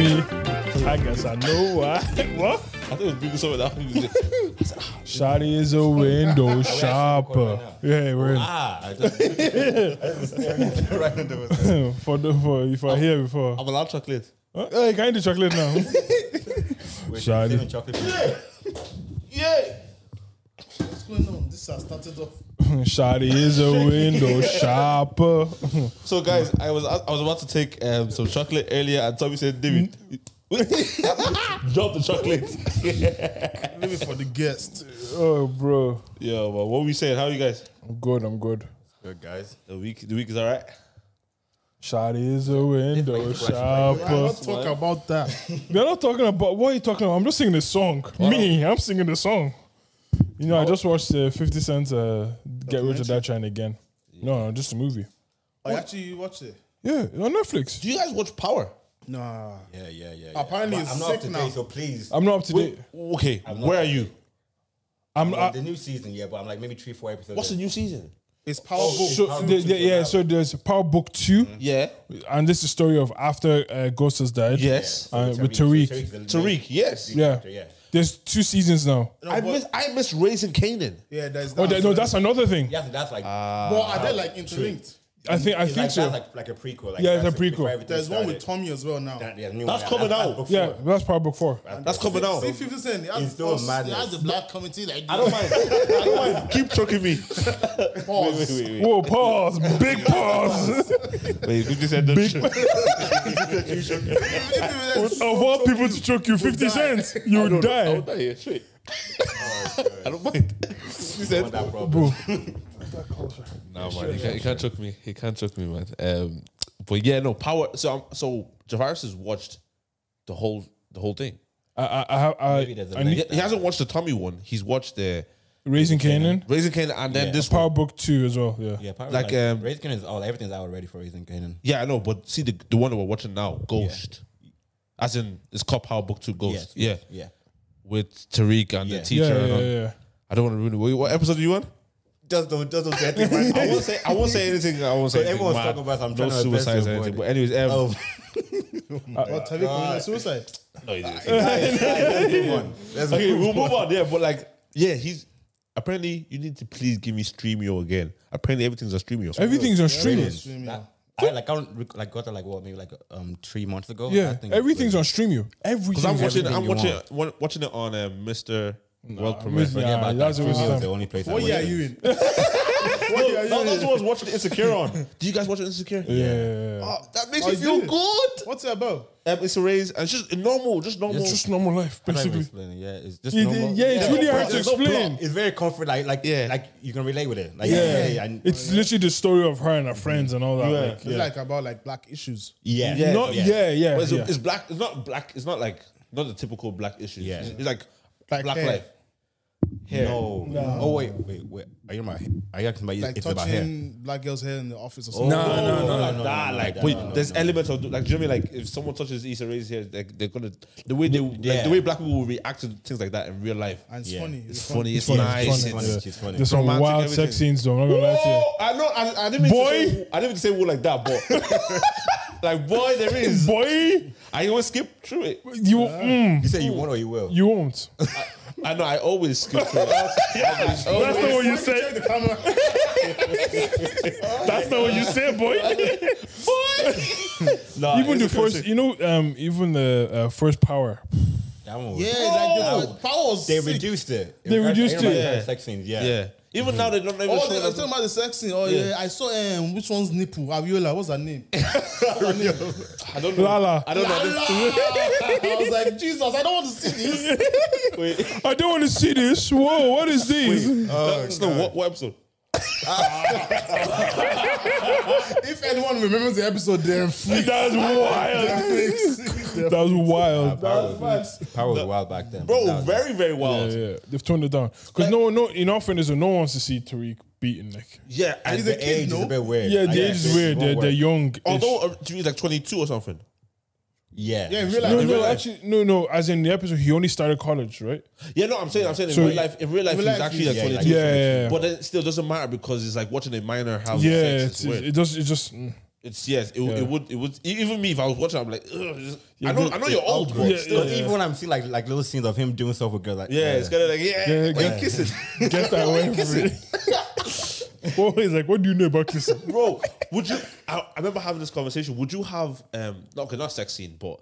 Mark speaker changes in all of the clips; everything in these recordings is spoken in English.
Speaker 1: E. I guess I know why. what?
Speaker 2: I think it was Biggie Summer that was just,
Speaker 1: Shawty is a window shopper. Yeah, we're in.
Speaker 2: ah. I just, I just right under myself.
Speaker 1: for the for if I hear before.
Speaker 2: I'm allowed chocolate.
Speaker 1: Huh? Hey, can I eat the chocolate now? Shawty.
Speaker 3: chocolate.
Speaker 2: Yeah.
Speaker 4: What's going on? This has started off.
Speaker 1: Shawty is a window shopper.
Speaker 2: So guys, I was I was about to take um, some chocolate earlier, and Tommy said, David,
Speaker 4: Hmm?
Speaker 2: drop the chocolate.
Speaker 4: Maybe for the guest.
Speaker 1: oh bro.
Speaker 2: Yeah, but what we saying? How you guys?
Speaker 1: I'm good, I'm good.
Speaker 3: Good guys.
Speaker 2: The week, the week is alright.
Speaker 1: Shawty is a window
Speaker 4: I
Speaker 1: shopper.
Speaker 4: don't talk about that.
Speaker 1: They're not talking about what are you talking about? I'm just singing the song. Me, I'm singing the song. You know, I just watched uh, 50 Cent uh, Get Rich or Die Trying again. No, no, just a movie.
Speaker 4: I actually watched it.
Speaker 1: Yeah, on Netflix.
Speaker 2: Do you guys watch Power?
Speaker 4: Nah.
Speaker 3: Yeah, yeah, yeah.
Speaker 4: Apparently
Speaker 3: yeah.
Speaker 4: it's
Speaker 3: I'm not
Speaker 4: sick
Speaker 3: up to
Speaker 4: now.
Speaker 3: date, so please.
Speaker 1: I'm not up to date.
Speaker 2: Okay,
Speaker 3: not-
Speaker 2: Um, where are you?
Speaker 1: I'm
Speaker 3: Well,
Speaker 1: I,
Speaker 3: the new season, yeah, but I'm like maybe three, four episodes.
Speaker 2: What's the
Speaker 3: in.
Speaker 2: new season?
Speaker 4: It's powerful.
Speaker 1: so the, the- yeah, so there's Power Book 2
Speaker 2: Yeah.
Speaker 1: and this is the story of after uh, Ghost has died.
Speaker 2: Yes.
Speaker 1: Uh, with
Speaker 3: so
Speaker 1: Tariq.
Speaker 3: Tariq's the main-
Speaker 2: Tariq. Yes.
Speaker 1: Yeah.
Speaker 3: actor, yeah.
Speaker 1: There's two seasons now.
Speaker 4: No,
Speaker 2: I
Speaker 4: but-
Speaker 2: miss I miss raising Canaan.
Speaker 4: Yeah, there's that.
Speaker 1: Oh, that, no, that's another thing.
Speaker 3: Yeah, so that's like
Speaker 1: Uh,
Speaker 4: But are they like interlinked?
Speaker 1: I think I
Speaker 3: it's
Speaker 1: think
Speaker 3: like,
Speaker 1: so.
Speaker 3: that's like like a prequel. Like
Speaker 1: Yeah, it's
Speaker 3: that's
Speaker 1: a prequel.
Speaker 3: before everything
Speaker 4: There's one with
Speaker 3: started.
Speaker 4: Tommy as well now.
Speaker 3: That- yeah, new
Speaker 2: That's
Speaker 3: one,
Speaker 2: coming
Speaker 3: that's-
Speaker 2: out.
Speaker 3: that's
Speaker 1: yeah,
Speaker 3: before.
Speaker 1: that's Power Book Four.
Speaker 2: That's coming out.
Speaker 4: See, 50 Cent. He has,
Speaker 3: It's still
Speaker 4: us- he
Speaker 3: madness.
Speaker 4: has the black community like
Speaker 3: I don't mind. I don't mind.
Speaker 2: Keep choking me.
Speaker 4: pause.
Speaker 2: wait, wait, wait.
Speaker 1: Whoa, pause, big pause.
Speaker 2: Wait, you just said the
Speaker 1: of all people to choke you, Fifty cents, you would
Speaker 2: I
Speaker 1: die.
Speaker 2: would die here, straight. I don't mind. You said,
Speaker 3: That problem.
Speaker 2: "Nah, man, he can't, he can't choke me. He can't choke me, man." Um, but yeah, no power. So, I'm, so Javaris has watched the whole, the whole thing.
Speaker 1: I, I, I, I,
Speaker 3: Maybe there's a
Speaker 1: I
Speaker 3: link.
Speaker 2: He,
Speaker 1: need,
Speaker 2: he hasn't watched the Tommy one. He's watched the
Speaker 1: Raising Canaan,
Speaker 2: Raising Canaan and then
Speaker 3: Yeah.
Speaker 2: this one.
Speaker 1: Power Book Two as well. Yeah,
Speaker 3: Yeah, probably
Speaker 2: Like,
Speaker 3: like,
Speaker 2: um,
Speaker 3: Raising Canaan is all everything's out already for Raising Canaan.
Speaker 2: Yeah, I know, but see the the one that we're watching now, Ghost. As in, it's Cop How Book Two Ghost. yeah,
Speaker 3: yeah.
Speaker 2: with Tariq and the
Speaker 3: Yeah.
Speaker 1: yeah,
Speaker 2: teacher.
Speaker 1: yeah,
Speaker 2: and all.
Speaker 1: yeah. yeah.
Speaker 2: I don't want to ruin it. What, what episode do you want?
Speaker 3: Just don't, just don't say anything. Right
Speaker 2: I won't say. I won't say anything. I won't say. anything
Speaker 3: everyone's
Speaker 2: mad.
Speaker 3: talking about some
Speaker 2: no
Speaker 3: trying to
Speaker 2: suicides or
Speaker 3: avoid
Speaker 2: anything.
Speaker 3: it.
Speaker 2: But anyways, um,
Speaker 3: Oh.
Speaker 4: Oh, Tariq committed suicide.
Speaker 2: no, he didn't.
Speaker 3: Let's
Speaker 2: okay, we'll move on. Yeah, but like, yeah, he's apparently you need to please give me Streamio again. Apparently everything's on Streamio.
Speaker 1: Everything's on streaming.
Speaker 4: Streaming.
Speaker 3: I like I don't rec- like got it like what maybe like um three months ago.
Speaker 1: Yeah,
Speaker 3: I think
Speaker 1: everything's on streaming. Everything's.
Speaker 2: I'm watching.
Speaker 3: Everything
Speaker 2: I'm
Speaker 3: you
Speaker 2: watching. wa- Watching it on uh, Mr. World Premiere.
Speaker 1: Mr.
Speaker 2: Yeah,
Speaker 1: Ah,
Speaker 3: But
Speaker 1: that's
Speaker 3: that
Speaker 1: what it
Speaker 3: Preview is
Speaker 1: is.
Speaker 3: the only place. I
Speaker 4: What year are
Speaker 3: went.
Speaker 4: you in? What year
Speaker 2: No,
Speaker 4: are you
Speaker 2: that's
Speaker 4: in?
Speaker 2: what I was watching Insecure on. Do you guys watch Insecure?
Speaker 1: Yeah.
Speaker 2: Oh, that makes
Speaker 4: Oh,
Speaker 2: you
Speaker 4: you
Speaker 2: feel
Speaker 4: did?
Speaker 2: good.
Speaker 4: What's it about?
Speaker 2: Um, it's a raise, and it's just normal, just normal.
Speaker 1: It's just normal life,
Speaker 3: I'm not even
Speaker 1: basically.
Speaker 3: explaining, Yeah, it's just
Speaker 1: It-
Speaker 3: normal.
Speaker 1: yeah, it's really hard to
Speaker 3: there's no plot.
Speaker 1: explain.
Speaker 3: It's very comfort. Like like
Speaker 2: Yeah.
Speaker 3: yeah, like you can relate with it. Like
Speaker 1: Yeah,
Speaker 3: yeah, yeah, and-
Speaker 1: it's literally the story of her and her friends and all that.
Speaker 2: Yeah.
Speaker 1: Like,
Speaker 4: It's like about like black issues.
Speaker 3: yeah.
Speaker 2: Yeah.
Speaker 1: Not yeah, yeah,
Speaker 2: But it's,
Speaker 1: yeah.
Speaker 2: it's black. It's not black. It's not like not the typical black issues.
Speaker 3: Yeah.
Speaker 2: It's, it's like
Speaker 4: Like
Speaker 2: black
Speaker 4: hair.
Speaker 2: life.
Speaker 3: No. Oh wait, wait, wait. Are you my? Are you asking about?
Speaker 4: Like
Speaker 3: it's about Oh. hair.
Speaker 4: touching black girls' hair in the office or something.
Speaker 1: No, no, no,
Speaker 2: like
Speaker 3: no,
Speaker 2: that,
Speaker 3: no,
Speaker 2: like,
Speaker 3: no,
Speaker 2: but
Speaker 3: no, no,
Speaker 2: there's elements of like, do you know what I mean? Like, if someone touches Issa Rae's hair, like, they're gonna the way they like,
Speaker 3: Yeah.
Speaker 2: the way black people will react to things like that in real life.
Speaker 4: And it's
Speaker 3: Yeah.
Speaker 4: funny.
Speaker 2: It's funny. It's,
Speaker 1: funny,
Speaker 2: nice.
Speaker 1: it's
Speaker 2: It's
Speaker 1: funny.
Speaker 3: It's funny.
Speaker 1: There's some
Speaker 2: romantic,
Speaker 1: wild
Speaker 2: everything.
Speaker 1: sex scenes, though. I'm not gonna lie to you.
Speaker 2: Oh, I know. I, I didn't mean
Speaker 1: Boy.
Speaker 2: to say. I didn't mean to say woo like that, but like boy, there is.
Speaker 1: Boy,
Speaker 2: I always skip through it.
Speaker 1: you mm,
Speaker 3: You say you won't or you will.
Speaker 1: you won't.
Speaker 2: I know. I always skip through it.
Speaker 1: That's
Speaker 2: That's
Speaker 1: not what you said.
Speaker 4: The camera.
Speaker 1: That's not what you said, boy.
Speaker 2: Nah,
Speaker 1: even
Speaker 2: Uh, it's
Speaker 1: the
Speaker 2: a
Speaker 1: first, you know, um, even the uh, first power.
Speaker 3: That one was-
Speaker 4: Yeah, like the
Speaker 3: Wow.
Speaker 4: power was
Speaker 3: They
Speaker 4: sick.
Speaker 3: reduced it.
Speaker 1: They reduced
Speaker 3: Everybody
Speaker 1: it.
Speaker 3: had
Speaker 2: Yeah.
Speaker 3: Sex scenes. Yeah.
Speaker 2: Yeah. Even now they don't even
Speaker 4: Oh,
Speaker 2: show
Speaker 4: they, I was
Speaker 2: that.
Speaker 4: talking about the sex scene. Oh, yeah. I saw um, which one's nipple? Aviola, what's her name?
Speaker 2: I don't know.
Speaker 1: Lala,
Speaker 2: I don't know.
Speaker 4: I was like, Jesus, I don't want to see this.
Speaker 2: Wait.
Speaker 1: I don't want to see this. Whoa, what is this?
Speaker 3: Oh,
Speaker 2: No, so what, what episode?
Speaker 4: if anyone remembers the episode, they're
Speaker 2: uh,
Speaker 4: free.
Speaker 1: That's wild.
Speaker 4: Netflix.
Speaker 1: That's wild.
Speaker 3: Power was, power was wild back then. but
Speaker 2: Bro,
Speaker 3: now it's
Speaker 2: very, very
Speaker 1: Yeah,
Speaker 2: wild. Yeah.
Speaker 1: yeah, they've toned it down because no, one- no, in all fairness, no one wants to see Tariq beaten. Like,
Speaker 2: and
Speaker 4: He's
Speaker 2: the
Speaker 4: a
Speaker 3: the
Speaker 4: kid,
Speaker 3: age is
Speaker 4: no?
Speaker 3: a bit weird.
Speaker 1: yeah,
Speaker 3: Like,
Speaker 1: the age is
Speaker 3: it
Speaker 1: weird.
Speaker 3: won't
Speaker 1: They're, they're young.
Speaker 3: work.
Speaker 2: Although uh, he's like 22 or something.
Speaker 3: Yeah.
Speaker 4: Yeah, in real
Speaker 1: no,
Speaker 4: life.
Speaker 1: no,
Speaker 2: life.
Speaker 1: actually, no, no. As in the episode, he only started college, right?
Speaker 2: Yeah, no, I'm saying, I'm saying in
Speaker 1: So-
Speaker 2: real life, in real life,
Speaker 4: real
Speaker 2: he's
Speaker 4: life,
Speaker 2: actually like
Speaker 4: he's-
Speaker 3: yeah,
Speaker 2: 22.
Speaker 3: like-
Speaker 1: Yeah, yeah, yeah.
Speaker 2: But then it still doesn't matter because it's like watching a minor have
Speaker 1: yeah,
Speaker 2: sex.
Speaker 1: it's,
Speaker 2: It's weird.
Speaker 1: it does. It just mm.
Speaker 2: It's yes, it,
Speaker 1: Yeah.
Speaker 2: it would it would e, even me if I was watching, I'm like, Ugh, just- I know
Speaker 1: the-
Speaker 2: I know you're old, but
Speaker 1: yeah,
Speaker 2: still,
Speaker 1: yeah.
Speaker 2: yeah,
Speaker 3: Even when I'm seeing like like little scenes of him doing stuff with girls, like
Speaker 2: it's kind of like yeah,
Speaker 1: Yeah,
Speaker 2: yeah,
Speaker 1: yeah.
Speaker 2: kiss it,
Speaker 1: Get that away from me. Always like, what do you know about kissing?
Speaker 2: bro. Would you? I, I remember having this conversation. Would you have um? No, okay, not sex scene, but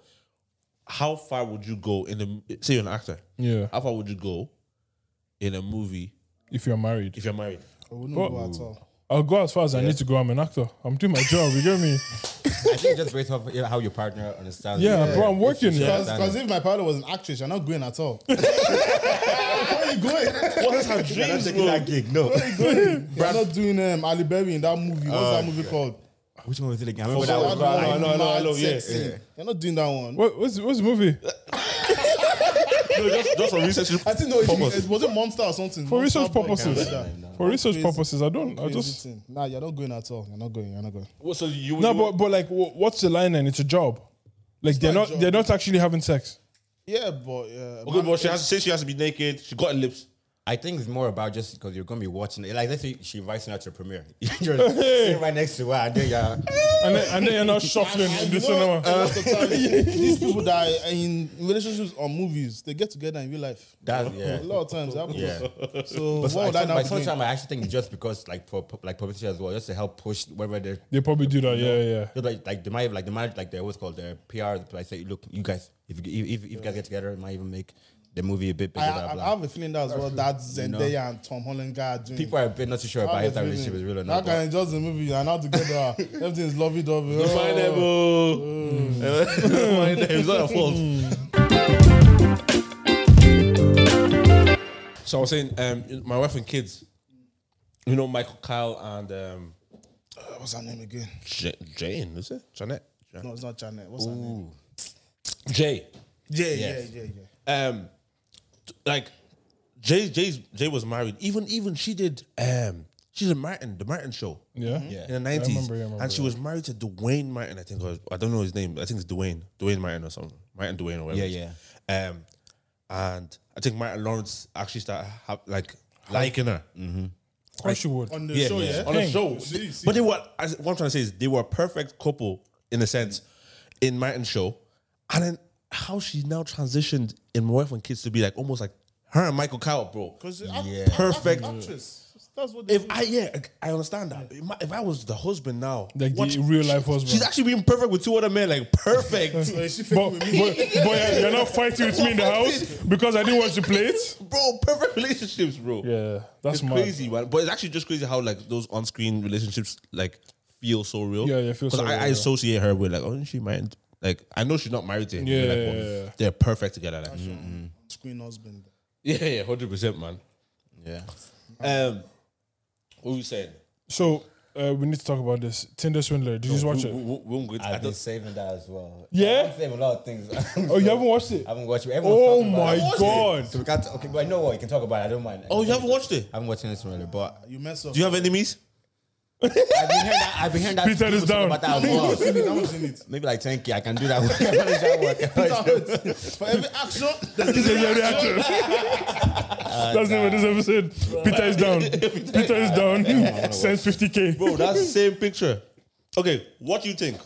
Speaker 2: how far would you go in the say you're an actor?
Speaker 1: Yeah.
Speaker 2: How far would you go in a movie
Speaker 1: If you're married,
Speaker 2: if you're married?
Speaker 4: I wouldn't
Speaker 1: What?
Speaker 4: go at all.
Speaker 1: I'll go as far as I need to go. I'm an actor. I'm doing my job. You get me?
Speaker 3: I think just based off you know, how your partner understands.
Speaker 1: Yeah,
Speaker 3: you.
Speaker 1: bro, I'm working.
Speaker 3: Yeah,
Speaker 1: Cause-
Speaker 3: that-
Speaker 4: Because if my partner was an actress, you're not going at all. Where you going?
Speaker 2: What is her dreams,
Speaker 3: taking
Speaker 2: bro?
Speaker 3: that gig. No,
Speaker 4: You're not doing um, Ali Berry in that movie. What's that movie called?
Speaker 3: which one was it again? I remember
Speaker 2: Oh,
Speaker 3: that was.
Speaker 2: no,
Speaker 3: bad.
Speaker 2: I know, I know, I
Speaker 4: Mad
Speaker 2: know, yeah,
Speaker 4: Sex Scene. You're not doing that one.
Speaker 1: What, what's what's the movie?
Speaker 2: No, just just for research.
Speaker 4: I think no, it, it was a monster or something.
Speaker 1: For
Speaker 4: Monster
Speaker 1: research
Speaker 4: boy.
Speaker 1: purposes.
Speaker 4: Yeah.
Speaker 1: For research purposes, I don't. I
Speaker 4: Crazy
Speaker 1: just
Speaker 4: thing. Nah, you're not going at all. You're not going. You're not going.
Speaker 2: Well, so you
Speaker 1: no,
Speaker 2: you-
Speaker 1: but but like, wha- what's the line? And it's a job. Like they're
Speaker 4: not
Speaker 1: not
Speaker 4: a job.
Speaker 1: they're not actually having sex.
Speaker 4: Yeah, but uh,
Speaker 2: okay, but she has to say she has to be naked. She got lips.
Speaker 3: I think it's more about just because you're gonna be watching it. Like let's say she invites you out to a premiere, you're sitting right next to her, and then you're
Speaker 1: And then, and then you're not shuffling in the
Speaker 4: You know,
Speaker 1: cinema.
Speaker 4: a lot of time, these people that are in relationships or movies, they get together in real life.
Speaker 3: that yeah.
Speaker 4: A lot of times, that happens.
Speaker 3: Yeah.
Speaker 4: So
Speaker 3: But
Speaker 1: Oh,
Speaker 4: what would that
Speaker 3: sometimes,
Speaker 4: now
Speaker 3: I,
Speaker 4: be? doing?
Speaker 3: sometimes I actually think it's just because like for pu- like publicity as well, just to help push wherever they're
Speaker 1: They probably do that. Yeah, yeah.
Speaker 3: just like like they might like the manager like they're what's it called their PR. Like say, look, you guys, if you- if if you guys get together, it might even make the movie a bit bigger.
Speaker 4: I,
Speaker 3: blah,
Speaker 4: I,
Speaker 3: blah.
Speaker 4: I have a feeling that as well. That
Speaker 3: know.
Speaker 4: Zendaya and Tom Holland guy are doing.
Speaker 3: People are a bit not too
Speaker 4: I
Speaker 3: sure
Speaker 4: have
Speaker 3: about
Speaker 4: a
Speaker 3: if that relationship is
Speaker 4: feeling.
Speaker 3: real or
Speaker 4: That
Speaker 3: not.
Speaker 4: guy
Speaker 3: but-
Speaker 4: enjoys the movie and now together, everything is lovey dovey. Oh.
Speaker 2: Pineapple. it's not your fault. So I was saying, um, my wife and kids, you know, Michael, Kyle, and um,
Speaker 4: What's her name again?
Speaker 2: J- Jane, is it? Janet? Ja-
Speaker 4: No, it's not Janet. What's her name?
Speaker 2: Jay.
Speaker 4: Yeah, yeah, yeah, yeah.
Speaker 2: Um, t- like, Jay, Jay's, Jay was married. Even, even she did. Um, she's a Martin, the Martin show.
Speaker 1: Yeah.
Speaker 4: Mm-hmm.
Speaker 2: in the
Speaker 1: I
Speaker 2: nineties,
Speaker 1: remember, I remember
Speaker 2: and she was married to Dwayne Martin. I think or, I don't know his name. I think it's Dwayne, Dwayne Martin or something. Martin Dwayne or whatever.
Speaker 3: Yeah,
Speaker 2: yeah. Um, and I think Martin Lawrence actually started ha- like liking her.
Speaker 1: Of course you would.
Speaker 4: On the
Speaker 2: Yeah,
Speaker 4: show,
Speaker 2: yeah,
Speaker 4: yeah.
Speaker 2: on the
Speaker 1: Dang.
Speaker 2: show.
Speaker 4: See, see.
Speaker 2: But they were. as- What I'm trying to say is they were a perfect couple in a sense in Martin's show, and then how she now transitioned in My Wife and Kids to be like almost like her and Michael Cowell, bro.
Speaker 4: Because yeah.
Speaker 2: Perfect.
Speaker 4: actress. That's what they
Speaker 2: If
Speaker 4: do.
Speaker 2: I yeah, I understand that. If my- If I was the husband now,
Speaker 1: Like
Speaker 2: watch-
Speaker 1: the real life husband.
Speaker 2: She's actually being perfect with two other men, like perfect,
Speaker 4: So is she
Speaker 1: but, but,
Speaker 4: faking with
Speaker 1: but
Speaker 4: me?
Speaker 1: yeah, you're not fighting with me in the house because I didn't watch the plates.
Speaker 2: bro. Perfect relationships, bro.
Speaker 1: Yeah, that's
Speaker 2: it's
Speaker 1: mad.
Speaker 2: crazy, man. But it's actually just crazy how like those on-screen relationships like feel so real.
Speaker 1: Yeah, yeah, feel so
Speaker 2: Because I,
Speaker 1: real,
Speaker 2: I
Speaker 1: yeah.
Speaker 2: associate her with like, oh, she might like. I know she's not married to him.
Speaker 1: Yeah,
Speaker 2: like,
Speaker 1: yeah,
Speaker 2: but
Speaker 1: yeah, yeah.
Speaker 2: They're perfect together. Like,
Speaker 4: Screen husband.
Speaker 2: yeah, yeah, hundred percent, man.
Speaker 3: yeah.
Speaker 2: Um, what were you saying?
Speaker 1: So uh, we need to talk about this Tinder swindler. Did you watch
Speaker 2: We,
Speaker 1: it?
Speaker 2: we, we won't go into- I
Speaker 3: I've been
Speaker 2: don't-
Speaker 3: saving that as well.
Speaker 1: Yeah?
Speaker 3: I've saved a lot of things.
Speaker 1: Oh, you haven't watched it?
Speaker 3: I haven't watched it. Everyone's
Speaker 1: Oh
Speaker 3: talking about
Speaker 1: my
Speaker 3: it.
Speaker 1: god!
Speaker 3: So we can't. Okay, but I know what you can talk about. It. I don't mind.
Speaker 2: Oh, you haven't watched it?
Speaker 3: I haven't watched this really, but
Speaker 4: You mess up.
Speaker 2: Do you have enemies?
Speaker 3: I've been hearing that. I've been hearing that.
Speaker 1: Peter is
Speaker 3: people talk
Speaker 1: down.
Speaker 3: About that
Speaker 4: That
Speaker 3: as
Speaker 4: one's
Speaker 3: well.
Speaker 4: in it, that one's in it.
Speaker 3: Maybe like 10k. I can do that. work. I can manage that work.
Speaker 4: For every action,
Speaker 1: This is your reaction.
Speaker 3: Uh,
Speaker 1: That's the name of this episode. Peter is down. Peter is down. Sends 50k.
Speaker 2: Bro, that's the same picture. Okay, what do you think?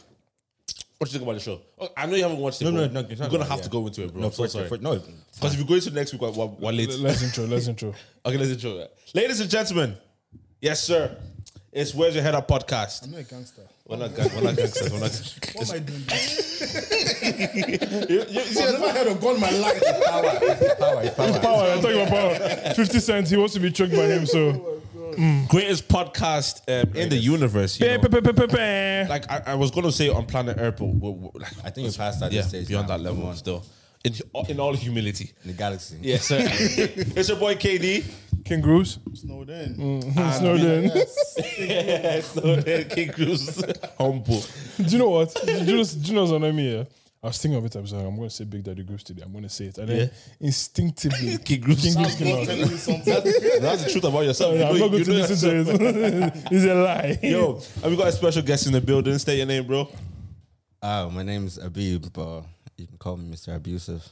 Speaker 2: What do you think about the show? Oh, I know you haven't watched it.
Speaker 3: No, no,
Speaker 2: but
Speaker 3: no, you're
Speaker 2: You're
Speaker 3: talking
Speaker 2: gonna
Speaker 3: about
Speaker 2: have to
Speaker 3: it, yeah.
Speaker 2: go into it, bro.
Speaker 3: No,
Speaker 2: I'm so
Speaker 3: for
Speaker 2: sorry.
Speaker 3: for- no.
Speaker 2: Because if you go into next week, we're, we're, we're late.
Speaker 1: Let's intro. Let's intro.
Speaker 2: Okay, let's enjoy that. Ladies and gentlemen, yes, sir. It's Where's Your Head Up podcast.
Speaker 4: I'm not a gangster.
Speaker 2: We're not gang- we're not gangsters. We're not.
Speaker 4: What am I doing?
Speaker 2: You- you- you see,
Speaker 4: I've never heard of God in my life.
Speaker 3: Power. It's power. It's power.
Speaker 1: Power. I'm talking about power. 50 cents. He wants to be choked by him. So.
Speaker 2: Greatest podcast um, in the universe. you
Speaker 1: Pe-
Speaker 2: know.
Speaker 1: pe- pe- pe- pe- pe.
Speaker 2: Like I, I was gonna say on planet Earth, but we- we- like,
Speaker 3: I think you passed that
Speaker 2: yeah,
Speaker 3: stage.
Speaker 2: beyond
Speaker 3: now.
Speaker 2: that level still. In, in all humility.
Speaker 3: In the galaxy.
Speaker 2: Yes, sir. it's your boy KD.
Speaker 1: Kangaroos.
Speaker 4: Snowden.
Speaker 1: Ah, Snowden.
Speaker 4: Yes.
Speaker 2: King Cruz. Humble.
Speaker 1: Do you know what? Do you know, do you know what's annoying me? Yeah? I was thinking of it. I was like, I'm going to say Big Daddy Groups today. I'm going to say it. And then instinctively,
Speaker 2: King Cruz.
Speaker 1: King Cruz came
Speaker 4: God
Speaker 1: out.
Speaker 4: telling you something.
Speaker 2: That's the truth about yourself.
Speaker 1: I'm
Speaker 2: You
Speaker 1: not
Speaker 2: know-
Speaker 1: going
Speaker 2: you
Speaker 1: to
Speaker 2: know
Speaker 1: listen to it. it's a lie.
Speaker 2: Yo, and we got a special guest in the building. State your name, bro.
Speaker 3: Oh, my name's Abib, but you can call me Mr. Abusive.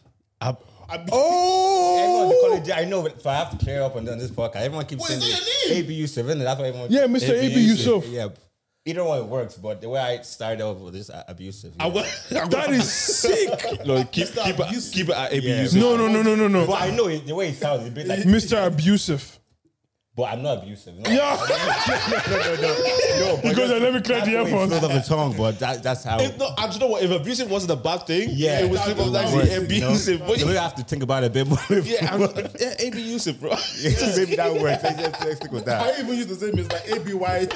Speaker 3: Everyone's
Speaker 2: oh,
Speaker 3: calling Jay. I know, but I have to clear up on, on this podcast. Everyone keeps
Speaker 4: What,
Speaker 3: saying
Speaker 4: is that your
Speaker 3: ABU seven. That's what everyone.
Speaker 1: Yeah, Mr. AB Yusuf.
Speaker 3: Yeah. Either way, it works. But the way I started off with this uh, abusive. yeah.
Speaker 1: That is sick.
Speaker 2: No, keep keep it, keep it at ABUs.
Speaker 1: No, no, no, no, no, no.
Speaker 3: But I know it, the way it sounds, a bit like.
Speaker 1: Mr. Abusive.
Speaker 3: But I'm not abusive. No.
Speaker 1: Yeah. Because I let me clear the
Speaker 3: That's the way it
Speaker 1: airport.
Speaker 3: flows off the tongue, but that, that's how.
Speaker 2: If not, I don't know what. If abusive wasn't a bad thing,
Speaker 3: Yeah,
Speaker 2: it was
Speaker 3: that
Speaker 2: like
Speaker 3: would
Speaker 2: that's
Speaker 3: work,
Speaker 2: the
Speaker 3: you know?
Speaker 2: abusive. But
Speaker 3: You
Speaker 2: you-
Speaker 3: would have to think about it a bit more.
Speaker 2: yeah, I'm, yeah, abusive, bro.
Speaker 3: maybe that works. Let's, let's- let's stick with that.
Speaker 4: I even use the same. It's like A B Y.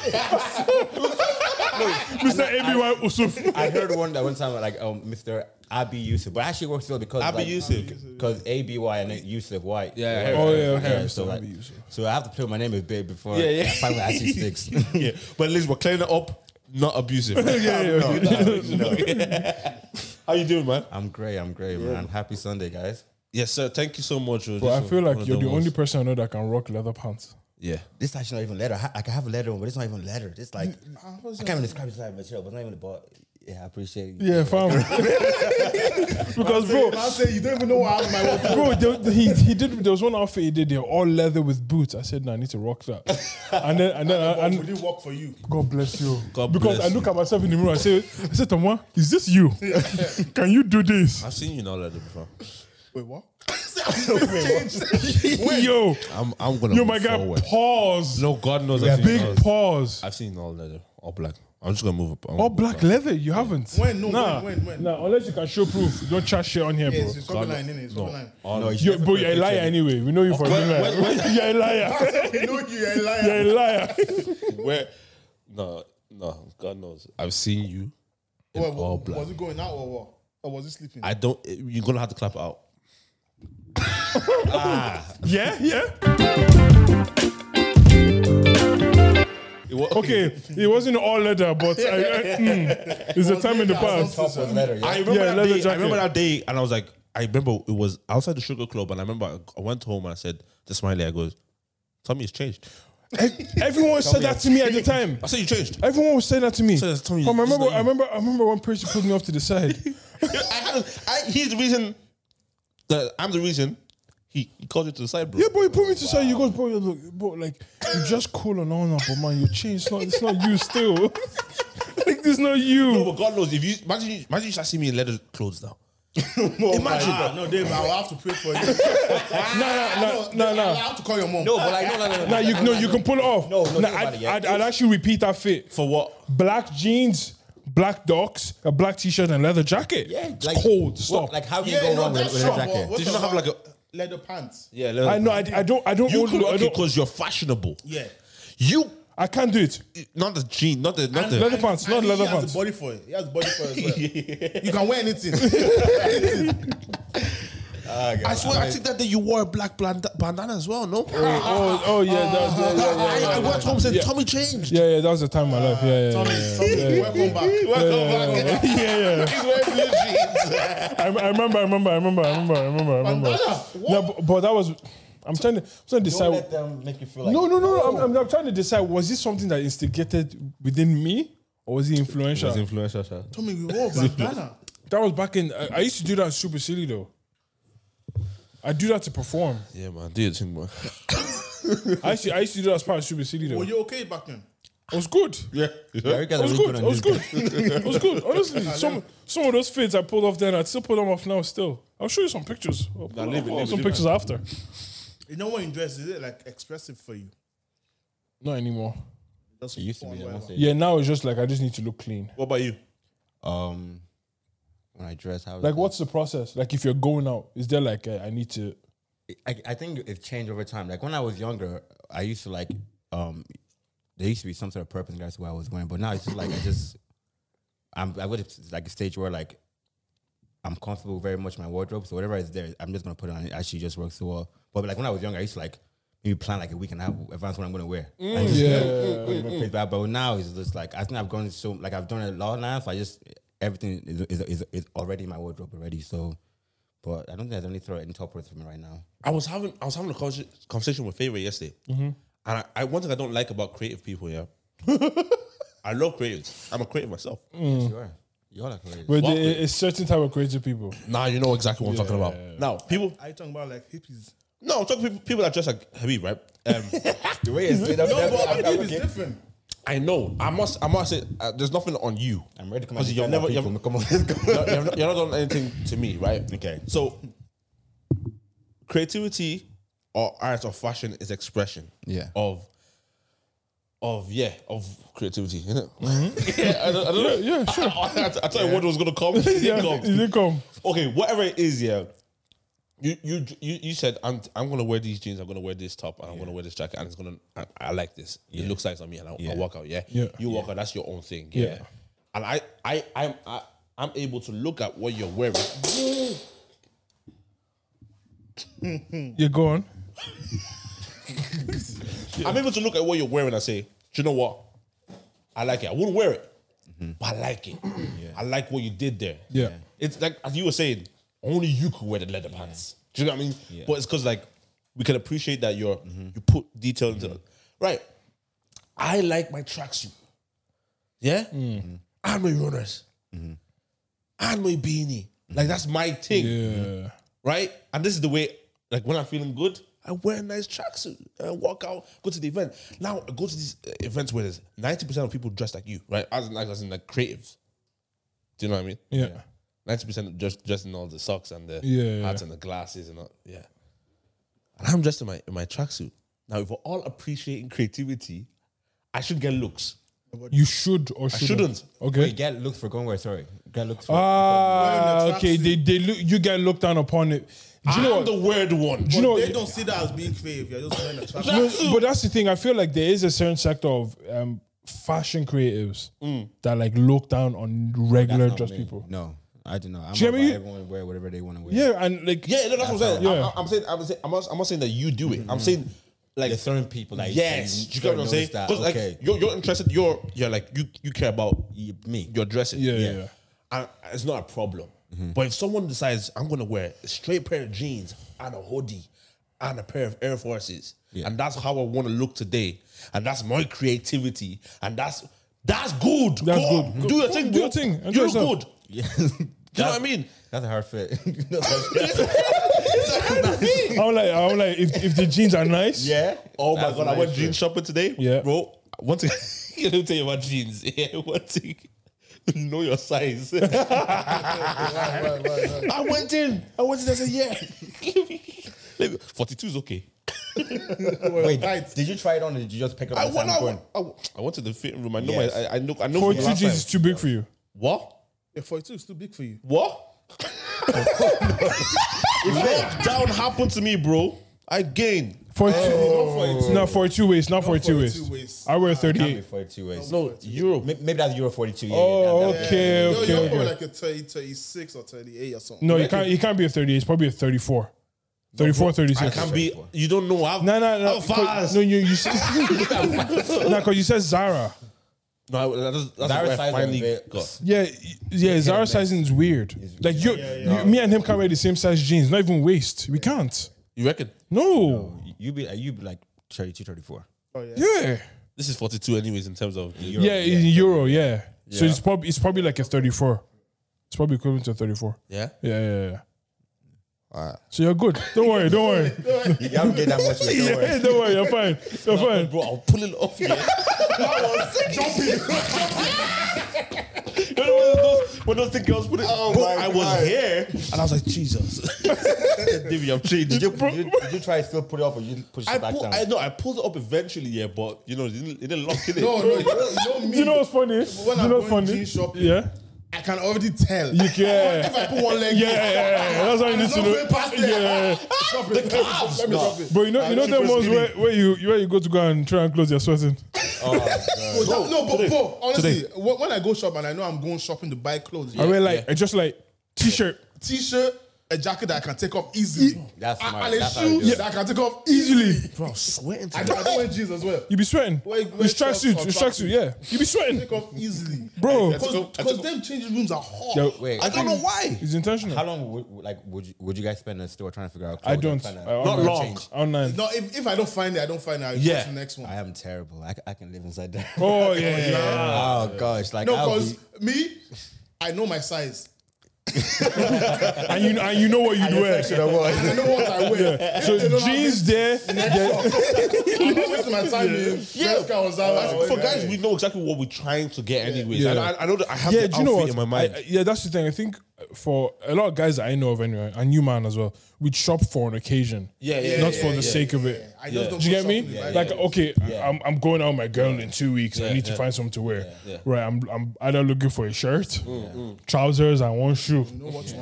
Speaker 1: Mr. ABY Usuf.
Speaker 3: I heard one that one time like um, Mr. Abi Yusuf, but actually it works well because
Speaker 2: Abi Yusuf.
Speaker 3: because A B Y and then Yusuf White.
Speaker 2: Yeah, I
Speaker 3: It
Speaker 2: heard-
Speaker 1: Oh,
Speaker 3: works.
Speaker 1: yeah, okay.
Speaker 3: so
Speaker 1: Mr.
Speaker 3: like,
Speaker 1: Abi Yusuf.
Speaker 3: so I have to play with my name is Babe before
Speaker 2: Yeah, yeah.
Speaker 3: I finally actually sticks.
Speaker 2: yeah, but at least we're clearing it up. Not abusive.
Speaker 1: Yeah, yeah, yeah.
Speaker 2: How you doing, man?
Speaker 3: I'm great. I'm great, man. Happy Sunday, guys.
Speaker 2: Yes, sir. Thank you so much. Bro,
Speaker 1: But I feel like you're the only person I know that can rock leather pants.
Speaker 2: Yeah.
Speaker 3: This actually not even leather. I ha- I can have a leather one, but it's not even leather. It's like I can't even describe this type of material, but it's not even about. Yeah, I appreciate you.
Speaker 1: Yeah, fam. because bro,
Speaker 4: I say you don't even know what I have
Speaker 1: Uh,
Speaker 4: in my wallet.
Speaker 1: bro, there- he he did. There was one outfit he did. They're all leather with boots. I said, "Nah, I need to rock that." And then and then I,
Speaker 4: But
Speaker 1: and
Speaker 4: Would it work for you?
Speaker 1: God bless you.
Speaker 2: God
Speaker 1: because
Speaker 2: bless
Speaker 1: I look at myself in the mirror. I say, I said, Tomo, is this you? Can you do this?
Speaker 2: I've seen you now leather before.
Speaker 4: Wait, what?
Speaker 1: Yo,
Speaker 2: I'm, I'm gonna.
Speaker 1: yo,
Speaker 2: move
Speaker 1: my guy,
Speaker 2: forward.
Speaker 1: pause.
Speaker 2: No, God knows. I've seen
Speaker 1: Big
Speaker 2: all-
Speaker 1: pause.
Speaker 2: I've seen all leather, all black. I'm just gonna move up. I'm
Speaker 1: All
Speaker 2: gonna move
Speaker 1: black
Speaker 2: up.
Speaker 1: leather. You haven't.
Speaker 4: When? No,
Speaker 1: nah,
Speaker 4: when, when, when?
Speaker 1: Nah, unless you can show proof. Don't chat shit on here, bro.
Speaker 4: Yes, it's coming line, innit? It's coming line.
Speaker 2: All
Speaker 3: No, you should
Speaker 1: Yo,
Speaker 3: never
Speaker 1: bro,
Speaker 3: put a
Speaker 1: you're a
Speaker 3: picture
Speaker 1: liar
Speaker 3: in-
Speaker 1: anyway. We know you for a
Speaker 2: Where-
Speaker 1: liar.
Speaker 2: where-
Speaker 1: You're a liar.
Speaker 4: We know you, you're a
Speaker 1: You're a
Speaker 4: liar.
Speaker 1: liar.
Speaker 2: Where? No, no. God knows. I've seen you in
Speaker 4: Wait,
Speaker 2: all
Speaker 4: wa-
Speaker 2: black.
Speaker 4: Was it going out or what? Or was it sleeping?
Speaker 2: I don't. You're gonna have to clap it out.
Speaker 1: Yeah, yeah.
Speaker 2: It wa-
Speaker 1: Okay, it wasn't all leather, but I, I- mm, it's a time in the past.
Speaker 3: Top was leather. Yeah.
Speaker 2: I remember
Speaker 1: Yeah, leather
Speaker 2: that day. I
Speaker 1: jacket.
Speaker 2: remember that day, and I was like, I remember it was outside the Sugar Club, and I remember I- I went home and I said to Smiley, I goes, Tommy, it's changed.
Speaker 1: Everyone said that to me at the time.
Speaker 2: I said, you changed.
Speaker 1: Everyone was saying that to me.
Speaker 2: So that's Tommy,
Speaker 1: Come, I
Speaker 2: it's
Speaker 1: remember,
Speaker 2: not you.
Speaker 1: I remember, I remember one person pulled me off to the side.
Speaker 2: I had. a- I, he's the reason. That I'm the reason. He, he called you to the side, bro.
Speaker 1: Yeah, bro, he pulled me to the side. You goes, bro, you look, bro, like you just cool and all now, but man, you changed. It's not, it's not you still. like this, is not
Speaker 2: No,
Speaker 1: you.
Speaker 2: but God knows if you imagine, you- imagine you start seeing me in leather clothes now.
Speaker 4: Imagine. Ah, no, Dave, I'll have to pray for you. no,
Speaker 1: no, no, no.
Speaker 4: I'll have to call your mom.
Speaker 3: No, but like no, no, no, no.
Speaker 1: Now you know you can pull it off.
Speaker 3: No, no,
Speaker 1: Nah,
Speaker 3: think about it,
Speaker 1: I'd,
Speaker 3: yeah.
Speaker 1: I'd, I'd actually repeat that fit.
Speaker 2: For what?
Speaker 1: black jeans, black docs, a black t-shirt, and leather jacket.
Speaker 3: Yeah,
Speaker 1: it's cold. Stop.
Speaker 3: Like how can you
Speaker 4: Yeah,
Speaker 3: go
Speaker 4: no,
Speaker 3: wrong with,
Speaker 4: that's
Speaker 3: with a
Speaker 4: sure. but
Speaker 3: jacket?
Speaker 4: what
Speaker 2: Did you
Speaker 4: the
Speaker 2: not have
Speaker 4: fuck?
Speaker 2: like a-
Speaker 4: leather pants?
Speaker 2: Yeah,
Speaker 1: I know. I, I don't. I don't.
Speaker 2: You
Speaker 1: own-
Speaker 2: could
Speaker 1: I,
Speaker 2: okay
Speaker 1: don't
Speaker 2: because you're fashionable.
Speaker 4: Yeah.
Speaker 2: You
Speaker 1: I can't do it.
Speaker 2: not the jean, not the not the.
Speaker 1: leather pants, not
Speaker 4: And
Speaker 1: leather
Speaker 4: he has
Speaker 1: pants.
Speaker 4: the body for it. He has the body for it as well. You can wear anything.
Speaker 2: I swear, I think that day you wore a black bland- bandana as well. No,
Speaker 1: Oh, oh yeah, that, yeah, yeah, yeah,
Speaker 2: I, I went home and said Tommy changed.
Speaker 1: yeah, yeah. That was the time of my life. Yeah, yeah,
Speaker 4: Tommy,
Speaker 1: yeah.
Speaker 4: Tommy, welcome back. Welcome back.
Speaker 1: yeah, yeah, yeah.
Speaker 4: He's wearing blue jeans.
Speaker 1: I, I remember. I remember. I remember. I remember. I remember. I remember.
Speaker 4: Bandana, what?
Speaker 1: No, but, but that was. I'm trying to. I'm trying to
Speaker 3: Don't
Speaker 1: decide.
Speaker 3: let them make you feel like
Speaker 1: No, no, no. no. I'm, I'm, I'm trying to decide. Was this something that instigated within me, or was it influential?
Speaker 2: influential. Sha.
Speaker 4: Tommy, we wore bandana.
Speaker 1: that was back in. I, I used to do that. Super silly though. I do that to perform.
Speaker 2: Yeah, man, do your thing, man.
Speaker 1: I used to, I used to do that as part of Super City though.
Speaker 4: Were
Speaker 1: It
Speaker 4: you okay back then?
Speaker 1: was good.
Speaker 2: Yeah,
Speaker 1: It
Speaker 3: Americans
Speaker 1: was
Speaker 3: are
Speaker 1: good.
Speaker 3: really
Speaker 1: It
Speaker 3: on
Speaker 1: was
Speaker 3: this.
Speaker 1: good. It was good. Honestly, some some of those fits I pulled off then, I'd still pull them off now. Still, I'll show you some pictures. I'll pull
Speaker 2: leave it,
Speaker 1: up
Speaker 2: leave it,
Speaker 1: some
Speaker 2: leave it.
Speaker 1: pictures after.
Speaker 4: You know when you dress, is it like expressive for you?
Speaker 1: Not anymore.
Speaker 4: That's
Speaker 3: It used to be. I must say.
Speaker 1: Yeah, now it's just like I just need to look clean.
Speaker 2: What about you?
Speaker 3: Um, when I dress, how
Speaker 1: Like, what's the process? Like, if you're going out, is there like uh, I need to?
Speaker 3: I, I think it changed over time. Like when I was younger, I used to like um there used to be some sort of purpose guys where I was going, but now it's just like I just I'm I went to like a stage where like I'm comfortable very much in my wardrobe, so whatever is there, I'm just gonna put it on. It actually just works so well. But like when I was younger, I used to like maybe plan like a week and a half advance what I'm gonna wear. Like, just,
Speaker 1: Yeah.
Speaker 3: go to
Speaker 2: Mm.
Speaker 3: my place, But but now it's just like I think I've gone so like I've done it a lot now, so I just everything is is, is, is already in my wardrobe already. So, but I don't think there's any threat in top words for me right now.
Speaker 2: I was having I was having a conversa- conversation with Favorite yesterday, and I, I one thing I don't like about creative people, yeah. I love creatives. I'm a creative myself.
Speaker 3: Yes, you are. You are like crazy.
Speaker 1: But
Speaker 2: Walk
Speaker 1: there- it's certain type of creative people.
Speaker 2: Now you know exactly what I'm talking about. Now people,
Speaker 4: Are you talking about like hippies?
Speaker 2: no, I'm talking people, people that dress like Habib, right? Um,
Speaker 3: the way it's no,
Speaker 4: No, but Habib is different.
Speaker 2: I know. I must. I must say. Uh, there's nothing on you.
Speaker 3: I'm ready to come out.
Speaker 2: Because
Speaker 3: and
Speaker 2: you're
Speaker 3: defend my
Speaker 2: never. You're,
Speaker 3: people. Come on, let's go.
Speaker 2: you're, you're not- you're not done anything to me, right?
Speaker 3: Okay.
Speaker 2: So, creativity or art or fashion is expression.
Speaker 3: Yeah.
Speaker 2: Of. Of yeah, of creativity. innit? yeah, I don't, I don't know.
Speaker 1: Yeah, yeah, sure.
Speaker 2: I, I, I thought what was gonna come. It
Speaker 1: Mm-hmm. Yeah,
Speaker 2: didn't come
Speaker 1: it didn't come.
Speaker 2: okay, whatever it is, yeah. You you you you said I'm I'm gonna wear these jeans. I'm gonna wear this top. And I'm gonna wear this jacket. And it's gonna I, I like this. It looks nice on me, and I, I walk out. Yeah,
Speaker 1: Yeah.
Speaker 2: You walk out. That's your own thing. Yeah.
Speaker 1: Yeah.
Speaker 2: And I I I'm I, I'm able to look at what you're wearing.
Speaker 1: You're gone.
Speaker 2: I'm able to look at what you're wearing and say, do you know what? I like it. I wouldn't wear it, but I like it. I like what you did there.
Speaker 1: Mm-hmm. Yeah.
Speaker 2: It's like as you were saying, only you could wear the leather pants. Do you know what I mean? But it's because like we can appreciate that you're
Speaker 1: Mm-hmm.
Speaker 2: you put detail into it. Right. I like my tracksuit. Yeah?
Speaker 1: Mm-hmm.
Speaker 2: And my runners. And my beanie. Like that's my thing.
Speaker 1: Yeah.
Speaker 2: Right? And this is the way, like when I'm feeling good, I wear a nice tracksuit and walk out, go to the event. Now I go to these uh, events where there's 90% of people dressed like you, right? As in, like, as in like creatives. Do you know what I mean?
Speaker 1: Yeah.
Speaker 2: Ninety percent just dressed in all the socks and the
Speaker 1: Yeah,
Speaker 2: hats
Speaker 1: yeah.
Speaker 2: and the glasses and all. Yeah, and I'm dressed in my in my tracksuit. Now, if we're all appreciating creativity, I should get looks.
Speaker 1: You should or shouldn't.
Speaker 2: shouldn't.
Speaker 1: Okay.
Speaker 3: You get looks for going where? Sorry, get looks for.
Speaker 1: Ah,
Speaker 4: Wearing a
Speaker 1: okay.
Speaker 4: tracksuit.
Speaker 1: They, they look. You get looked down upon it. Do you
Speaker 2: I'm
Speaker 1: know what?
Speaker 2: the weird one.
Speaker 1: you know-
Speaker 4: They don't see that as being creative. You're just wearing a tracksuit.
Speaker 1: No, but that's the thing. I feel like there is a certain sector of um, fashion creatives that like look down on regular
Speaker 3: Not
Speaker 1: dress
Speaker 3: me.
Speaker 1: people.
Speaker 3: No, I don't know. I'm
Speaker 1: Do you
Speaker 3: all
Speaker 1: mean-
Speaker 3: about everyone wear whatever they want to wear.
Speaker 1: Yeah, and like
Speaker 2: yeah, no, that's what I'm saying.
Speaker 1: Yeah. Mm-hmm.
Speaker 2: I, am saying, I'm saying, I'm not, I'm not saying that you do it. I'm saying, like,
Speaker 3: There's certain people that you-
Speaker 2: yes,
Speaker 3: that
Speaker 2: you get what I'm
Speaker 3: notice
Speaker 2: saying?
Speaker 3: that,
Speaker 2: 'Cause, like,
Speaker 3: okay.
Speaker 2: you're, you're interested. You're, you're like, you, you care about
Speaker 3: You- me.
Speaker 2: your dressing.
Speaker 1: Yeah, yeah, Mm-hmm. yeah.
Speaker 2: And it's not a problem. But if someone decides I'm gonna wear a straight pair of jeans and a hoodie and a pair of Air Forces, and that's how I want to look today, and that's my creativity, and that's that's good.
Speaker 1: That's
Speaker 2: Go on,
Speaker 1: good.
Speaker 2: Do your
Speaker 1: Go-
Speaker 2: thing.
Speaker 1: do your
Speaker 2: bro.
Speaker 1: thing. Enjoy
Speaker 2: You're
Speaker 1: yourself.
Speaker 2: good.
Speaker 3: Yeah.
Speaker 2: Do you know what I mean?
Speaker 3: That's a hard fit.
Speaker 1: I'm like I'm like if, if the jeans are nice,
Speaker 2: Yeah. Oh my
Speaker 3: That's
Speaker 2: god, I
Speaker 3: nice,
Speaker 2: went
Speaker 3: bro.
Speaker 2: jean shopping today.
Speaker 1: Yeah.
Speaker 2: Bro, one thing you don't tell you about jeans. Yeah, one thing. Know your size. I went in. I went in. I said, yeah. Let me- 42 is okay.
Speaker 3: Wait, did you try it on or did you just pick up
Speaker 2: I
Speaker 3: at the
Speaker 2: went, I,
Speaker 3: same
Speaker 2: went,
Speaker 3: point?
Speaker 2: I, went- I went to the fitting room. I know
Speaker 3: Yes.
Speaker 2: my I, I know I know
Speaker 1: four
Speaker 2: from
Speaker 1: two
Speaker 2: last
Speaker 1: jeans is
Speaker 2: time.
Speaker 1: too big for you.
Speaker 2: What?
Speaker 4: Yeah, 42 is too big for you.
Speaker 2: What? if lockdown happened to me, bro, I gained.
Speaker 1: Forty two,
Speaker 4: not 42.
Speaker 1: not forty two waist, not forty two
Speaker 4: 42
Speaker 1: waist.
Speaker 4: waist.
Speaker 1: I wear
Speaker 3: Can't
Speaker 1: thirty
Speaker 3: be
Speaker 1: eight.
Speaker 3: 42 ways.
Speaker 2: No, Europe.
Speaker 3: May- Maybe that's Euro 42. Yeah,
Speaker 1: Oh,
Speaker 3: yeah, that- that-
Speaker 1: okay,
Speaker 4: Yo,
Speaker 1: okay,
Speaker 4: you're
Speaker 1: okay.
Speaker 4: probably like a 30, 36 or 38 or something.
Speaker 1: no, you can't. You can't be a thirty eight. It's probably a thirty four. 34, 36.
Speaker 2: I can't be. You don't know how.
Speaker 1: No, no,
Speaker 2: How
Speaker 4: Oh,
Speaker 1: no. 'cause-
Speaker 2: fast?
Speaker 1: No, you you. no, because you said Zara.
Speaker 2: No, I- that's, that's
Speaker 3: Zara
Speaker 2: where I
Speaker 3: size
Speaker 2: finally
Speaker 3: and bit.
Speaker 2: got.
Speaker 1: Yeah, y- yeah. Zara sizing is weird. Like you, you- me and him can't wear the same size jeans. Not even waist. We can't.
Speaker 2: You reckon?
Speaker 1: No.
Speaker 3: You be, you be like 32, 34.
Speaker 4: Oh, yeah.
Speaker 1: Yeah.
Speaker 2: This is 42 anyways in terms of Europe.
Speaker 1: Yeah, in euro. Yeah. So it's probably it's probably like a thirty-four. It's probably equivalent to a thirty-four.
Speaker 2: Yeah?
Speaker 1: Yeah, yeah, yeah. So you're good. Don't worry. Don't worry.
Speaker 3: You haven't gained that much weight, don't worry.
Speaker 1: yeah, don't worry. You're fine. You're fine.
Speaker 2: Bro, I'll pull it off. Yeah. You know when those, when those thing girls put it, bro,
Speaker 3: my
Speaker 2: I
Speaker 3: God.
Speaker 2: was here and I was like, Jesus, Davey, I've changed.
Speaker 3: Did you, did you, did you try to still put it up or you push it
Speaker 2: I,
Speaker 3: back
Speaker 2: pull,
Speaker 3: down?
Speaker 2: I know I pulled it up eventually, yeah, but you know it didn't, it didn't lock in it.
Speaker 4: No, no, you know, you know me.
Speaker 1: Do you know what's funny? Do you
Speaker 4: I'm
Speaker 1: know what's
Speaker 4: going
Speaker 1: funny?
Speaker 4: jean shopping,
Speaker 1: Yeah.
Speaker 4: I can already tell.
Speaker 1: You can.
Speaker 4: If I put one leg
Speaker 1: Yeah, yeah, yeah, yeah. That's all you
Speaker 4: in,
Speaker 1: need
Speaker 4: it's
Speaker 1: to
Speaker 4: not
Speaker 1: know.
Speaker 4: going past there. Ah,
Speaker 1: Yeah.
Speaker 4: Drop it. Let me drop it.
Speaker 1: Bro, you know, you know them
Speaker 2: super
Speaker 1: ones
Speaker 2: skinny.
Speaker 1: where, where you where you go to go and try and close, you're sweating.
Speaker 4: Bro, that- no, but bro, honestly, wh- when I go shop and I know I'm going shopping to buy clothes,
Speaker 1: I
Speaker 4: yeah,
Speaker 1: wear like I just like t-shirt.
Speaker 4: t-shirt, a jacket that I can take off easily,
Speaker 3: That's
Speaker 4: and,
Speaker 3: smart.
Speaker 4: and a
Speaker 3: That's how you
Speaker 4: shoe
Speaker 3: do it.
Speaker 4: that I can take off easily.
Speaker 2: bro, I'm sweating.
Speaker 4: I
Speaker 2: To
Speaker 4: don't, I don't wear jeans as well.
Speaker 1: You be sweating.
Speaker 4: Wait, wait,
Speaker 1: it's tracksuit.
Speaker 4: shorts or
Speaker 1: It's tracksuit.
Speaker 4: tracksuit.
Speaker 1: Yeah, you be sweating,
Speaker 4: Take off easily,
Speaker 1: bro.
Speaker 4: Because them changing rooms are hot.
Speaker 1: Yeah,
Speaker 3: Wait,
Speaker 2: I don't know why.
Speaker 1: It's intentional.
Speaker 3: how long would, like, would, you, would you guys spend in the store trying to figure out?
Speaker 1: I
Speaker 3: clothes
Speaker 1: don't.
Speaker 3: and
Speaker 1: I,
Speaker 3: find out-
Speaker 2: Not
Speaker 1: online.
Speaker 2: long.
Speaker 1: Online.
Speaker 4: No, if, if I don't find it, I don't find it. I'll
Speaker 2: Yeah.
Speaker 4: yeah. the next one.
Speaker 3: I am terrible. I, I can live inside that.
Speaker 1: Oh yeah, yeah, yeah.
Speaker 3: Oh gosh, like
Speaker 4: No,
Speaker 3: I'll be,
Speaker 4: because me, I know my size.
Speaker 1: and you and you know what you'd wear.
Speaker 2: You know what?
Speaker 4: I know what I wear.
Speaker 1: Oh, Yeah. So
Speaker 4: They don't have
Speaker 1: jeans there.
Speaker 4: I'm not wasting my time. in dress gowns
Speaker 3: Oh,
Speaker 4: out.
Speaker 5: I think for
Speaker 4: Oh, Yeah.
Speaker 5: guys, we know exactly what we're trying to get, anyways.
Speaker 1: Yeah.
Speaker 5: I, I- I know that I have
Speaker 1: yeah,
Speaker 5: the
Speaker 1: do you know
Speaker 5: outfit
Speaker 1: what?
Speaker 5: in my mind.
Speaker 1: I- I- yeah, that's the thing. I think for a lot of guys that I know of anyway, and you man as well, we'd shop for an occasion.
Speaker 5: Yeah, yeah,
Speaker 1: Not
Speaker 5: yeah,
Speaker 1: for the
Speaker 5: yeah,
Speaker 1: sake of it.
Speaker 4: I just don't
Speaker 1: Do you
Speaker 4: go
Speaker 1: get me?
Speaker 4: shopping, right?
Speaker 1: like, okay, I'm, I'm going out with my girl in two weeks. I need to find something to wear. Right, I'm, I'm either looking for a shirt,
Speaker 5: Mm,
Speaker 1: trousers, and one shoe.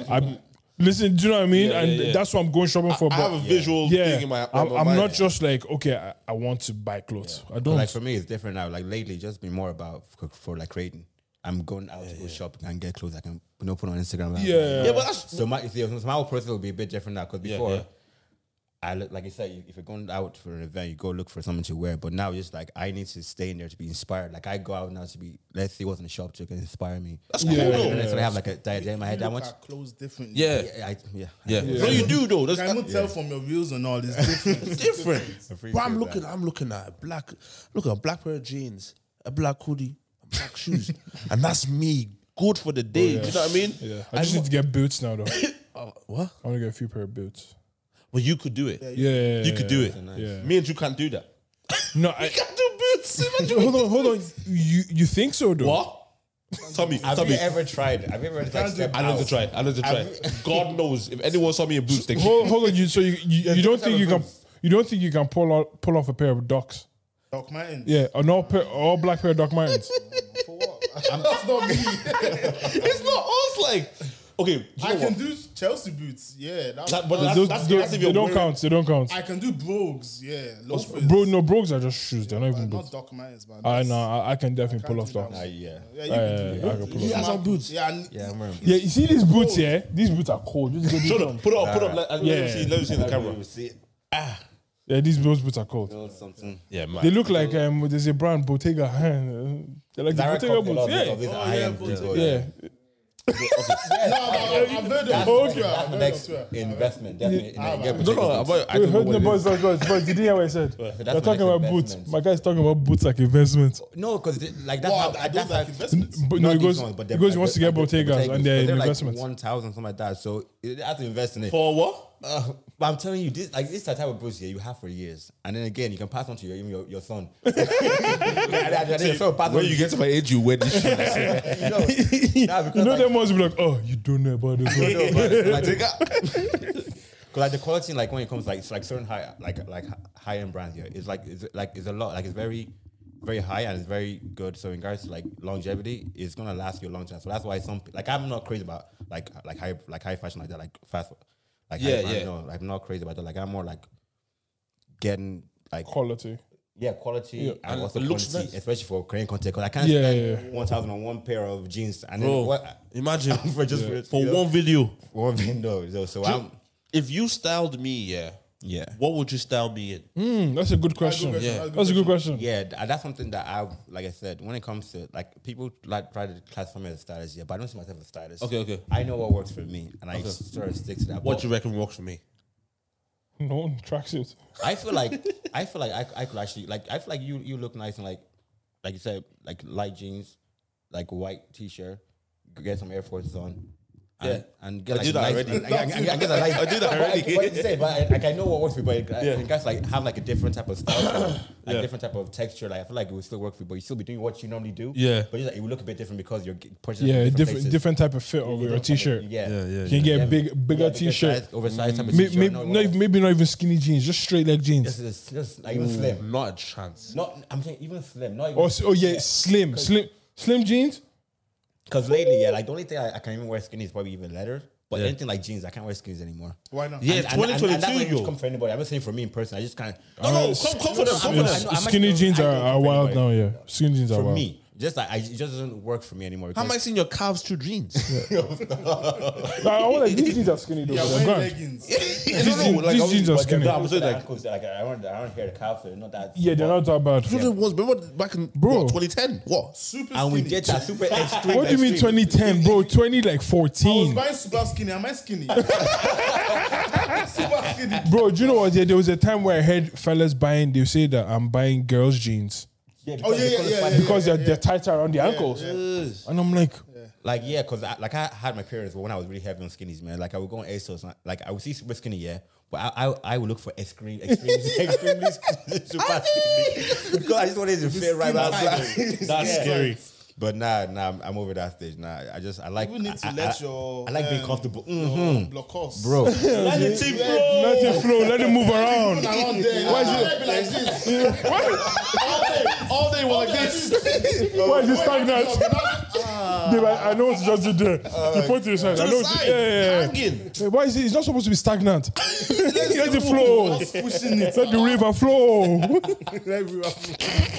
Speaker 1: I, listen, do you know what I mean? and that's what I'm going shopping for.
Speaker 5: I
Speaker 1: but
Speaker 5: have a visual
Speaker 1: yeah,
Speaker 5: thing in my.
Speaker 1: I'm,
Speaker 5: my
Speaker 1: I'm
Speaker 5: mind.
Speaker 1: not just like, okay, I, I want to buy clothes. I don't.
Speaker 3: But, like for me, it's different now. Like lately, it's just been more about for, for like creating. I'm going out to go shopping and get clothes I can you know, put on Instagram. like-
Speaker 1: Yeah.
Speaker 5: Yeah, but that's
Speaker 3: So my see, so my whole process will be a bit different now because before,
Speaker 5: yeah.
Speaker 3: I look like you said, you- if you're going out for an event, you go look for something to wear. But now, it's just like I need to stay in there to be inspired. Like I go out now to be, let's see what's in the shop to inspire me. That's
Speaker 5: cool,
Speaker 3: I
Speaker 5: though.
Speaker 3: don't necessarily have like a diadem in my head that
Speaker 4: Look
Speaker 3: much.
Speaker 4: at clothes differently.
Speaker 5: yeah,
Speaker 3: Yeah, I, yeah,
Speaker 5: yeah. No, you do though. That's
Speaker 4: I can tell from your views and all this different.
Speaker 5: different.
Speaker 3: appreciate
Speaker 2: But I'm looking,
Speaker 3: that.
Speaker 2: I'm looking at a black, look at a black pair of jeans, a black hoodie, and black shoes, and that's me. Good for the day.
Speaker 5: Oh,
Speaker 2: Do you know what I mean?
Speaker 1: yeah. I just need to get boots now, though. I
Speaker 2: Uh, what?
Speaker 1: want to get a few pair of boots.
Speaker 5: But you could do it.
Speaker 1: Yeah, yeah,
Speaker 5: You could do it.
Speaker 1: Yeah.
Speaker 5: Me and you can't do that.
Speaker 1: No, I,
Speaker 5: Can't do boots. Imagine
Speaker 1: hold on, hold on. You you think so, though?
Speaker 5: what? Tell me.
Speaker 3: Have
Speaker 5: Tell
Speaker 3: you
Speaker 5: me.
Speaker 3: ever tried? Have you ever like, stepped
Speaker 5: I know to
Speaker 3: out?
Speaker 5: try. I know to try. God knows if anyone saw me in boots, they
Speaker 1: Hold, hold on, you. So you you, you don't
Speaker 4: different
Speaker 1: think
Speaker 4: type
Speaker 1: you
Speaker 4: of
Speaker 1: can
Speaker 4: boots.
Speaker 1: you don't think you can pull out pull off a pair of ducks?
Speaker 4: Doc Martens.
Speaker 1: Yeah, an all pair, all black pair of Doc Martens.
Speaker 4: For what? That's not me.
Speaker 5: It's not us. Like, okay, do you
Speaker 4: I
Speaker 5: know
Speaker 4: can
Speaker 5: what?
Speaker 4: do Chelsea boots. Yeah. That's,
Speaker 5: That- but
Speaker 4: that's-
Speaker 1: Those-
Speaker 5: that's-
Speaker 1: they
Speaker 5: that's if
Speaker 1: they
Speaker 5: you're
Speaker 1: don't
Speaker 5: wearing-
Speaker 1: count. They don't count.
Speaker 4: I can do brogues. Yeah. Loafers.
Speaker 1: Bro, no, brogues are just shoes. They're not
Speaker 4: But
Speaker 1: even boots.
Speaker 4: Not Doc Martens, man.
Speaker 1: I
Speaker 4: That's-
Speaker 1: know. I, I can definitely pull
Speaker 4: can't
Speaker 1: off
Speaker 4: do
Speaker 1: ducks.
Speaker 4: that
Speaker 3: Uh,
Speaker 4: one.
Speaker 3: yeah.
Speaker 4: Yeah, you
Speaker 1: Yeah,
Speaker 4: can do
Speaker 1: yeah,
Speaker 4: it.
Speaker 1: yeah, I can pull
Speaker 4: You
Speaker 1: off.
Speaker 4: have some boots. Yeah. and-
Speaker 3: Yeah, I'm wearing.
Speaker 1: Yeah, you see these boots here? These boots are cold. Just get these
Speaker 5: Shut
Speaker 1: on.
Speaker 5: up. Put it up. Put it up. Let, let me
Speaker 1: Yeah.
Speaker 5: see. Let me see in the camera.
Speaker 1: Yeah, these those boots are cold.
Speaker 3: Build something.
Speaker 5: Yeah, man.
Speaker 1: They look like um, there's a brand Bottega. They're like the
Speaker 3: Direct
Speaker 1: Bottega
Speaker 3: copy of
Speaker 1: boots.
Speaker 3: these- of
Speaker 1: Oh, Yeah,
Speaker 3: these high-end
Speaker 4: yeah,
Speaker 3: people,
Speaker 1: yeah.
Speaker 4: No, no, no, I've heard of
Speaker 3: That's
Speaker 4: it.
Speaker 3: the
Speaker 4: I've heard
Speaker 3: next
Speaker 4: of it.
Speaker 3: investment, definitely. and then get
Speaker 5: No, no,
Speaker 3: particular
Speaker 5: about, I
Speaker 1: We
Speaker 5: don't know
Speaker 1: heard
Speaker 5: what
Speaker 1: the
Speaker 5: it
Speaker 1: boys,
Speaker 5: is.
Speaker 1: boys, boys, boys. Did you hear what I said?
Speaker 3: that's
Speaker 1: They're
Speaker 3: my
Speaker 1: talking
Speaker 3: next
Speaker 1: about boots.
Speaker 3: investment.
Speaker 1: My guy's talking about boots like investments.
Speaker 3: No, because like that's
Speaker 4: Wow,
Speaker 3: how
Speaker 4: I
Speaker 3: that's
Speaker 4: don't
Speaker 3: how.
Speaker 4: like investments.
Speaker 1: But no,
Speaker 3: not
Speaker 1: he
Speaker 3: these
Speaker 1: goes,
Speaker 3: ones, but
Speaker 1: he
Speaker 3: they're-
Speaker 1: goes, he wants to
Speaker 3: they're-
Speaker 1: get
Speaker 3: they're-
Speaker 1: Bottegas and they're
Speaker 3: but
Speaker 1: in
Speaker 3: they're like
Speaker 1: investments.
Speaker 3: one thousand something like that. So you have to invest in it.
Speaker 5: For what?
Speaker 3: Uh, but I'm telling you, this like this is the type of boots here you have for years, and then again you can pass on to your even your, your son. And then- and then your son pass on to-
Speaker 5: to my age, you wear this shit.
Speaker 3: you know, nah, because
Speaker 1: you know,
Speaker 3: like,
Speaker 1: them ones be like, oh, you don't know about this one.
Speaker 3: no, but, like, Cause like the quality, like when it comes, like it's like certain high, like like high end brands here, it's like it's like it's a lot, like it's very, very high and it's very good. So in regards to like longevity, it's gonna last you a long time. So that's why some like I'm not crazy about like like high like high fashion like that, like fast, like high
Speaker 5: Yeah,
Speaker 3: brand,
Speaker 5: yeah.
Speaker 3: No, like, I'm not crazy about that. Like I'm more like getting like
Speaker 1: Quality.
Speaker 3: yeah quality and,
Speaker 5: and
Speaker 3: also
Speaker 5: it looks
Speaker 3: quantity,
Speaker 5: nice.
Speaker 3: especially for Korean content. Cause I can't
Speaker 1: Yeah,
Speaker 3: spend
Speaker 1: yeah,
Speaker 3: one thousand on one pair of jeans and
Speaker 5: Bro,
Speaker 3: then what
Speaker 5: imagine
Speaker 3: for just for,
Speaker 5: for
Speaker 3: you know,
Speaker 5: one video.
Speaker 3: one window. So, so I'm
Speaker 5: If you styled me, yeah,
Speaker 3: yeah.
Speaker 5: what would you style me in?
Speaker 1: Hmm, that's a good question.
Speaker 4: question, Yeah.
Speaker 1: That's a good question.
Speaker 3: Yeah, th- that's something that I like. I said when it comes to like people like try to classify me as a stylist, yeah, but I don't see myself as a stylist.
Speaker 5: Okay, okay.
Speaker 3: I know what works for me, and I sort of stick to that.
Speaker 5: What
Speaker 3: But
Speaker 5: do you reckon works for me?
Speaker 1: No one tracks it.
Speaker 3: I feel like I feel like I, I could actually like I feel like you you look nice and like like you said like light jeans, like white t shirt, get some Air Forces on. And, and get
Speaker 5: I
Speaker 3: like
Speaker 5: do that
Speaker 3: nice,
Speaker 5: already.
Speaker 3: I, I, I, I get a nice, I do that
Speaker 5: already.
Speaker 3: What you say, but I, like I know what works for you, but I, I guys like have like a different type of style, like
Speaker 5: Yeah.
Speaker 3: different type of texture. Like I feel like it would still work for you, but you still be doing what you normally do.
Speaker 5: Yeah.
Speaker 3: but it's like, it would look a bit different because you're g- purchasing
Speaker 1: Yeah,
Speaker 3: from
Speaker 1: different
Speaker 3: places.
Speaker 1: different type of fit over your t-shirt.
Speaker 3: Yeah,
Speaker 1: You can get a big bigger
Speaker 3: Like a
Speaker 1: t-shirt.
Speaker 3: size- oversized type of
Speaker 1: May-
Speaker 3: t-shirt.
Speaker 1: may-
Speaker 3: no,
Speaker 1: not even- maybe not even skinny jeans, just straight leg
Speaker 3: just,
Speaker 1: jeans.
Speaker 3: just, just like even
Speaker 5: Mm.
Speaker 3: slim.
Speaker 5: Not a chance.
Speaker 3: Not, I'm saying even slim. Not even
Speaker 1: Or s- oh yeah, slim, slim, slim jeans.
Speaker 3: Because lately, yeah, like the only thing I, I can even wear skinny is probably even leather. But
Speaker 5: Yeah.
Speaker 3: anything like jeans, I can't wear skinnies anymore.
Speaker 4: Why not?
Speaker 5: Yeah,
Speaker 3: And- and- and that's not
Speaker 5: 2022,
Speaker 3: even
Speaker 5: yo.
Speaker 3: come for anybody. I'm not saying for me in person. I just can't.
Speaker 5: No, no, come, come for them, come for
Speaker 1: Yes,
Speaker 5: them.
Speaker 3: I know, I might
Speaker 1: Skinny
Speaker 3: know,
Speaker 1: jeans
Speaker 3: I
Speaker 1: are,
Speaker 3: know
Speaker 1: are wild now.
Speaker 3: everybody.
Speaker 1: Yeah, skinny jeans are
Speaker 3: For
Speaker 1: wild.
Speaker 3: me, just like I, it just doesn't work for me anymore.
Speaker 5: How am I
Speaker 3: because-
Speaker 5: seeing your calves through jeans?
Speaker 1: Nah, I want like these jeans are skinny though.
Speaker 4: Yeah,
Speaker 1: they're
Speaker 4: wearing
Speaker 1: grand.
Speaker 4: leggings.
Speaker 1: These jeans- these jeans are
Speaker 3: but they're
Speaker 1: skinny.
Speaker 3: not-
Speaker 5: I'm saying,
Speaker 3: they're
Speaker 5: like-
Speaker 3: ankles, they're like, I don't, I don't hear the calf. They're not that.
Speaker 1: Yeah, they're not that bad.
Speaker 5: You know the ones, remember back in
Speaker 1: Bro.
Speaker 5: what, 2010? What?
Speaker 4: Super
Speaker 3: And we
Speaker 4: skinny.
Speaker 3: did that super extreme.
Speaker 1: What do you mean
Speaker 3: extreme.
Speaker 1: 2010, bro? 20 like
Speaker 4: I was
Speaker 1: 14.
Speaker 4: buying super skinny. Am I skinny? super skinny.
Speaker 1: Bro, do you know what? Yeah, there was a time where I heard fellas buying, they say that I'm buying girls' jeans
Speaker 3: Yeah,
Speaker 4: Oh yeah, yeah, yeah.
Speaker 1: because they're, they're tighter around the ankles. And I'm like,
Speaker 3: Like yeah, cause I, like I had my periods when I was really heavy on skinnies, man. Like I would go on ASOS, and, like I would see super skinny, yeah, but I I, I would look for extreme, extreme, extremely super skinny because I just wanted to fit right. But I was like-
Speaker 5: That's
Speaker 3: Yeah.
Speaker 5: scary.
Speaker 3: But nah, nah, I'm, I'm over that stage. Nah, I just I like.
Speaker 4: You need to
Speaker 3: I,
Speaker 4: let
Speaker 3: I,
Speaker 4: your.
Speaker 3: I like being
Speaker 4: um,
Speaker 3: comfortable,
Speaker 4: your
Speaker 3: Mhm.
Speaker 4: Block us.
Speaker 3: bro.
Speaker 1: Let it flow. Let it move around.
Speaker 4: Around there. Why is it be like this? all day, all day was like this.
Speaker 1: Why is it stagnant? Babe, I, I know what to just do there. you point to the side. I know. What to, yeah, yeah, yeah.
Speaker 5: Hanging.
Speaker 1: Hey, Why is it? It's not supposed to be stagnant. Let it flow. Let the river flow.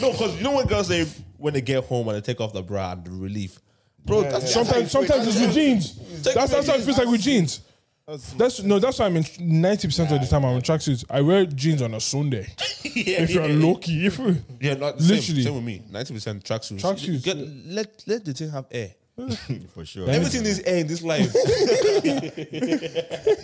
Speaker 5: No, because you know when girls say when they get home and they take off the bra and the relief. Bro, that's
Speaker 1: Sometimes, sometimes it's with jeans. That's that's how it feels like with jeans. That's no. That's why I'm in ninety percent of the time I'm in tracksuits. I wear jeans on a Sunday.
Speaker 5: yeah,
Speaker 1: If you're
Speaker 5: yeah.
Speaker 1: lucky, if you-
Speaker 5: Yeah, not the same,
Speaker 1: Literally.
Speaker 5: same with me. Ninety percent tracksuits.
Speaker 1: Tracksuits.
Speaker 5: Get- Let let the thing have air.
Speaker 3: for sure.
Speaker 5: Everything is air in this life.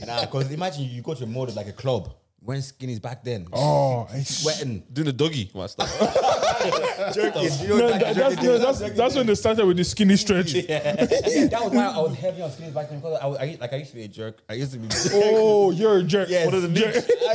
Speaker 3: Nah, cause imagine you go to a mall that's like a club when skinnies back then
Speaker 1: oh, it's,
Speaker 3: sweating.
Speaker 5: Doing the doggy master.
Speaker 3: Jerkies, you know,
Speaker 1: no,
Speaker 3: like
Speaker 1: that, that's, no,
Speaker 3: jerkies.
Speaker 1: that's, that's when they started with the skinny stretch.
Speaker 3: Yeah, that was why I was heavy on skinnies back then because I, was, I like I used to be a jerk. I used to be.
Speaker 1: Oh, you're a jerk.
Speaker 3: Yes.
Speaker 1: Jerk.
Speaker 3: I-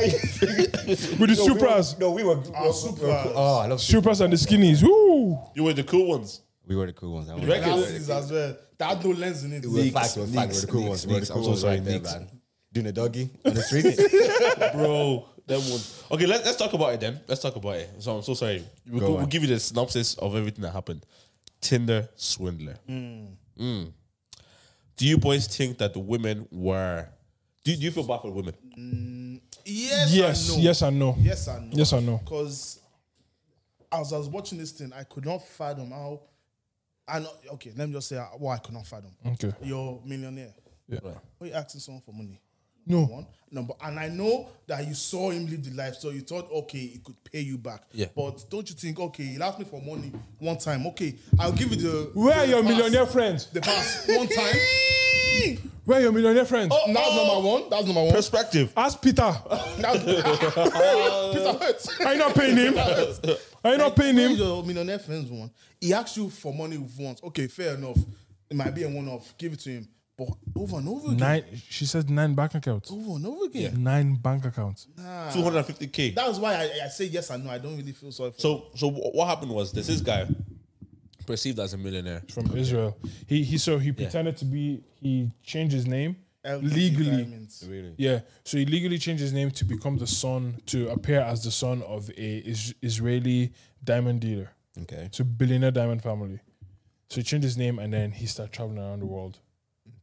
Speaker 1: With the
Speaker 3: No,
Speaker 1: Supras.
Speaker 3: we were- no, we were. we were- we were cool. Oh, I love Supras.
Speaker 1: Supers and the skinnies. Woo.
Speaker 5: you were the cool ones.
Speaker 3: We were the cool ones. I was-
Speaker 4: Glasses as well. That had no lens in it.
Speaker 3: We were fact, we were fact, we were the cool ones. We were the
Speaker 5: Knicks,
Speaker 3: cool
Speaker 5: I'm so
Speaker 3: ones
Speaker 5: sorry,
Speaker 3: right there,
Speaker 5: Knicks.
Speaker 3: man. Doing a doggy on the street.
Speaker 5: Bro, them ones. Okay, let, let's talk about it then. Let's talk about it. So I'm so sorry. We'll,
Speaker 3: Go
Speaker 5: go- we'll
Speaker 3: on.
Speaker 5: give you the synopsis of everything that happened. Tinder swindler. Mm. Do you boys think that the women were? Do you, do you feel bad for the women?
Speaker 4: Yes.
Speaker 1: Yes,
Speaker 4: and no.
Speaker 1: yes, I know.
Speaker 4: Yes and no.
Speaker 1: Yes and no.
Speaker 4: Because as I was watching this thing, I could not fathom how. And okay, let me just say what I could not fathom.
Speaker 1: Okay.
Speaker 4: You're millionaire.
Speaker 1: Mm. Yeah.
Speaker 4: Why are you asking someone for money?
Speaker 1: No.
Speaker 4: One number, and I know that you saw him live the life, so you thought, okay, he could pay you back.
Speaker 5: Yeah.
Speaker 4: But don't you think, okay, he asked me for money one time. Okay, I'll give you the.
Speaker 1: Where are
Speaker 4: the
Speaker 1: your
Speaker 4: pass-
Speaker 1: millionaire friends?
Speaker 4: The pass one time.
Speaker 1: Where are your millionaire friends?
Speaker 4: That's number one. That's number one.
Speaker 5: Perspective.
Speaker 1: Ask Peter.
Speaker 4: That's, Peter Hurts.
Speaker 1: Are you not paying him? Are you not paying
Speaker 4: Who's
Speaker 1: him?
Speaker 4: Your millionaire friends one. He asks you for money once. Okay, fair enough. It might be a one off. Give it to him. But over and over again.
Speaker 1: Nine. She said nine bank accounts.
Speaker 4: Over and over again.
Speaker 1: Nine bank accounts.
Speaker 5: Two hundred and fifty k.
Speaker 4: That's why I, I say yes and no. I don't really feel sorry for
Speaker 5: So so wh- what happened was there's this guy perceived as a millionaire.
Speaker 1: from Israel. He he so he pretended to be he changed his name
Speaker 4: LGBT
Speaker 1: legally.
Speaker 4: diamonds.
Speaker 1: Yeah, so he legally changed his name to become the son to appear as the son of a is, Israeli diamond dealer.
Speaker 3: Okay.
Speaker 1: So billionaire diamond family. So he changed his name and then he started traveling around the world.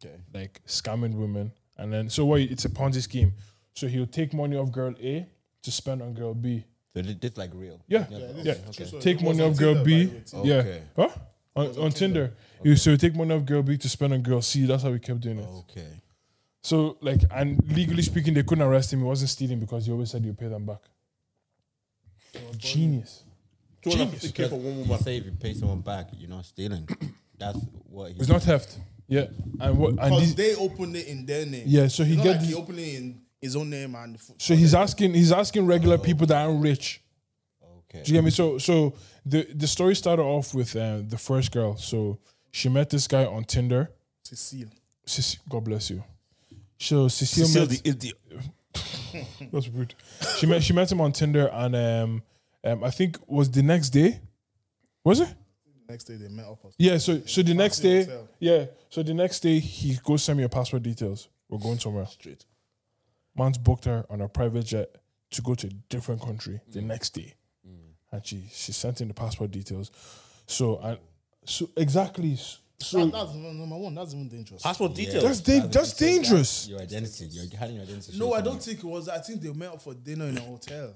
Speaker 1: Okay. Like scamming women and then so what it's a Ponzi scheme. So he'll take money off girl A to spend on girl B.
Speaker 3: So thi- this like real.
Speaker 1: Yeah, yeah. Take
Speaker 4: It
Speaker 1: money
Speaker 4: was on
Speaker 1: off girl
Speaker 4: Tinder,
Speaker 1: B.
Speaker 4: by the
Speaker 1: Yeah.
Speaker 3: Okay.
Speaker 1: Huh? On, on, Tinder. You So you take money off girl B to spend on girl C. That's how we kept doing it.
Speaker 3: Okay.
Speaker 1: So, like, and legally speaking, they couldn't arrest him. He wasn't stealing because he always said he'll pay them back. Genius.
Speaker 5: Two hundred and fifty k for one woman.
Speaker 3: Say if you pay someone back, you're not stealing. That's what. He,
Speaker 1: It's not theft. Yeah. And what? And these,
Speaker 4: Because they opened it in their name.
Speaker 1: Yeah, so he
Speaker 4: It's not
Speaker 1: get
Speaker 4: like
Speaker 1: the-
Speaker 4: he opened it in his own name and. f-
Speaker 1: so he's asking. He's asking regular people that aren't rich.
Speaker 3: Okay.
Speaker 1: Do you get me? So, so the the story started off with uh, the first girl. So she met this guy on Tinder.
Speaker 4: Cecile.
Speaker 1: Ceci- God bless you. So Cecile,
Speaker 5: Still
Speaker 1: met,
Speaker 5: the idiot.
Speaker 1: That's rude. She met she met him on Tinder and um, um I think was the next day. Was it?
Speaker 4: Next day they met up. or something.
Speaker 1: Yeah, so so the next day
Speaker 4: hotel.
Speaker 1: yeah, so the next day he goes send me your passport details. We're going somewhere.
Speaker 5: Straight.
Speaker 1: Man's booked her on a private jet to go to a different country the next day. And she she sent in the passport details. So and so exactly so
Speaker 4: That- that's number one. That's even dangerous.
Speaker 5: Passport details.
Speaker 1: that's da- that's dangerous.
Speaker 3: Your identity. You're hiding your identity.
Speaker 4: No, I don't think it was. I think they met up for dinner in a hotel.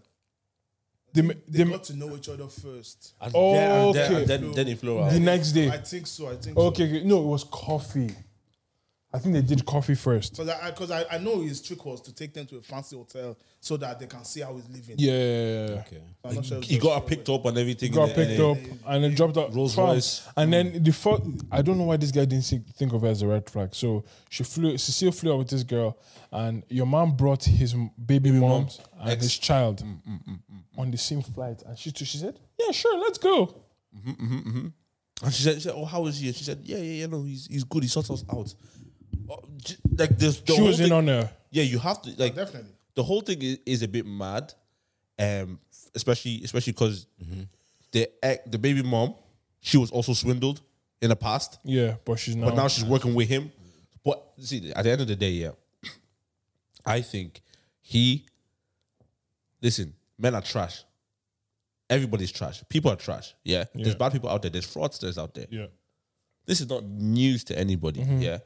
Speaker 1: They, ma-
Speaker 4: They
Speaker 1: they, ma-
Speaker 4: got to know each other first.
Speaker 5: And then- and then-
Speaker 1: Okay.
Speaker 5: and then, then it flew out.
Speaker 1: the next day.
Speaker 4: I think so. I think so.
Speaker 1: Okay, okay, no, it was coffee. I think they did coffee first.
Speaker 4: Because I, because I, I know his trick was to take them to a fancy hotel so that they can see how he's living.
Speaker 1: Yeah.
Speaker 3: Okay.
Speaker 4: I'm not sure if
Speaker 5: He
Speaker 4: that's
Speaker 5: got her
Speaker 4: true.
Speaker 5: picked up and everything.
Speaker 1: got
Speaker 5: and then-
Speaker 1: picked up and then dropped out.
Speaker 5: Rolls
Speaker 1: Fam.
Speaker 5: Royce.
Speaker 1: And then the first, I don't know why this guy didn't see, think of her as a red flag. So she flew, Cecile flew out with this girl, and your mom brought his m- baby, moms and his child on the same flight. And she too, she said, "Yeah, sure, let's go."
Speaker 2: Mm-hmm, And she said, she said, "Oh, how is he?" And she said, "Yeah, yeah, yeah. No, he's he's good. He sorts us out." Oh, j- Like this, the
Speaker 1: She
Speaker 2: whole
Speaker 1: was in
Speaker 2: thing-
Speaker 1: on her.
Speaker 2: Yeah, you have to like
Speaker 4: definitely.
Speaker 2: The whole thing is, is a bit mad, um, especially especially because
Speaker 1: Mm-hmm.
Speaker 2: the ex- the baby mom, she was also swindled in the past,
Speaker 1: Yeah, but she's not.
Speaker 2: but now she's working with him. But see, at the end of the day, yeah, I think he. Listen, men are trash. Everybody's trash. People are trash. Yeah,
Speaker 1: Yeah.
Speaker 2: there's bad people out there. There's fraudsters out there
Speaker 1: yeah.
Speaker 2: this is not news to anybody.
Speaker 1: Mm-hmm.
Speaker 2: Yeah.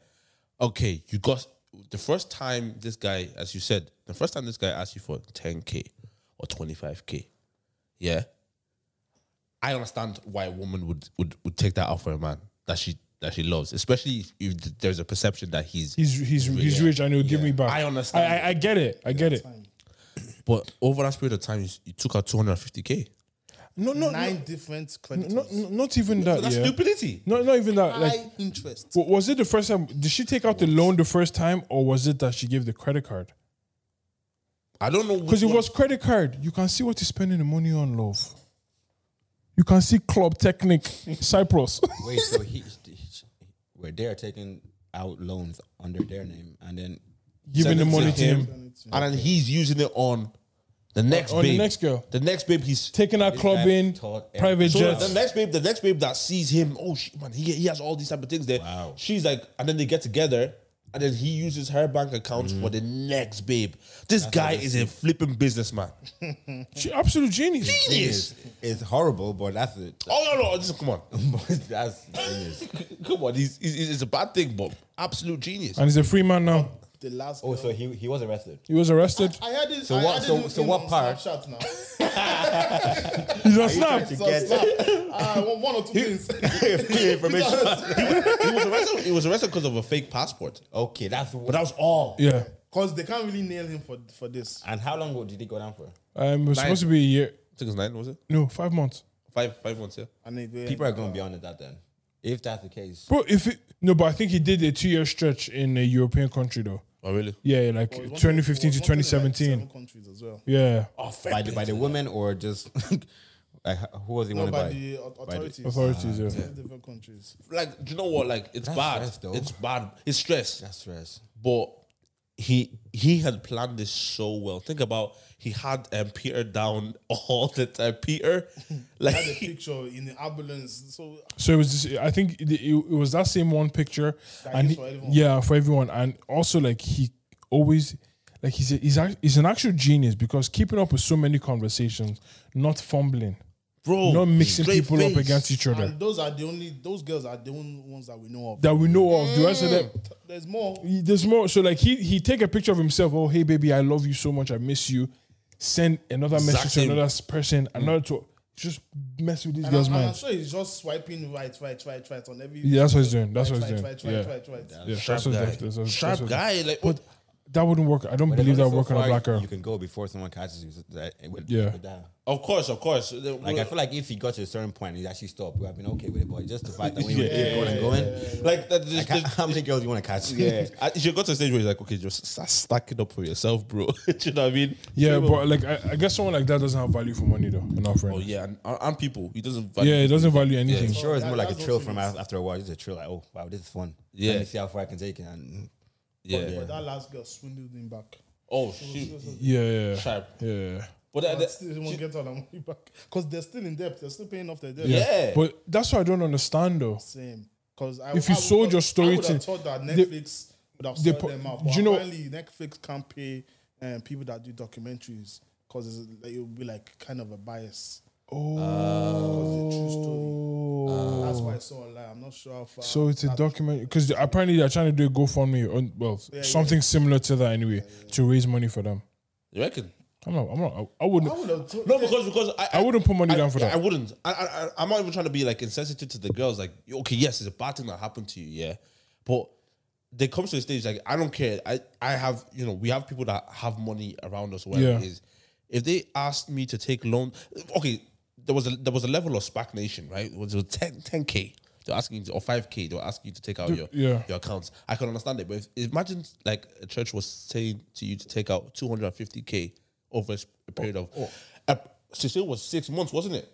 Speaker 2: Okay, you got the first time this guy, as you said, the first time this guy asked you for 10k or 25k. Yeah. I understand why a woman would would, would take that out for a man that she that she loves, especially if th- there's a perception that he's.
Speaker 1: He's he's he's rich and he'll give me back.
Speaker 2: I understand.
Speaker 1: I, I, I get it. I get it.
Speaker 2: but over that period of time, you, s- you took out 250k.
Speaker 1: No, no, no,
Speaker 4: Nine different creditors.
Speaker 1: no, no, not even that.
Speaker 2: That's
Speaker 1: yeah.
Speaker 2: stupidity.
Speaker 1: No, not even that. Like,
Speaker 4: High interest.
Speaker 1: wa- was it the first time? Did she take out the loan the first time, or was it that she gave the credit card?
Speaker 2: I don't know which
Speaker 1: Because it
Speaker 2: one-
Speaker 1: was credit card. You can see what you're spending the money on, love. You can see Club Technic Cyprus.
Speaker 3: Wait, so he, he- where they're taking out loans under their name and then
Speaker 1: giving the
Speaker 2: Send it
Speaker 1: money to him.
Speaker 2: and then he's using it on the next
Speaker 1: on the
Speaker 2: babe.
Speaker 1: next girl.
Speaker 2: The next babe he's
Speaker 1: Taking her club
Speaker 3: guy
Speaker 1: in,
Speaker 3: taught
Speaker 1: private
Speaker 2: So
Speaker 1: jets.
Speaker 2: the next babe, the next babe that sees him, oh she, man, he, he has all these type of things there.
Speaker 3: Wow.
Speaker 2: She's like, and then they get together, and then he uses her bank account for the next babe. This guy is a flipping businessman.
Speaker 1: She- absolute genius.
Speaker 2: Genius.
Speaker 3: it's horrible, but that's it.
Speaker 2: Oh no, no, this, come on,
Speaker 3: But that's the thing is-
Speaker 2: come on. He's, he's, it's a bad thing, but absolute genius.
Speaker 1: And he's a free man now.
Speaker 4: The last.
Speaker 3: Oh,
Speaker 4: girl.
Speaker 3: so he he was arrested.
Speaker 1: He was arrested.
Speaker 4: I heard it.
Speaker 3: So
Speaker 4: I
Speaker 3: what-
Speaker 4: heard it
Speaker 3: so-
Speaker 4: in-
Speaker 3: so
Speaker 4: in
Speaker 3: what
Speaker 4: on
Speaker 3: part?
Speaker 4: Snapchat now.
Speaker 1: He's on snap.
Speaker 4: So snap. Ah, one- one or two things.
Speaker 2: he was arrested. He was arrested because of a fake passport.
Speaker 3: Okay, that's
Speaker 2: But that was all.
Speaker 1: Yeah.
Speaker 4: Because they can't really nail him for for this.
Speaker 3: And how long did he go down for?
Speaker 1: Um, it was supposed to be a year.
Speaker 2: I think it was nine, was it?
Speaker 1: No, five months.
Speaker 2: Five, five months. Yeah.
Speaker 4: And uh, they, they,
Speaker 3: People are going to be on at that then. If that's the case,
Speaker 1: Bro, if it, no, but I think he did a two year stretch in a European country though.
Speaker 2: Oh really?
Speaker 1: Yeah, like
Speaker 4: It was one-
Speaker 1: 2015
Speaker 4: it was
Speaker 1: to
Speaker 4: one thing in,
Speaker 1: 2017.
Speaker 4: like, seven countries as well.
Speaker 1: Yeah,
Speaker 2: Oh,
Speaker 3: by the, by the women or just like uh, who was he
Speaker 4: No,
Speaker 3: wanted by?
Speaker 4: by the au- authorities. Uh,
Speaker 1: authorities. Yeah.
Speaker 4: Different countries.
Speaker 2: Like, do you know what? Like, it's
Speaker 3: That's
Speaker 2: bad.
Speaker 3: stress, though.
Speaker 2: it's bad. It's stress.
Speaker 3: That's stress.
Speaker 2: but he he had planned this so well. Think about he had um, Peter down all the time. Peter, like
Speaker 4: Had a picture in the ambulance. So
Speaker 1: So it was. Just, I think it, it it was that same one picture, and
Speaker 4: is
Speaker 1: he-
Speaker 4: for everyone.
Speaker 1: yeah, for everyone, and also like he always, like he's a, he's a, he's an actual genius because keeping up with so many conversations, not fumbling,
Speaker 2: bro,
Speaker 1: not mixing
Speaker 2: straight
Speaker 1: people
Speaker 2: Oh, face.
Speaker 1: up against each other.
Speaker 4: and those are the only those girls are the only ones that we know of.
Speaker 1: that we know of. The rest of them,
Speaker 4: There's more.
Speaker 1: there's more. So like he he take a picture of himself. Oh hey baby, I love you so much. I miss you. Send another message to
Speaker 2: same.
Speaker 1: another person. Another to just mess with these
Speaker 4: And I'm,
Speaker 1: girls'
Speaker 4: and I'm
Speaker 1: minds.
Speaker 4: sure he's just swiping right, right, right, right on every.
Speaker 1: Yeah, that's what he's doing. That's
Speaker 4: right,
Speaker 1: what he's
Speaker 4: right,
Speaker 1: doing.
Speaker 4: right,
Speaker 1: yeah.
Speaker 4: right, right, right.
Speaker 1: Yeah,
Speaker 2: Sharp
Speaker 1: that's what-
Speaker 2: guy,
Speaker 1: that's- that's- that's-
Speaker 2: sharp
Speaker 1: that's what-
Speaker 2: guy. Like,
Speaker 1: But
Speaker 2: what?
Speaker 1: that wouldn't work. I don't believe that would
Speaker 3: So
Speaker 1: work on a
Speaker 3: far,
Speaker 1: black girl.
Speaker 3: You can go before someone catches you. so that- with-
Speaker 1: Yeah.
Speaker 3: with that.
Speaker 2: Of course, of course.
Speaker 3: Like
Speaker 2: Like,
Speaker 3: I feel like if he got to a certain point, he actually stopped. We have been okay with it, but just the fact that we keep going and going.
Speaker 2: that, this,
Speaker 3: Like, how many girls you want to catch?
Speaker 2: yeah. I, you should go to a stage where he's like, okay, just start stacking up for yourself, bro. do you know what I mean?
Speaker 1: Yeah,
Speaker 2: Straight up.
Speaker 1: but like I, I guess someone like that doesn't have value for money though. Enough, right?
Speaker 2: Oh, yeah, and, and people. He doesn't.
Speaker 1: yeah,
Speaker 2: value-
Speaker 1: it doesn't value anything.
Speaker 3: sure, it's more
Speaker 4: That-
Speaker 3: like a
Speaker 4: that's
Speaker 3: thrill
Speaker 4: also
Speaker 3: from
Speaker 4: nice.
Speaker 3: after a while. It's a thrill, like oh wow, this is fun.
Speaker 2: Yeah.
Speaker 3: let me see how far I can take it. And
Speaker 2: yeah.
Speaker 4: But that last girl swindled him back.
Speaker 2: Oh shoot.
Speaker 1: Yeah, yeah, yeah.
Speaker 2: Sharp.
Speaker 1: yeah.
Speaker 2: But uh, that,
Speaker 4: But still, he won't
Speaker 2: that,
Speaker 4: get all that money back because they're still in debt. They're still paying off their debt.
Speaker 2: yeah.
Speaker 1: But that's what I don't understand though.
Speaker 4: Same. Because
Speaker 1: If you sold your story
Speaker 4: I would have
Speaker 1: to-
Speaker 4: thought that
Speaker 1: they-
Speaker 4: Netflix would have
Speaker 1: they
Speaker 4: sold
Speaker 1: pro-
Speaker 4: them out.
Speaker 1: do
Speaker 4: But
Speaker 1: you know-
Speaker 4: apparently, Netflix can't pay um, people that do documentaries because it would be like kind of a bias.
Speaker 2: Uh,
Speaker 4: Oh, it's a true story. That's why I saw online. I'm not sure how far.
Speaker 1: So it's a document because apparently they're trying to do a GoFundMe on well something similar to that anyway to raise money for them.
Speaker 2: you reckon?
Speaker 1: I'm not. I'm not. I, I wouldn't.
Speaker 4: I would have told
Speaker 2: No, because because I,
Speaker 1: I wouldn't put money
Speaker 2: I-
Speaker 1: down for
Speaker 2: yeah,
Speaker 1: that.
Speaker 2: I wouldn't. I, I I- I'm not even trying to be like insensitive to the girls. Like, okay, yes, it's a bad thing that happened to you, yeah, but there comes to a stage like I don't care. I I have you know we have people that have money around us. Whatever it
Speaker 1: Yeah.
Speaker 2: is, if they asked me to take loan, okay, there was a there was a level of SPAC nation, right? It was 10 k. They're asking you- or five k. They're asking you to take out your
Speaker 1: yeah.
Speaker 2: your accounts. I can understand it, but if, imagine like a church was saying to you to take out two hundred and
Speaker 1: Oh,
Speaker 2: fifty k over a s- a period of. Uh, Cecile was six months, wasn't it?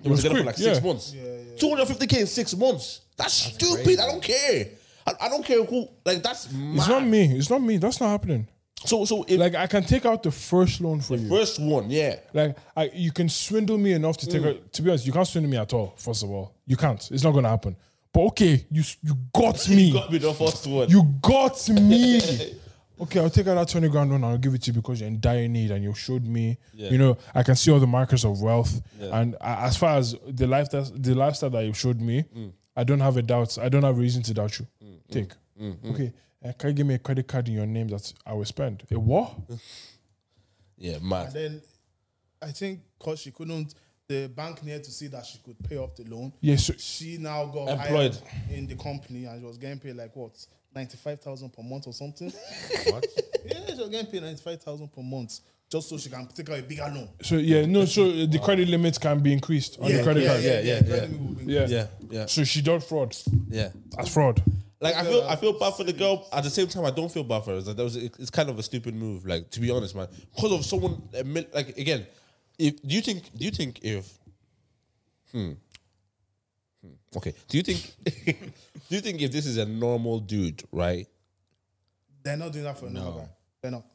Speaker 2: They were
Speaker 1: was
Speaker 2: together for
Speaker 1: quick,
Speaker 2: like six
Speaker 1: yeah.
Speaker 2: months. Two hundred fifty k in six months. That's, stupid. I don't care. I, I don't care who. Like that's mad.
Speaker 1: It's not me. It's not me. That's not happening.
Speaker 2: So so if
Speaker 1: Like I can take out the first loan for you.
Speaker 2: first one, yeah.
Speaker 1: Like I, you can swindle me enough to take. A, to be honest, you can't swindle me at all. First of all, you can't. It's not gonna happen. But okay, you s- you got me.
Speaker 2: Got me the first one.
Speaker 1: You got me. okay, I'll take out that 20 grand one and I'll give it to you because you're in dire need and you showed me. You know, I can see all the markers of wealth. And I, as far as the life that the lifestyle that you showed me, I don't have a doubt. I don't have reason to doubt you. Take. Okay. Uh, can you give me a credit card in your name that I will spend? A what?
Speaker 2: yeah, mad.
Speaker 4: then I think because she couldn't, the bank needed to see that she could pay off the loan.
Speaker 1: Yes. Yeah, so-
Speaker 4: She now got
Speaker 2: Employed.
Speaker 4: hired in the company and she was getting paid like what ninety five thousand per month or something.
Speaker 3: What?
Speaker 4: yeah, she was getting paid ninety five thousand per month just so she can take out a bigger loan.
Speaker 1: So yeah, no. So uh, the credit limit can be increased on the credit card. Yeah,
Speaker 2: yeah,
Speaker 4: the credit
Speaker 2: yeah.
Speaker 4: limit will be-
Speaker 1: yeah,
Speaker 2: Yeah, yeah,
Speaker 1: So she done fraud.
Speaker 2: yeah.
Speaker 1: That's fraud.
Speaker 2: Like I feel, I feel bad for the girl. At the same time, I don't feel bad for her. It's Like that was, it's kind of a stupid move. Like to be honest, man, because of someone. a mil- Like again, if do you think, do you think if, hmm, Hmm. okay, do you think, do you think if this is a normal dude, right?
Speaker 4: They're not doing that for another guy. They're not.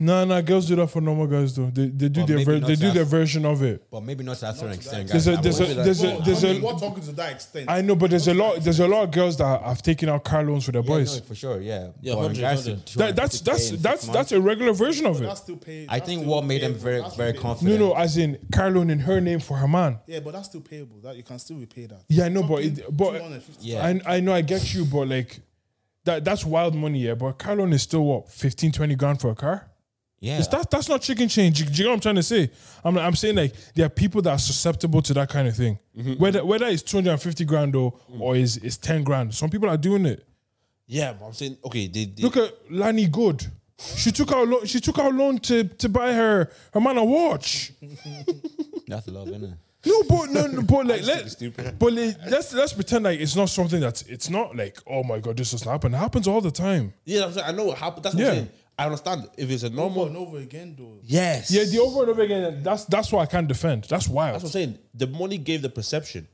Speaker 1: No, no, girls do that for normal guys though. They, they do
Speaker 3: Well,
Speaker 1: their
Speaker 3: maybe
Speaker 1: ver-
Speaker 3: not
Speaker 1: they do
Speaker 3: that-
Speaker 1: their version of it.
Speaker 3: But maybe not to that certain extent,
Speaker 1: There's
Speaker 3: guys.
Speaker 1: a
Speaker 3: I'm
Speaker 1: there's a
Speaker 3: always
Speaker 1: there's a
Speaker 4: Well,
Speaker 1: there's
Speaker 4: I mean,
Speaker 1: a
Speaker 4: we're talking to that extent.
Speaker 1: I know, but there's a lot there's a lot of girls that have taken out car loans for their
Speaker 3: Yeah,
Speaker 1: boys.
Speaker 3: no, for sure, yeah.
Speaker 6: Yeah,
Speaker 3: But in
Speaker 6: 100,
Speaker 3: regards to
Speaker 6: 100.
Speaker 1: That, that's
Speaker 3: 250K
Speaker 1: that's
Speaker 3: in six
Speaker 1: that's
Speaker 3: months,
Speaker 1: that's a regular version of it.
Speaker 4: that's still paying.
Speaker 3: I think what made them very very
Speaker 1: No,
Speaker 3: confident.
Speaker 1: no, as in car loan in her name for her man.
Speaker 4: Yeah, but that's still payable. That you can still repay that.
Speaker 1: Yeah, I know, but it, but
Speaker 3: Yeah.
Speaker 1: I I know I get you, but like that that's wild money, yeah. But car loan is still what 15, 20 grand for a car.
Speaker 3: yeah.
Speaker 1: It's that that's not chicken change. Do you, know what I'm trying to say? I'm I'm saying like there are people that are susceptible to that kind of thing. Whether whether it's 250 grand or or is it's 10 grand. Some people are doing it.
Speaker 2: Yeah, but I'm saying okay. They, they,
Speaker 1: Look at Lani Good. She took out loan. She took out loan to to buy her her man a watch.
Speaker 3: That's love, isn't it?
Speaker 1: No, but no, no but like let, but like, let's let's pretend like it's not something that's it's not like oh my god this doesn't happen. It happens all the time.
Speaker 2: yeah, I'm saying I know what happened. That's what
Speaker 1: Yeah.
Speaker 2: I'm saying. I understand if it's a normal.
Speaker 4: Over and over again, though.
Speaker 2: Yes.
Speaker 1: Yeah, the over and over again. That's that's what I can't defend. That's wild.
Speaker 2: That's what I'm saying. The money gave the perception.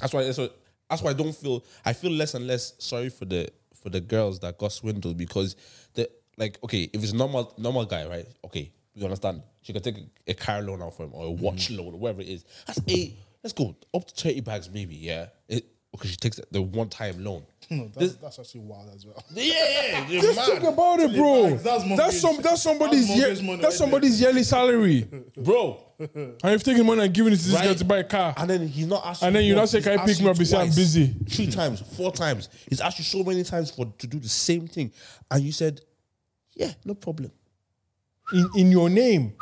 Speaker 2: That's why. That's, what, that's why I don't feel. I feel less and less sorry for the for the girls that got swindled because the like okay, if it's normal normal guy, right? Okay, you understand. She can take a, a car loan out for him or a watch loan or whatever it is. That's eight. Let's go up to thirty bags, maybe. Yeah. It, okay, she takes the one time loan.
Speaker 4: No, that's, that's actually wild as well.
Speaker 2: Yeah, yeah, yeah,
Speaker 1: Just
Speaker 2: mad.
Speaker 1: think about it, bro.
Speaker 4: bags, that's
Speaker 1: That's,
Speaker 4: mortgage.
Speaker 1: some that's somebody's
Speaker 4: That's mortgage
Speaker 1: ye-
Speaker 4: money
Speaker 1: that's
Speaker 4: right
Speaker 1: somebody's yearly salary.
Speaker 2: bro.
Speaker 1: And you've taken money and given it to this
Speaker 2: Right.
Speaker 1: guy to buy a car.
Speaker 2: And then he's not asking.
Speaker 1: And then you now
Speaker 2: once,
Speaker 1: say,
Speaker 2: he's
Speaker 1: "Can you pick
Speaker 2: asked
Speaker 1: me up?" He said, "I'm
Speaker 2: twice,
Speaker 1: busy."
Speaker 2: Three times, four times. He's asked you so many times for to do the same thing, and you said, "Yeah, no problem."
Speaker 1: in, in your name.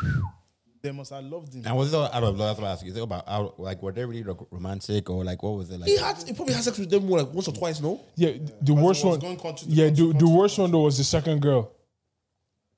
Speaker 4: They must have loved him.
Speaker 3: And was it all out of love? That's what I asked you. Is it about out, like were they really like, romantic or like what was it like?
Speaker 2: He had he probably had sex with them more like once or twice, no?
Speaker 1: Yeah, the worst
Speaker 4: was
Speaker 1: one.
Speaker 4: going country to
Speaker 1: yeah,
Speaker 4: country,
Speaker 1: the, the
Speaker 4: country to
Speaker 1: worst one though was the second girl.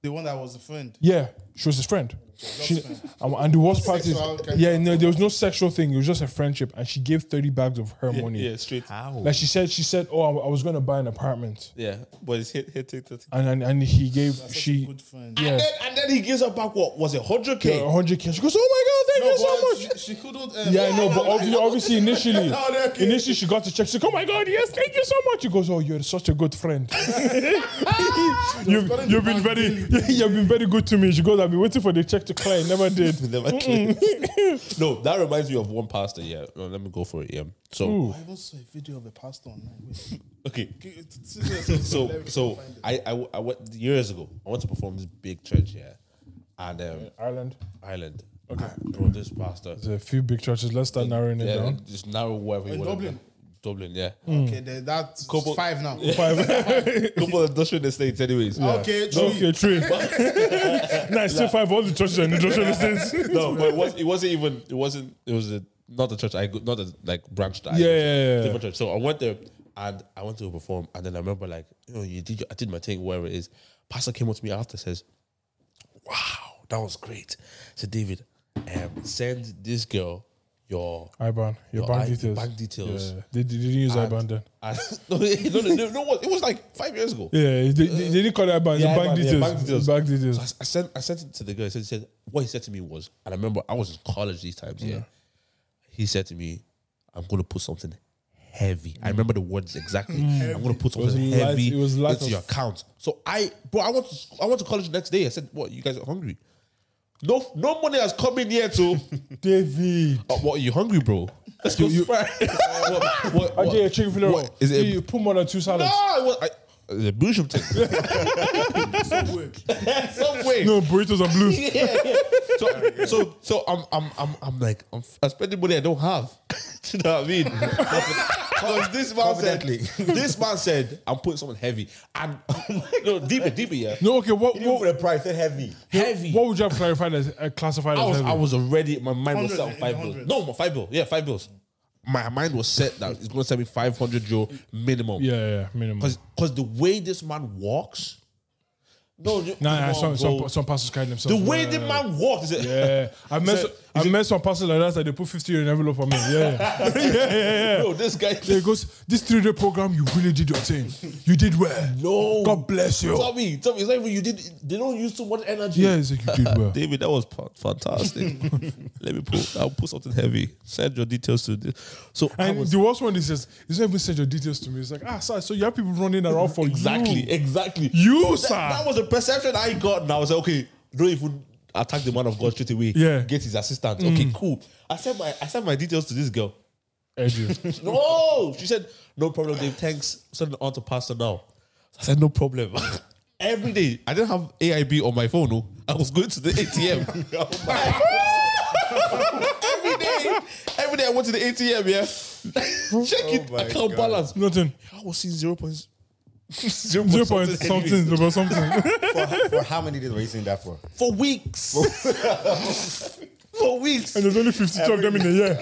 Speaker 4: The one that was a friend.
Speaker 1: Yeah, she was his friend. She, and, and the worst part is,
Speaker 4: Sexual kind
Speaker 1: yeah, no, there was no sexual thing. It was just a friendship, and she gave thirty bags of her money.
Speaker 2: straight.
Speaker 3: How?
Speaker 1: Like she said, she said, "Oh, I, I was going to buy an apartment,"
Speaker 2: Yeah, but it's hit hit hit. hit.
Speaker 1: and and, and he gave
Speaker 4: Such a
Speaker 1: she
Speaker 4: good friend.
Speaker 1: yeah
Speaker 2: And, then, and then he gives her back what was it, hundred k?
Speaker 1: hundred k. She goes, "Oh my god,
Speaker 4: No,
Speaker 1: thank you
Speaker 4: but
Speaker 1: so much."
Speaker 4: She, she couldn't. Um,
Speaker 1: Yeah, I know, but obviously, obviously initially,
Speaker 4: No, they're okay.
Speaker 1: initially she got the check. She's like, "Oh my god, yes, thank you so much." He goes, "Oh, you're such a good friend. you've you've been very you've been very good to me." She goes, "I've been waiting for the check to clear, never did."
Speaker 2: no, that reminds me of one pastor. Yeah, no, let me go for it. Yeah, so.
Speaker 4: I even saw a video of a pastor online. Wait.
Speaker 2: Okay.
Speaker 4: it's- it's- it's- it's-
Speaker 2: so
Speaker 4: hilarious.
Speaker 2: so I, I I went years ago. I went to perform this big church, yeah, and um,
Speaker 1: Ireland.
Speaker 2: Ireland. Okay, bro, this pastor.
Speaker 1: There's a few big churches. Let's start narrowing it
Speaker 2: Yeah,
Speaker 1: down. Hmm.
Speaker 2: just narrow wherever you
Speaker 4: In
Speaker 2: want.
Speaker 4: Dublin?
Speaker 2: Dublin, yeah.
Speaker 4: Okay, then that's
Speaker 2: Couple-
Speaker 4: five now.
Speaker 2: Couple of industrial estates, anyways.
Speaker 4: Okay, true.
Speaker 1: Okay, three. nice, still five. All the churches and the churches estates.
Speaker 2: No, but it, was, it wasn't even. It wasn't. It was a, not the church. I go, not the like branch that. I
Speaker 1: Yeah,
Speaker 2: go to,
Speaker 1: yeah, yeah, yeah.
Speaker 2: Different church. So I went there and I went to perform, and then I remember like you know you did your, I did my thing wherever it is. Pastor came up to me after says, "Wow, that was great." So David, um, send this girl your
Speaker 1: IBAN, your,
Speaker 2: Your
Speaker 1: bank
Speaker 2: I-
Speaker 1: details.
Speaker 2: bank details.
Speaker 1: Yeah. They, they didn't use IBAN then.
Speaker 2: and, no, no, no, no, no, it was like five years ago.
Speaker 1: Yeah, they, they didn't call it IBAN.
Speaker 2: yeah,
Speaker 1: it's bank,
Speaker 2: IBAN, yeah,
Speaker 1: details.
Speaker 2: bank details.
Speaker 1: Bank details.
Speaker 2: So I, I sent I sent it to the girl. He said, he said what he said to me was, and I remember I was in college these times. Yeah, he said to me, I'm going to put something heavy. I remember the words exactly. I'm going to put
Speaker 1: was
Speaker 2: something
Speaker 1: light-
Speaker 2: heavy
Speaker 1: it was light
Speaker 2: into
Speaker 1: of-
Speaker 2: your account. So I, bro, I went, to, I went to college the next day. I said, what, you guys are hungry? No, no money has come in here to.
Speaker 1: David.
Speaker 2: Uh, what are you hungry, bro? Let's go. You, what, what,
Speaker 1: I
Speaker 2: what,
Speaker 1: did a chicken fillet.
Speaker 2: what- Is
Speaker 1: you
Speaker 2: it?
Speaker 1: put more than two
Speaker 2: A, no,
Speaker 1: salads?
Speaker 2: I, was- I, it's a Bouchum thing. Some way.
Speaker 1: No, burritos and blues.
Speaker 2: yeah, yeah. So, so, so I'm, I'm, I'm, I'm like, I'm, I'm spending money I don't have. Do you know what I mean? Because this man said, this man said, I'm putting something heavy, and no, deeper, deeper, yeah,
Speaker 1: No, okay. What
Speaker 3: You put
Speaker 1: what,
Speaker 3: a price that heavy.
Speaker 2: heavy.
Speaker 1: what would you have clarified as uh, classified
Speaker 2: I
Speaker 1: as
Speaker 2: was,
Speaker 1: heavy?
Speaker 2: I was already, my mind was
Speaker 4: Hundreds,
Speaker 2: set on five bills.
Speaker 4: hundreds.
Speaker 2: No, my five bills. Yeah, five bills. My mind was set that it's gonna send me five hundred euro minimum.
Speaker 1: yeah, yeah, yeah, minimum.
Speaker 2: Because the way this man walks, no, you-
Speaker 1: Nah, nah
Speaker 2: come
Speaker 1: some,
Speaker 2: on,
Speaker 1: some
Speaker 2: bro.
Speaker 1: some pastors carry
Speaker 2: the
Speaker 1: themselves.
Speaker 2: way
Speaker 1: well.
Speaker 2: the man walks is it?
Speaker 1: Yeah, I met some- I met some pastors like that that they put fifty in an envelope for me. Yeah, yeah, yeah, yeah. yeah.
Speaker 2: Bro, this guy.
Speaker 1: They goes this three day program. You really did your thing. You did well.
Speaker 2: No.
Speaker 1: God bless you.
Speaker 2: Tell me, tell me, it's not even you did. They don't use too much energy.
Speaker 1: Yeah, it's like you did well.
Speaker 2: David, that was pa- fantastic. Let me put. I'll put something heavy. Send your details to this. So I
Speaker 1: And
Speaker 2: was
Speaker 1: the worst one is just he's not even send your details to me. It's like ah, sir, so you have people running around for
Speaker 2: exactly,
Speaker 1: you.
Speaker 2: exactly.
Speaker 1: You,
Speaker 2: that,
Speaker 1: sir.
Speaker 2: that was the perception I got. And I was like, okay, don't even attack the man of God straight away.
Speaker 1: Yeah. Mm.
Speaker 2: get his assistant. Okay, cool. I sent my I sent my details to this girl.
Speaker 1: Exactly.
Speaker 2: No, she said no problem, Dave. Thanks. Send it on to pastor now. I said no problem. Every day, I didn't have AIB on my phone. No, I was going to the ATM.
Speaker 3: Oh
Speaker 2: every day, every day I went to the ATM. Yeah, check it
Speaker 3: Oh my
Speaker 2: account
Speaker 3: God.
Speaker 2: balance.
Speaker 1: Nothing.
Speaker 2: I was seeing zero points. zero
Speaker 1: Zero
Speaker 2: point
Speaker 1: point
Speaker 2: something anyway.
Speaker 1: something about something.
Speaker 3: For, for how many days were you seeing that for?
Speaker 2: for weeks. for weeks.
Speaker 1: And there's only 52 of them in a year.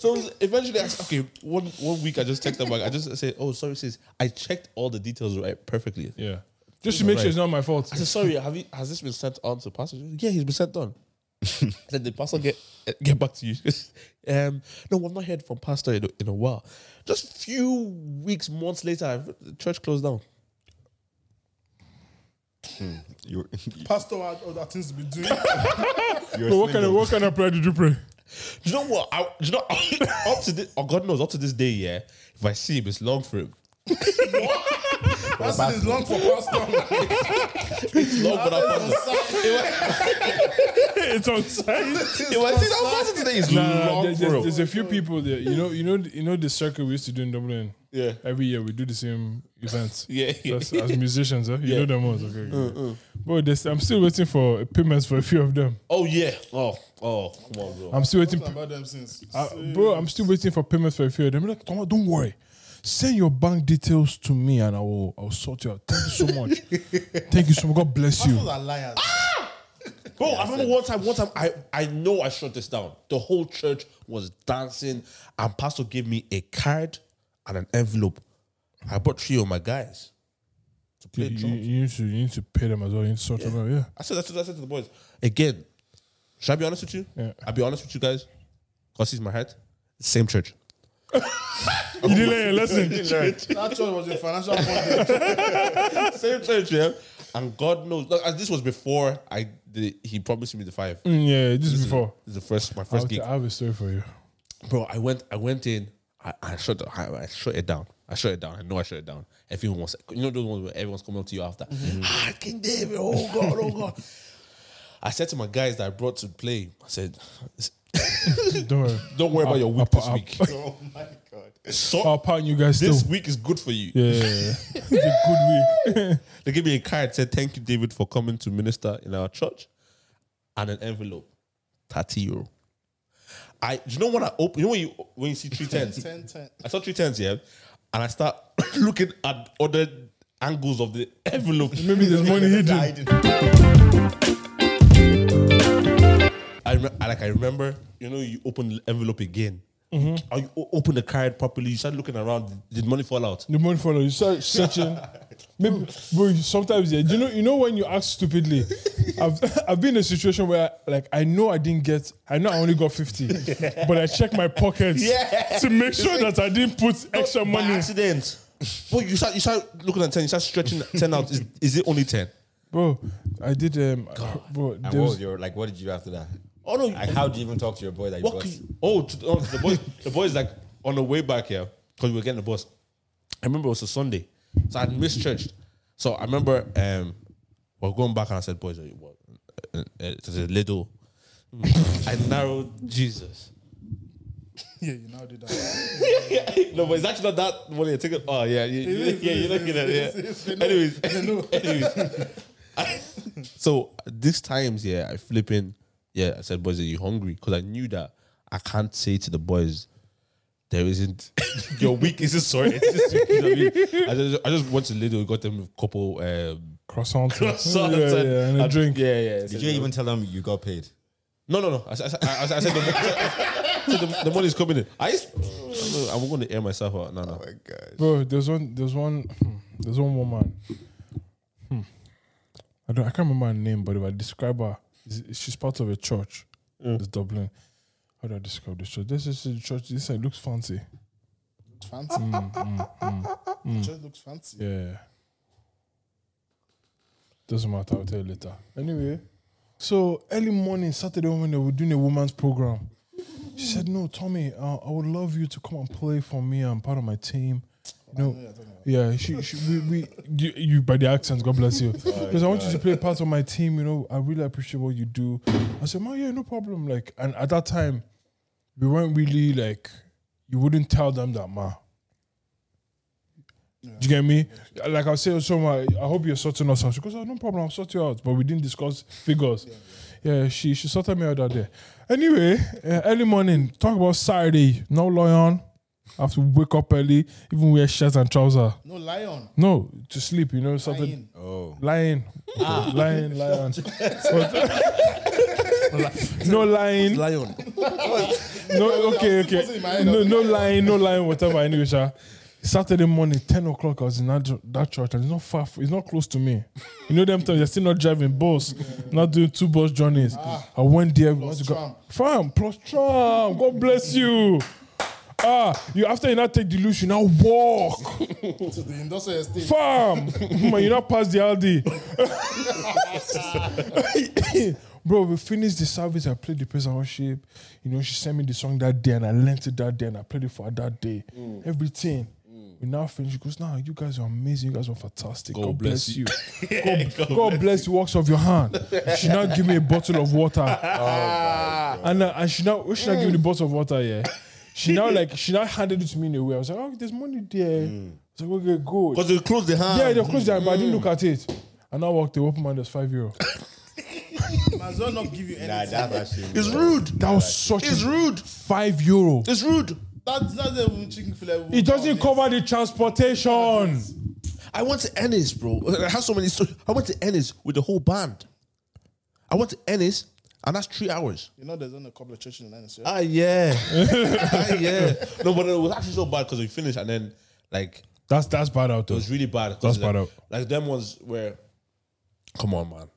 Speaker 2: So eventually, I said, okay, one one week I just text them back. I just say, oh, sorry, sis, I checked all the details right perfectly.
Speaker 1: yeah. Just to make sure it's not my fault.
Speaker 2: I said, sorry, have you has this been sent on to pastor? She said, yeah, he's been sent on. I said, did pastor get eh, get back to you? She goes, um, no, I've not heard from pastor in, a- in a while. Just few weeks, months later, the church closed down.
Speaker 3: You,
Speaker 4: Pastor had other things to be doing.
Speaker 3: you're
Speaker 1: But what kind of what kind of prayer did you pray?
Speaker 2: Do you know what? I, do you know up to this? Oh God knows, up to this day, yeah. If I see him, it's long for him.
Speaker 4: That's it is long for pastor.
Speaker 2: It's long for that pastor.
Speaker 1: it's on site.
Speaker 2: If I see that pastor today, it's
Speaker 1: Nah,
Speaker 2: long
Speaker 1: there's,
Speaker 2: for
Speaker 1: there's,
Speaker 2: him.
Speaker 1: there's a few people there. You know, you know, you know the circle we used to do in Dublin.
Speaker 2: Yeah.
Speaker 1: Every year we do the same events.
Speaker 2: Yeah, yeah.
Speaker 1: That's, as musicians, huh? you
Speaker 2: Yeah. Mm,
Speaker 1: know them ones. Okay. okay. But there's, I'm still waiting for payments for a few of them.
Speaker 2: Oh yeah. Oh oh. Come on, bro.
Speaker 1: I'm still waiting.
Speaker 4: about them since.
Speaker 1: I- bro, I'm still waiting for payments for a few of them. Like, "Toma, don't worry. Send your bank details to me and I will I'll sort you out. Thank you so much. Thank you so much. God bless you.
Speaker 4: Pastors are liars.
Speaker 2: Bro, I remember one time. One time, I I know I shut this down. The whole church was dancing, and pastor gave me a card and an envelope. I brought three of my guys to
Speaker 1: You,
Speaker 2: play
Speaker 1: you-
Speaker 2: drums.
Speaker 1: you need to you need to pay them as well. You need to sort them out. Yeah.
Speaker 2: I said, I said, I said to the boys again. Should I be honest with you?
Speaker 1: Yeah.
Speaker 2: I'll be honest with you guys. Cause he's my head. Same church.
Speaker 1: You didn't learn your lesson.
Speaker 4: That church was a financial problem.
Speaker 2: Same church, yeah. And God knows. Look, and this was before I the, he promised me the five.
Speaker 1: Mm, yeah, this is before.
Speaker 2: This is the first
Speaker 1: I
Speaker 2: my
Speaker 1: have,
Speaker 2: first gig.
Speaker 1: I have a story for you.
Speaker 2: bro. I went, I went in, I, I shut, the, I, I shut it down. I shut it down. I know I shut it down. Everyone wants, you know, those ones where everyone's coming up to you after. Ah, King David, oh god, oh god. I said to my guys that I brought to play, I said,
Speaker 1: Don't worry.
Speaker 2: "Don't worry about your week
Speaker 1: I'll-
Speaker 2: this
Speaker 1: I'll-
Speaker 2: week.
Speaker 3: Oh my god.
Speaker 2: So,
Speaker 1: I'll partner you guys
Speaker 2: this
Speaker 1: still.
Speaker 2: week is good for you."
Speaker 1: Yeah, yeah, yeah. it's a good week.
Speaker 2: They gave me a card said, "Thank you, David, for coming to minister in our church," and an envelope, thirty euro. I, do you know when I open, you know when you when you see three tens,
Speaker 4: 10, 10.
Speaker 2: I saw three tens, yeah, and I start looking at other angles of the envelope.
Speaker 1: Maybe there's money hidden.
Speaker 2: I, rem- I like I remember, you know, you open the envelope again.
Speaker 1: Mm-hmm.
Speaker 2: Or you o- open the card properly. You start looking around. Did money fall out?
Speaker 1: The money follow. You start searching. Maybe, bro. Sometimes, yeah. Do you know? You know when you ask stupidly. I've I've been in a situation where, like, I know I didn't get. I know I only got fifty, but I check my pockets to make sure that I didn't put extra
Speaker 2: By
Speaker 1: money.
Speaker 2: accident. Well, you start you start looking at ten. You start stretching ten out. Is, is it only ten?
Speaker 1: Bro, I did. Um, bro,
Speaker 3: And
Speaker 1: there
Speaker 3: what
Speaker 1: was-
Speaker 3: was your like? What did you do after that?
Speaker 2: Oh no!
Speaker 3: Like, how do you even talk to your boy that you
Speaker 2: what could
Speaker 3: bust?
Speaker 2: you, oh, to, oh, the boy, the boy's like on the way back here because we were getting the bus. I remember it was a Sunday, so I'd missed church. So I remember um, we are going back and I said, "Boys, uh, what? Uh, uh, there's a little." I narrowed Jesus.
Speaker 4: Yeah, you now do that.
Speaker 2: no, but it's actually not that one. You're thinking, oh yeah, you, you, yeah, you're looking at it. Yeah. anyways, anyways. I- so these times, yeah, I flipping, yeah, I said, boys, are you hungry? Because I knew that I can't say to the boys, there isn't your week isn't sorry. You know what I, mean? I just I just went to Lidl, got them a couple um,
Speaker 1: Croissant.
Speaker 2: croissants
Speaker 1: Yeah, yeah, and a drink.
Speaker 2: Yeah, yeah.
Speaker 3: Did you even tell them you got paid?
Speaker 2: No, no, no. I, said- I, said- I said the, I said the, the money's coming in. I used, I'm going to air myself out. No, no.
Speaker 1: Bro, there's one. There's one. hmm, There's one woman. Hmm. I don't. I can't remember her name, but if I describe her, is- she's part of a church. It's Dublin. How do I describe this church? This is a church. This side looks fancy.
Speaker 4: fancy.
Speaker 1: Mm,
Speaker 4: It just looks fancy.
Speaker 1: Yeah. Doesn't matter. I'll tell you later. Anyway, so early morning Saturday when they were doing a woman's program, she said, "No, Tommy, uh, I would love you to come and play for me. I'm part of my team. You know, yeah. She, she we, we you, you by the accent. God bless you. Because I want you to play part of my team. You know, I really appreciate what you do. I said, "Man, yeah, no problem." Like, and at that time, we weren't really like, you wouldn't tell them that, ma. Do you get me? Like I said, so my, I hope you're sorting us out. She goes, oh, no problem, I'll sort you out. But we didn't discuss figures. Yeah, she she sorted me out that day. Anyway, uh, early morning, talk about Saturday. No lion. I have to wake up early, even wear shirts and trousers.
Speaker 4: No lion.
Speaker 1: No, to sleep, you know, Saturday.
Speaker 4: Lion.
Speaker 3: Oh,
Speaker 1: Lying.
Speaker 4: Ah.
Speaker 1: Lying, lion. no lying.
Speaker 7: Lion.
Speaker 1: No, okay,
Speaker 4: was in my
Speaker 1: okay.
Speaker 4: head, I
Speaker 1: No,
Speaker 4: was
Speaker 1: no lying, no lying, whatever. Anyway, sha. Saturday morning, 10 o'clock, I was in that, ju- that church and it's not far, f- it's not close to me. You know them times, you're still not driving bus, not doing two bus journeys. I went there. we went to go-
Speaker 4: Ah. tram.
Speaker 1: Fam, plus tram. God bless you. Ah, you after you now take the loose, you now walk.
Speaker 4: To the industrial estate.
Speaker 1: Farm, man, you not pass the Aldi. Bro, we finished the service. I played the praise and worship. You know, she sent me the song that day, and I learned it that day, and I played it for her that day. Everything. We now finished. She goes, "Now you guys are amazing. You guys are fantastic. Mm. God, bless,
Speaker 2: bless
Speaker 1: you. God, God bless, the works of your hand." She now give me a bottle of water, and uh, and she now when she now give me the bottle of water. Yeah, she now like she now handed it to me in a way. I was like, "Oh, there's money there." So we okay, good.
Speaker 2: Because they close the hand.
Speaker 1: Yeah, they
Speaker 3: Ah,
Speaker 1: closed their but I
Speaker 3: mm.
Speaker 1: didn't look at it. And I walked the open man, there's five euro.
Speaker 4: Might as well not give you anything.
Speaker 3: nah, that's actually.
Speaker 2: It's rude.
Speaker 1: That was such
Speaker 2: It's
Speaker 1: a
Speaker 2: rude.
Speaker 1: five euro.
Speaker 2: It's rude.
Speaker 4: That's that's a chicken fillet.
Speaker 1: It doesn't cover the transportation.
Speaker 2: I went to Ennis, bro. I have so many stories. I went to Ennis with the whole band. I went to Ennis, and that's three hours.
Speaker 4: You know, there's only a couple of churches in Lannister.
Speaker 2: Ah, yeah. ah, yeah. No, but it was actually so bad because we finished, and then, like,
Speaker 1: That's that's bad out
Speaker 2: it
Speaker 1: though.
Speaker 2: was really bad.
Speaker 1: That's
Speaker 2: 'cause, like,
Speaker 1: bad out.
Speaker 2: Like, them ones where, come on, man.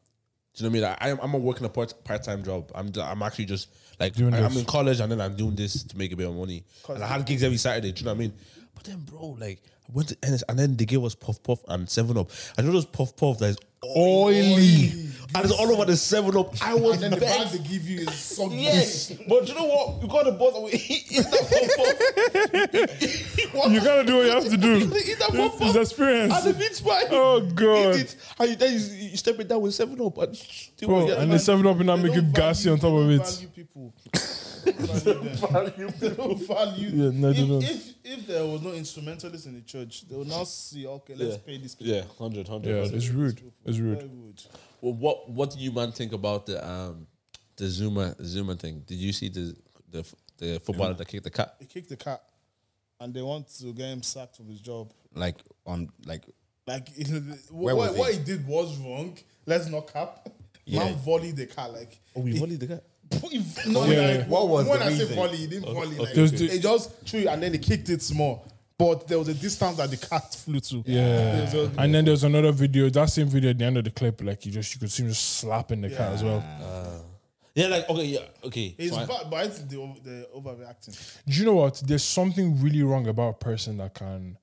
Speaker 2: Do you know what I mean? Like, I am, I'm not working a part time job. I'm I'm actually just like
Speaker 1: Doing
Speaker 2: I, am
Speaker 1: this.
Speaker 2: in college and then I'm doing this to make a bit of money. And I had gigs every Saturday. Do you know what I mean? But then, bro, like I went to Ennis and then they gave us puff puff and Seven Up. I know those puff puff that is oily, and it's all over the Seven Up. I was
Speaker 4: And then the
Speaker 2: begging.
Speaker 4: bag they give you is so
Speaker 2: Yes, but do you know what? You got the boss and we eat eat that puff puff.
Speaker 1: You gotta do what you have to do.
Speaker 2: Eat that puff
Speaker 1: It's
Speaker 2: puff.
Speaker 1: experience.
Speaker 2: And the meat's fine.
Speaker 1: Oh, God.
Speaker 2: Eat it. And you, then you, you step it down with seven up. And, still
Speaker 1: Bro,
Speaker 2: get
Speaker 1: and
Speaker 2: man.
Speaker 1: they seven up and now
Speaker 4: They
Speaker 1: make
Speaker 4: don't
Speaker 1: it gassy on top of
Speaker 4: value-
Speaker 1: it.
Speaker 4: they don't Value people. They don't value.
Speaker 1: Yeah, no, they don't.
Speaker 4: if, if if there was no instrumentalists in the church, they would now see. Okay, let's pay this. people.
Speaker 7: Yeah, 100, 100.
Speaker 1: Yeah, it's rude. It's
Speaker 4: Very
Speaker 1: rude.
Speaker 4: good.
Speaker 7: Well, what what do you man think about the um the Zuma Zuma thing? Did you see the the the footballer that kicked the cat?
Speaker 4: They kick the cat, and they want to get him sacked from his job.
Speaker 3: Like on like
Speaker 4: Like it-
Speaker 3: Where
Speaker 4: what,
Speaker 3: was
Speaker 4: what,
Speaker 3: he?
Speaker 4: what he did was wrong. Let's not cap. Man volley the cat like.
Speaker 2: Oh, we volleyed the guy.
Speaker 4: No,
Speaker 1: Yeah.
Speaker 4: like,
Speaker 3: What was
Speaker 4: when
Speaker 3: the
Speaker 4: I say
Speaker 3: reason?
Speaker 4: volley, he didn't volley. Like,
Speaker 1: There's the-
Speaker 4: They just threw it and then they kicked it small. But there was a distance that the cat flew to. There's
Speaker 1: Yeah.
Speaker 4: a-
Speaker 1: And then there's another video, that same video at the end of the clip, like you just you could see him just slapping the cat as well.
Speaker 7: Yeah, like okay, yeah, okay.
Speaker 4: It's
Speaker 7: fine.
Speaker 4: bad, but it's the, the overreacting.
Speaker 1: Do you know what? There's something really wrong about a person that can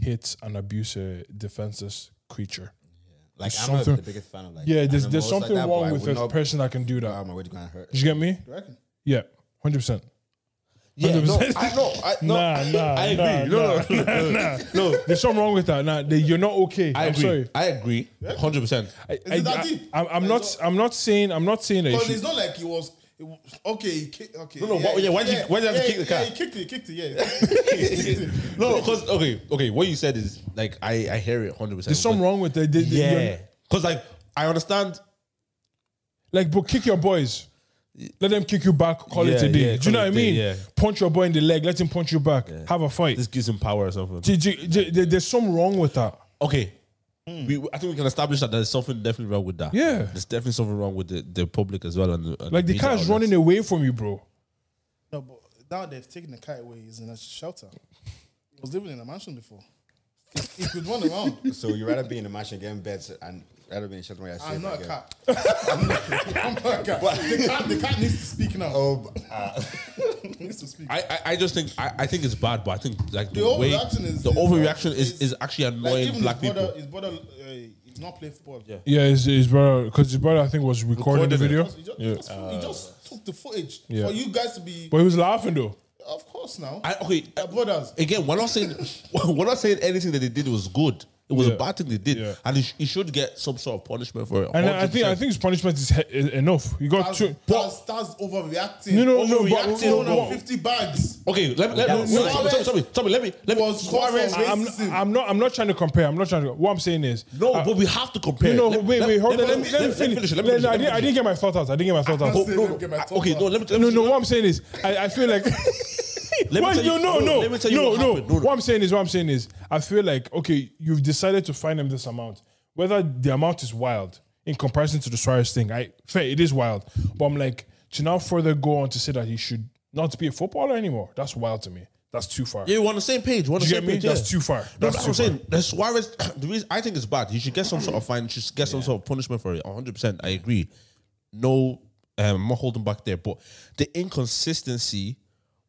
Speaker 1: hit and abuse a defenseless creature.
Speaker 3: Like
Speaker 1: There's
Speaker 3: I'm not
Speaker 1: something-
Speaker 3: the biggest fan of like
Speaker 1: Yeah, there's, there's
Speaker 3: animals like
Speaker 1: something
Speaker 3: that, but
Speaker 1: wrong
Speaker 3: I
Speaker 1: with
Speaker 3: would
Speaker 1: a
Speaker 3: not
Speaker 1: person that can do
Speaker 3: go
Speaker 1: that.
Speaker 3: out my way to go and hurt.
Speaker 1: Did you get me?
Speaker 4: You reckon?
Speaker 1: Yeah, hundred percent.
Speaker 5: Yeah, no,
Speaker 1: 100%.
Speaker 5: I know. I, no,
Speaker 1: Nah, nah,
Speaker 5: I
Speaker 1: nah,
Speaker 5: agree. No, no, no, no, no.
Speaker 1: There's something wrong with that. Nah, they- you're not okay.
Speaker 5: I
Speaker 1: am
Speaker 5: agree.
Speaker 1: sorry.
Speaker 5: I agree. Hundred percent.
Speaker 1: I,
Speaker 4: it that deep?
Speaker 1: I, am not. I'm not saying. I'm not saying that. you
Speaker 4: Because
Speaker 1: should-
Speaker 4: it's not like he was. It was okay, he kicked. Okay.
Speaker 5: no, but- yeah, why did you- why did you have to
Speaker 4: yeah,
Speaker 5: kick the
Speaker 4: yeah,
Speaker 5: car?
Speaker 4: he kicked it. He kicked it. Yeah. He kicked it.
Speaker 5: No, because
Speaker 2: okay, okay. What you said is like I, I hear it hundred percent.
Speaker 1: There's something wrong with that. They- they- you're-
Speaker 2: Yeah, because like I understand.
Speaker 1: Like, but kick your boys. Let them kick you back. Call it
Speaker 2: Yeah,
Speaker 1: a day.
Speaker 2: yeah,
Speaker 1: Do you know what
Speaker 2: call
Speaker 1: I
Speaker 2: it a day,
Speaker 1: mean?
Speaker 2: yeah.
Speaker 1: Punch your boy in the leg. Let him punch you back. Have a fight.
Speaker 2: This gives him power or something.
Speaker 1: Do- do- do- there- there's something wrong with that.
Speaker 2: Okay, we, I think we can establish that there's something definitely wrong with that.
Speaker 1: Hmm. Yeah.
Speaker 2: there's definitely something wrong with the, the public as well. And, the- and
Speaker 1: Like the
Speaker 2: media
Speaker 1: car's
Speaker 2: outlets.
Speaker 1: running away from you, bro.
Speaker 4: No, but now they've taken the cat away. He's in a shelter. He was living in a mansion before. He, he could run around.
Speaker 3: So you rather be in the mansion getting beds and rather be in shelter where I
Speaker 4: I'm Ah, not a cat. I'm not, I'm not a cat. The cat. The cat needs to speak now.
Speaker 3: Oh,
Speaker 4: needs to speak.
Speaker 2: I, I, I just think I, I think it's bad, but I think like the,
Speaker 4: The
Speaker 2: way
Speaker 4: overreaction is-
Speaker 2: the
Speaker 4: is-
Speaker 2: overreaction is,
Speaker 4: is-
Speaker 2: is actually
Speaker 4: like
Speaker 2: annoying
Speaker 4: even
Speaker 2: black
Speaker 4: his brother,
Speaker 2: people.
Speaker 4: his brother, uh, he's not playing football. Yeah.
Speaker 1: Yeah, his, his brother, because his brother, I think, was recording the video.
Speaker 4: He just,
Speaker 1: Yeah.
Speaker 4: he just, he just took the footage
Speaker 1: Yeah.
Speaker 4: for you guys to be.
Speaker 1: But he was laughing, though.
Speaker 4: of course, now
Speaker 2: I, okay, uh,
Speaker 4: they're brothers.
Speaker 2: again, we're not saying we're not saying anything that they did was good. It was
Speaker 1: Yeah.
Speaker 2: a bad thing they did,
Speaker 1: Yeah.
Speaker 2: and he, sh- he should get some sort of punishment for it.
Speaker 1: And I I think I
Speaker 2: 100%.
Speaker 1: think his punishment is he- is enough. You got
Speaker 4: That's,
Speaker 1: two.
Speaker 4: that's, that's overreacting.
Speaker 1: No, no, no, but-
Speaker 4: overreacting
Speaker 1: no,
Speaker 4: on
Speaker 1: no.
Speaker 4: fifty bags.
Speaker 2: okay. Let me let me
Speaker 4: was
Speaker 2: no,
Speaker 4: Suarez.
Speaker 2: Tommy, Tommy, Tommy, let me let me.
Speaker 4: Was Suarez
Speaker 1: I- I'm,
Speaker 4: racism?
Speaker 1: I'm not. I'm not trying to compare. I'm not trying to. What I'm saying is
Speaker 2: No,
Speaker 1: uh,
Speaker 2: but we have to compare.
Speaker 1: No, no,
Speaker 2: Let-
Speaker 1: wait, wait, hold on. Let me,
Speaker 2: finish.
Speaker 1: let me finish.
Speaker 2: Let me finish.
Speaker 1: No, I,
Speaker 2: Let me
Speaker 1: didn't, I didn't
Speaker 2: finish.
Speaker 1: get my thought out. I didn't get my thought out.
Speaker 4: Let me
Speaker 2: No,
Speaker 4: get my
Speaker 2: no,
Speaker 4: thought
Speaker 2: okay,
Speaker 4: out.
Speaker 2: no, let me. let me
Speaker 1: No,
Speaker 2: finish.
Speaker 1: no, what I'm saying is, I, I feel like.
Speaker 2: Let me
Speaker 1: What?
Speaker 2: tell you-
Speaker 1: no, no,
Speaker 2: no,
Speaker 1: no.
Speaker 2: let me tell you
Speaker 1: no,
Speaker 2: what
Speaker 1: no.
Speaker 2: happened. No, no.
Speaker 1: What I'm saying is, what I'm saying is, I feel like, okay, you've decided to fine him this amount. Whether the amount is wild in comparison to the Suarez thing, I fair, it is wild. But I'm like, to now further go on to say that he should not be a footballer anymore, that's wild to me. That's too far.
Speaker 2: Yeah, we're on the same page. We're on the
Speaker 1: Do you
Speaker 2: same
Speaker 1: get me?
Speaker 2: page. yeah.
Speaker 1: That's too far.
Speaker 2: No,
Speaker 1: That's
Speaker 2: but
Speaker 1: too
Speaker 2: I'm saying the Suarez. The reason I think it's bad. You should get some sort of fine. You should get some sort of punishment for it. 100. percent I agree. No, um, I'm not holding back there. But the inconsistency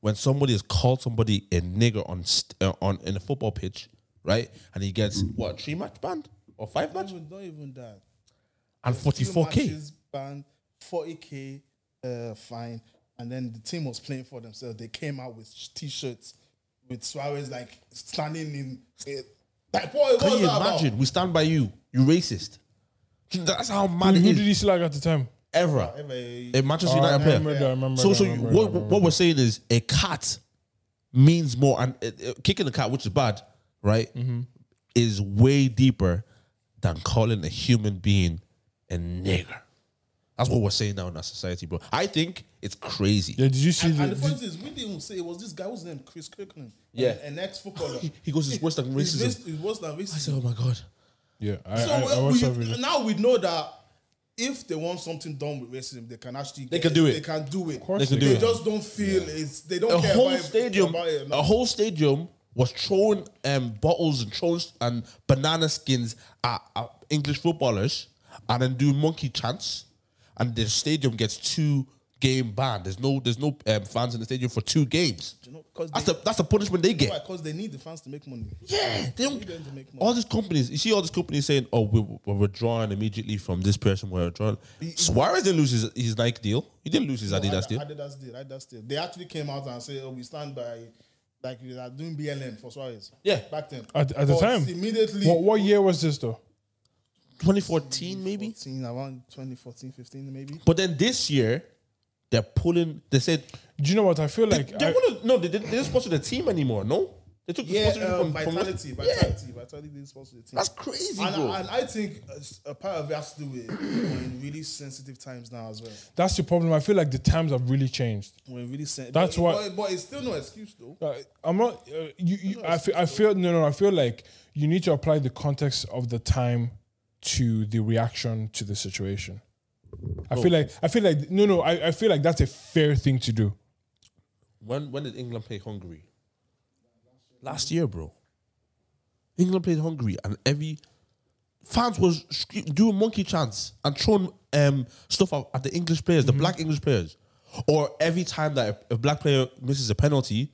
Speaker 2: when somebody has called somebody a nigger on st- uh, on in a football pitch, right? And he gets what three match ban or five
Speaker 4: Not
Speaker 2: match
Speaker 4: even, not even that.
Speaker 2: and 44k.
Speaker 4: matches banned, 40k uh, fine, and then the team was playing for themselves. They came out with sh- t-shirts with Suarez like standing in. It. Like what, what
Speaker 2: Can
Speaker 4: was
Speaker 2: you
Speaker 4: that
Speaker 2: imagine?
Speaker 4: about?
Speaker 2: We stand by you. You racist. That's how mad
Speaker 1: Who
Speaker 2: it
Speaker 1: did
Speaker 2: is.
Speaker 1: he slag at the time?
Speaker 2: Ever.
Speaker 4: Ever-
Speaker 2: A Manchester
Speaker 1: Oh, I
Speaker 2: United player.
Speaker 1: remember that, I remember
Speaker 2: so,
Speaker 1: that,
Speaker 2: so
Speaker 1: I remember
Speaker 2: what,
Speaker 1: that, I
Speaker 2: what we're saying is a cat means more, and uh, uh, kicking a cat, which is bad, right, is way deeper than calling a human being a nigger. That's what we're saying now in our society, bro. I think it's crazy.
Speaker 1: Yeah, did you see
Speaker 4: And, and
Speaker 1: the,
Speaker 4: the funny thing is, we didn't say it was this guy. What's his name? Chris Kirkland.
Speaker 2: Yeah.
Speaker 4: an, an ex-footballer.
Speaker 2: He, he goes, it's worse than
Speaker 4: He's
Speaker 2: racism.
Speaker 4: rac- He's worse than
Speaker 2: I said,
Speaker 4: racism.
Speaker 2: oh my God.
Speaker 1: Yeah, I,
Speaker 4: So
Speaker 1: I, I
Speaker 4: uh,
Speaker 1: watched that
Speaker 4: we,
Speaker 1: video.
Speaker 4: now we know that if they want something done with racism, they can actually they
Speaker 2: can do it.
Speaker 4: They can do it. Of
Speaker 1: course
Speaker 2: They can
Speaker 4: they
Speaker 2: do it.
Speaker 4: just don't feel it's. They don't
Speaker 2: a
Speaker 4: care
Speaker 2: whole
Speaker 4: about it-
Speaker 2: stadium,
Speaker 4: about it.
Speaker 2: a whole stadium was throwing um, bottles and throwing s- and banana skins at, at English footballers, and then doing monkey chants, and the stadium gets two game ban. There's no there's no um, fans in the stadium for two games.
Speaker 4: You know, 'cause
Speaker 2: That's
Speaker 4: they-
Speaker 2: the that's the punishment they get.
Speaker 4: because they need the fans to make money.
Speaker 2: Eh. Yeah, they don't.
Speaker 4: need them to make money.
Speaker 2: All these companies, you see, all these companies saying, "Oh, we, we're withdrawing immediately from this person. We're withdrawing." Suarez didn't lose his, his Nike deal. He didn't lose his Adidas deal.
Speaker 4: Adidas did. Adidas did. They actually came out and said, "Oh, we stand by." Like we are doing BLM for Suarez.
Speaker 2: Yeah.
Speaker 4: back then.
Speaker 1: At, at the
Speaker 4: But
Speaker 1: time,
Speaker 4: immediately.
Speaker 1: What, what year was this though?
Speaker 2: 2014, maybe.
Speaker 4: 14, around 2014, 15 maybe.
Speaker 2: But then this year, they're pulling. They said
Speaker 1: Do you know what I feel like?
Speaker 2: they
Speaker 1: I-
Speaker 2: want to. No, they, didn't- they didn't sponsor the team anymore. No, they took the
Speaker 4: Yeah,
Speaker 2: sponsorship
Speaker 4: uh,
Speaker 2: um, from, from
Speaker 4: vitality, vitality, vitality. Did sponsor the team.
Speaker 2: That's crazy,
Speaker 4: and,
Speaker 2: bro.
Speaker 4: and I think a- a part of it has to do with we're in really sensitive times now as well.
Speaker 1: that's the problem. I feel like the times have really changed.
Speaker 4: We're in really sensitive.
Speaker 1: That's
Speaker 4: but,
Speaker 1: why-
Speaker 4: But, but it's still no excuse though.
Speaker 1: Uh, I'm not. Uh, you, you, I, feel, I feel no, no. I feel like you need to apply the context of the time to the reaction to the situation. I
Speaker 2: Oh.
Speaker 1: feel like I feel like no, no. I, I feel like that's a fair thing to do.
Speaker 2: when when did England play Hungary? Last year, bro. England played Hungary, and every fans was sc- doing monkey chants and throwing um, stuff at, at the Mm-hmm. English players, the black English players. Or every time that a, a black player misses a penalty,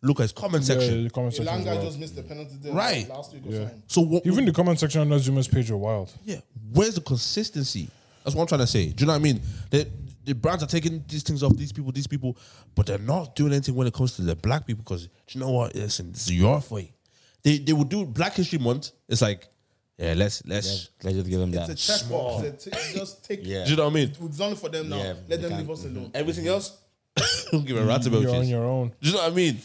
Speaker 2: Look at his comment section.
Speaker 1: Yeah, the comment section. is
Speaker 4: Elanga
Speaker 1: wild.
Speaker 4: just missed the penalty there
Speaker 2: Right.
Speaker 4: last week or something.
Speaker 2: So what,
Speaker 1: Even the comment section on Azuma's page are wild.
Speaker 2: Yeah, where's the consistency? That's what I'm trying to say. Do you know what I mean? The the brands are taking these things off these people, these people, but they're not doing anything when it comes to the black people. Because do you know what? Listen, it's your fight. They they would do Black History Month. It's like, yeah, let's let's.
Speaker 3: Let's just give them
Speaker 4: It's a
Speaker 3: that.
Speaker 4: checkbox. It's a- Just take.
Speaker 3: Yeah.
Speaker 2: Do you know what I mean?
Speaker 4: We've done it for them now.
Speaker 3: Yeah,
Speaker 4: Let
Speaker 3: they
Speaker 4: them
Speaker 3: can-
Speaker 4: leave us
Speaker 2: mm-hmm.
Speaker 4: alone.
Speaker 5: Everything else,
Speaker 2: Don't give a rat about
Speaker 1: You're on
Speaker 2: this.
Speaker 1: your own.
Speaker 2: Do you know what I mean?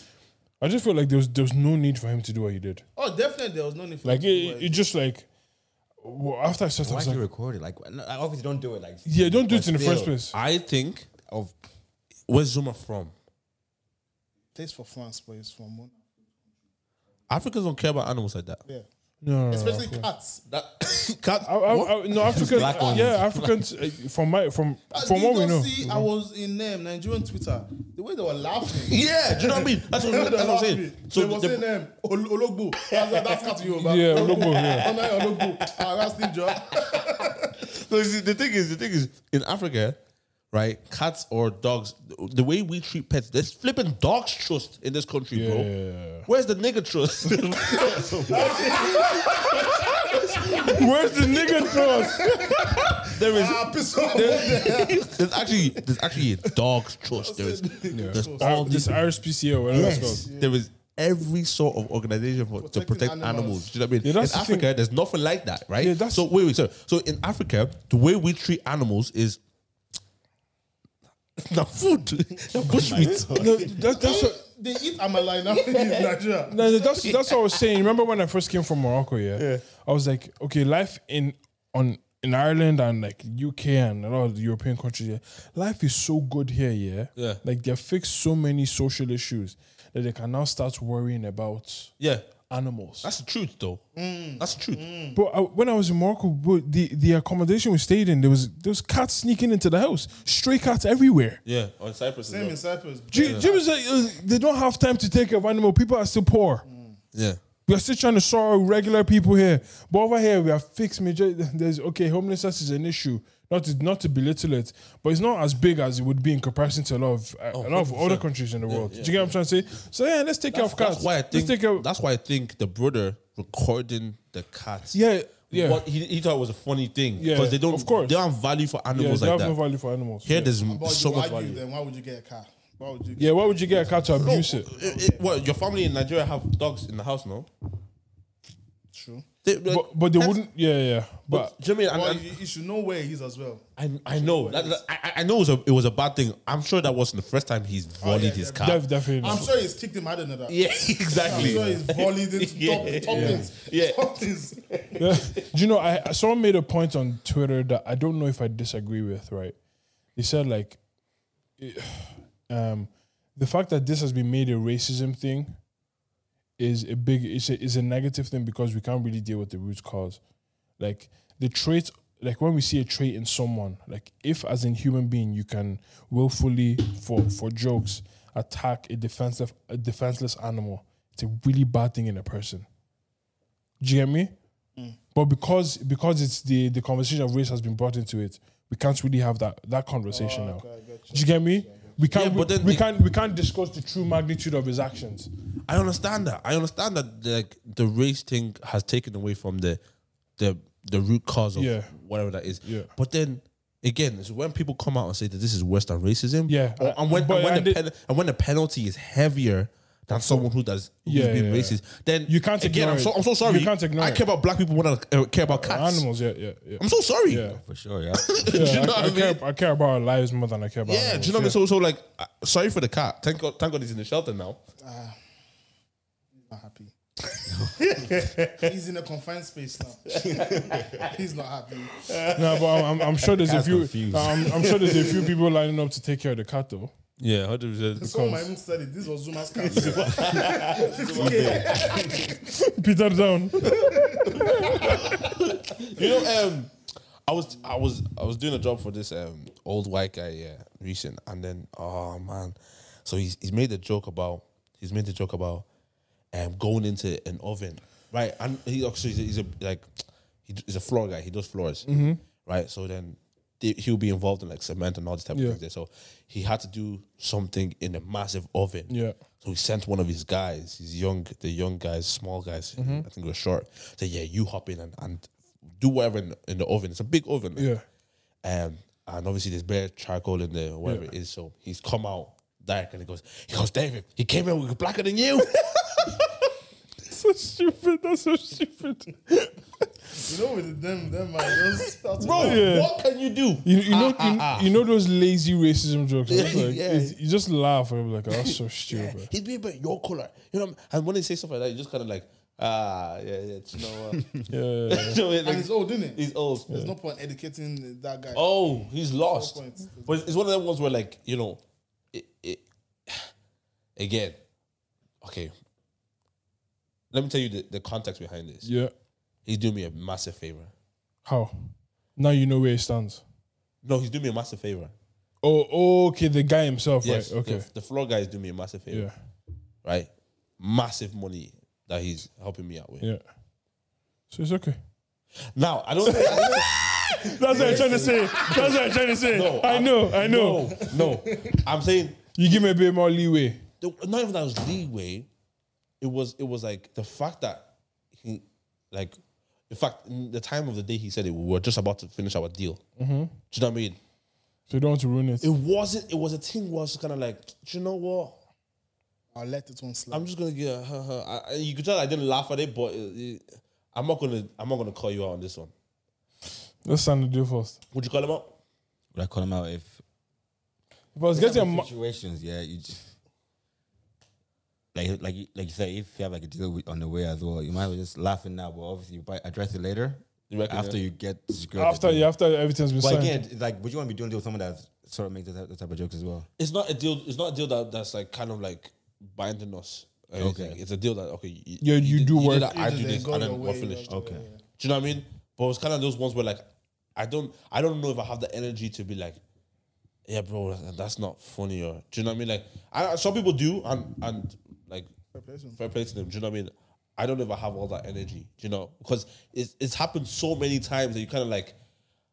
Speaker 1: I just feel like there was there was no need for him to do what he did.
Speaker 4: Oh, definitely there was no need for
Speaker 1: Like it,
Speaker 4: them to do
Speaker 1: it just like well, after I said
Speaker 3: Why
Speaker 1: I was
Speaker 3: do you
Speaker 1: like,
Speaker 3: record it? Like, no, I obviously don't do it. Like,
Speaker 1: yeah, don't do it
Speaker 3: but
Speaker 1: in the first
Speaker 3: still,
Speaker 1: place.
Speaker 2: I think
Speaker 3: Of
Speaker 2: where's Zuma from?
Speaker 4: Taste for France, but it's from one.
Speaker 2: Africans don't care about animals like that.
Speaker 4: Yeah.
Speaker 1: No, no, no,
Speaker 4: Especially
Speaker 1: no.
Speaker 4: cats.
Speaker 2: Oh, That cat.
Speaker 1: I, I, I, no, African.
Speaker 3: Black ones.
Speaker 1: yeah, Africans. uh, From my from
Speaker 4: Ah,
Speaker 1: from
Speaker 4: did
Speaker 1: what we
Speaker 4: you
Speaker 1: know,
Speaker 4: See, I was in um, Nigerian Twitter. The way they were laughing.
Speaker 2: yeah, do you know what I mean? That's what, that's what I'm saying. So
Speaker 4: So they were
Speaker 2: the-
Speaker 4: saying um, Ol- Ologbo. That's, that's cat to you, man.
Speaker 1: Yeah, Ologbo, yeah.
Speaker 4: Oh, no, Ologbo. Ah, that's Steve Jobs.
Speaker 2: So you see, the thing is, the thing is, in Africa, right? Cats or dogs, the- the way we treat pets, there's flipping dogs trust in this country, bro.
Speaker 1: Yeah.
Speaker 2: Where's the nigga trust?
Speaker 1: where's the nigga trust?
Speaker 2: there is,
Speaker 4: Ah, piss off. There
Speaker 2: there's actually, there's actually a dog's trust. There is, there's all
Speaker 1: Uh,
Speaker 2: these,
Speaker 1: this RSPCA, or whatever it's
Speaker 2: yes,
Speaker 1: called.
Speaker 2: there is every sort of organization for, to
Speaker 4: Protecting
Speaker 2: protect animals.
Speaker 4: animals.
Speaker 2: Do you know what I mean?
Speaker 1: Yeah,
Speaker 2: in
Speaker 1: that's the thing.
Speaker 2: Africa, there's nothing like that, right?
Speaker 1: Yeah, that's-
Speaker 2: so wait, wait, sorry. So in Africa, the way we treat animals is. Now food, now bushmeat.
Speaker 1: No, that, that's what.
Speaker 4: they eat amala now in Nigeria.
Speaker 1: No, no, that's that's what I was saying. Remember when I first came from Morocco? Yeah, I was like, okay, life in on in Ireland and like UK and a lot of the European countries, yeah, life is so good here. Yeah,
Speaker 2: Yeah.
Speaker 1: Like they have fixed so many social issues that they can now start worrying about
Speaker 2: Yeah,
Speaker 1: animals.
Speaker 2: That's the truth, though.
Speaker 4: Mm.
Speaker 2: That's the truth.
Speaker 1: But I, when I was in Morocco, bro, the, the accommodation we stayed in, there was there was cats sneaking into the house, stray cats everywhere.
Speaker 2: Yeah, on Cyprus. as
Speaker 4: Same
Speaker 2: well.
Speaker 4: in Cyprus.
Speaker 1: Jim was like, uh, they don't have time to take care of animal. People are still poor.
Speaker 2: Yeah,
Speaker 1: We are still trying to solve regular people here. But over here, we are fixed major. There's okay, homelessness is an issue. Not to, not to belittle it, but it's not as big as it would be in comparison to a lot of uh,
Speaker 2: Oh,
Speaker 1: a lot of other countries in the world. Do you get what I'm trying to say? So yeah, let's take care of cats.
Speaker 2: that's why I
Speaker 1: let's
Speaker 2: think.
Speaker 1: take care. Of,
Speaker 2: That's why I think the brother recording the cats.
Speaker 1: yeah, yeah.
Speaker 2: What he, he thought it was a funny thing
Speaker 1: Yeah,
Speaker 2: because they don't.
Speaker 1: of course.
Speaker 2: they don't have value for
Speaker 1: yeah,
Speaker 2: animals
Speaker 1: they
Speaker 2: like
Speaker 1: have
Speaker 2: that.
Speaker 1: no value for animals.
Speaker 2: Here,
Speaker 1: yeah.
Speaker 2: there's
Speaker 4: But
Speaker 2: so
Speaker 4: you
Speaker 2: much
Speaker 4: argue,
Speaker 2: value.
Speaker 4: then why would you get a car? Why would you get
Speaker 1: yeah, why would you get a cat to abuse it?
Speaker 2: It- it- what your family in Nigeria have dogs in the house, no?
Speaker 4: true?
Speaker 2: They, like,
Speaker 1: But, but they
Speaker 2: pets-
Speaker 1: wouldn't. Yeah, yeah. But
Speaker 2: Do you know what I mean?
Speaker 4: But
Speaker 2: And-
Speaker 4: you, you should know where he is as well.
Speaker 2: and- I, I know. That, that- I, I- I know it was, a, it was a bad thing. I'm sure that wasn't the first time he's volleyed
Speaker 4: yeah,
Speaker 2: his
Speaker 4: yeah.
Speaker 2: cat.
Speaker 1: def- definitely.
Speaker 4: I'm sure he's kicked him. I don't know that.
Speaker 2: yeah,
Speaker 4: I'm
Speaker 2: exactly.
Speaker 4: sure he's volleyed into
Speaker 2: Yeah.
Speaker 4: top, top
Speaker 2: Yeah.
Speaker 4: things.
Speaker 2: Yeah.
Speaker 4: Top things.
Speaker 1: Yeah. Do you know? I someone made a point on Twitter that I don't know if I disagree with. Right? They said like, eh, um, the fact that this has been made a racism thing is a big is a, is a negative thing because we can't really deal with the root cause. Like the trait, like when we see a trait in someone, like if as in human being you can willfully for for jokes attack a defensive a defenseless animal, it's a really bad thing in a person. Do you get me?
Speaker 2: Mm.
Speaker 1: But because because it's the the conversation of race has been brought into it, we can't really have that that
Speaker 2: Oh,
Speaker 1: conversation now. Do you get me? We can't
Speaker 2: Yeah, but then
Speaker 1: we,
Speaker 2: the-
Speaker 1: can't we can't discuss the true magnitude of his actions.
Speaker 2: I understand that. I understand that like the race thing has taken away from the the the root cause of
Speaker 1: Yeah.
Speaker 2: whatever that is.
Speaker 1: Yeah.
Speaker 2: But then again, it's when people come out and say that this is Western racism.
Speaker 1: Yeah.
Speaker 2: Or- and when
Speaker 1: But-
Speaker 2: and when
Speaker 1: and
Speaker 2: the
Speaker 1: it-
Speaker 2: pen, and when the penalty is heavier than someone who does who's
Speaker 1: Yeah,
Speaker 2: been
Speaker 1: yeah.
Speaker 2: racist, then
Speaker 1: You can't
Speaker 2: again.
Speaker 1: ignore
Speaker 2: I'm so
Speaker 1: it.
Speaker 2: I'm so sorry.
Speaker 1: You can't ignore
Speaker 2: I
Speaker 1: it.
Speaker 2: care about black people more than I uh, care about cats.
Speaker 1: Animals, yeah, yeah, yeah.
Speaker 2: I'm so sorry.
Speaker 1: Yeah.
Speaker 3: for sure, yeah.
Speaker 1: Yeah,
Speaker 2: you know what
Speaker 1: I,
Speaker 2: I
Speaker 1: I care,
Speaker 2: mean?
Speaker 1: I care about our lives more than I care about.
Speaker 2: Yeah,
Speaker 1: animals,
Speaker 2: do you know what I mean? So, so like, uh, sorry for the cat. Thank God, thank God he's in the shelter now.
Speaker 4: Not happy. he's in a confined space now. he's not happy.
Speaker 1: No, but I'm, I'm, I'm sure there's a
Speaker 3: Cat's
Speaker 1: few.
Speaker 3: confused.
Speaker 1: I'm, I'm sure there's a few people lining up to take care of the cat though.
Speaker 2: Yeah, hundred percent.
Speaker 4: Someone might even said it. This was Zuma's cat. okay.
Speaker 1: Peter down.
Speaker 2: You know, um, I was I was I was doing a job for this um old white guy, yeah, recent, and then oh man, so he's he's made a joke about he's made a joke about um going into an oven, right?
Speaker 1: Mm-hmm.
Speaker 2: oh, And he actually he's a, he's a like he d- he's a floor guy, he does floors, right? So then they, he'll be involved in like cement and all this type
Speaker 1: Yeah.
Speaker 2: of things. There. So he had to do something in a massive oven.
Speaker 1: Yeah.
Speaker 2: So he sent one of his guys, his young, the young guys, small guys.
Speaker 1: Mm-hmm.
Speaker 2: I think they were short. Said, "Yeah, you hop in and, and do whatever in, in the oven. It's a big oven.
Speaker 1: Yeah.
Speaker 2: Um, and obviously there's bare charcoal in there, whatever it is. So he's come out dark and he goes, he goes, David, he came in with blacker than you.
Speaker 1: so stupid. That's so stupid.
Speaker 4: You know, with them, them, I just started
Speaker 2: Bro,
Speaker 1: Yeah.
Speaker 2: what can you do?
Speaker 1: You, you know, you, you know those lazy racism jokes. It's like,
Speaker 2: Yeah.
Speaker 1: it's- you just laugh and be like, oh, "That's so stupid."
Speaker 2: He'd be about your color, you know. And when they say stuff like that, you just kind of like, ah, yeah, yeah, it's no. Uh,
Speaker 1: Yeah,
Speaker 2: you know, like,
Speaker 4: And it's old, isn't it?
Speaker 2: he's old.
Speaker 4: There's no point educating that guy.
Speaker 2: Oh, he's lost.
Speaker 4: points.
Speaker 2: But it's one of them ones where, like, you know, it, it again. Okay, let me tell you the, the context behind this.
Speaker 1: yeah.
Speaker 2: He's doing me a massive favor.
Speaker 1: How? Now you know where he stands.
Speaker 2: No, he's doing me a massive favor.
Speaker 1: Oh, okay. The guy himself,
Speaker 2: Yes,
Speaker 1: right? Okay.
Speaker 2: The, the floor guy is doing me a massive favor.
Speaker 1: Yeah.
Speaker 2: Right, massive money that he's helping me out with.
Speaker 1: Yeah. So it's okay.
Speaker 2: Now I don't. think- I don't
Speaker 1: That's what I'm trying to say. That's what I'm trying to say.
Speaker 2: No,
Speaker 1: I
Speaker 2: I'm-
Speaker 1: know. I know.
Speaker 2: no, no. I'm saying
Speaker 1: You give me a bit more leeway.
Speaker 2: the- not even that was leeway. It was it was like the fact that he like in fact in the time of the day he said it, we were just about to finish our deal. Do you know what I mean?
Speaker 1: So you don't want to ruin it.
Speaker 2: It wasn't. It was a thing. where I Was just kind of like, do you know what?
Speaker 4: I'll let it one slide.
Speaker 2: I'm just gonna get. huh, huh." I- I- you could tell I didn't laugh at it, but it- it- I'm not gonna. I'm not gonna call you out on this one.
Speaker 1: Let's sign the deal first.
Speaker 2: Would you call him out?
Speaker 3: Would I call him out if
Speaker 1: If I was getting a
Speaker 3: Some
Speaker 1: ma-
Speaker 3: situations? Yeah, you just like like you- like you said, if you have like a deal with, on the way as well, you might as well just laugh it now. But obviously, you might address it later
Speaker 2: You reckon,
Speaker 3: after
Speaker 2: yeah?
Speaker 3: you get secured.
Speaker 1: after
Speaker 3: yeah.
Speaker 1: yeah, after everything's been
Speaker 3: But
Speaker 1: signed.
Speaker 3: again, it's like, would you want to be doing deal with someone that sort of makes that, that type of jokes as well?
Speaker 2: It's not a deal. It's not a deal that that's like kind of like binding us. or
Speaker 3: Okay.
Speaker 2: anything. it's a deal that okay. You,
Speaker 1: Yeah, you
Speaker 2: did-
Speaker 1: do work.
Speaker 2: did that, I
Speaker 4: You
Speaker 2: do
Speaker 4: just
Speaker 2: this,
Speaker 4: go
Speaker 2: and
Speaker 4: your
Speaker 2: then we're
Speaker 4: way,
Speaker 2: finished.
Speaker 4: you
Speaker 3: Okay.
Speaker 2: Do you know what I mean? But it's kind of those ones where like I don't I don't know if I have the energy to be like, yeah, bro, that- that's not funny or do you know what I mean? Like I, some people do and and like fair play to them. Do you know what I mean? I don't know if I have all that energy. Do you know? Because it's it's happened so many times that you kind of like,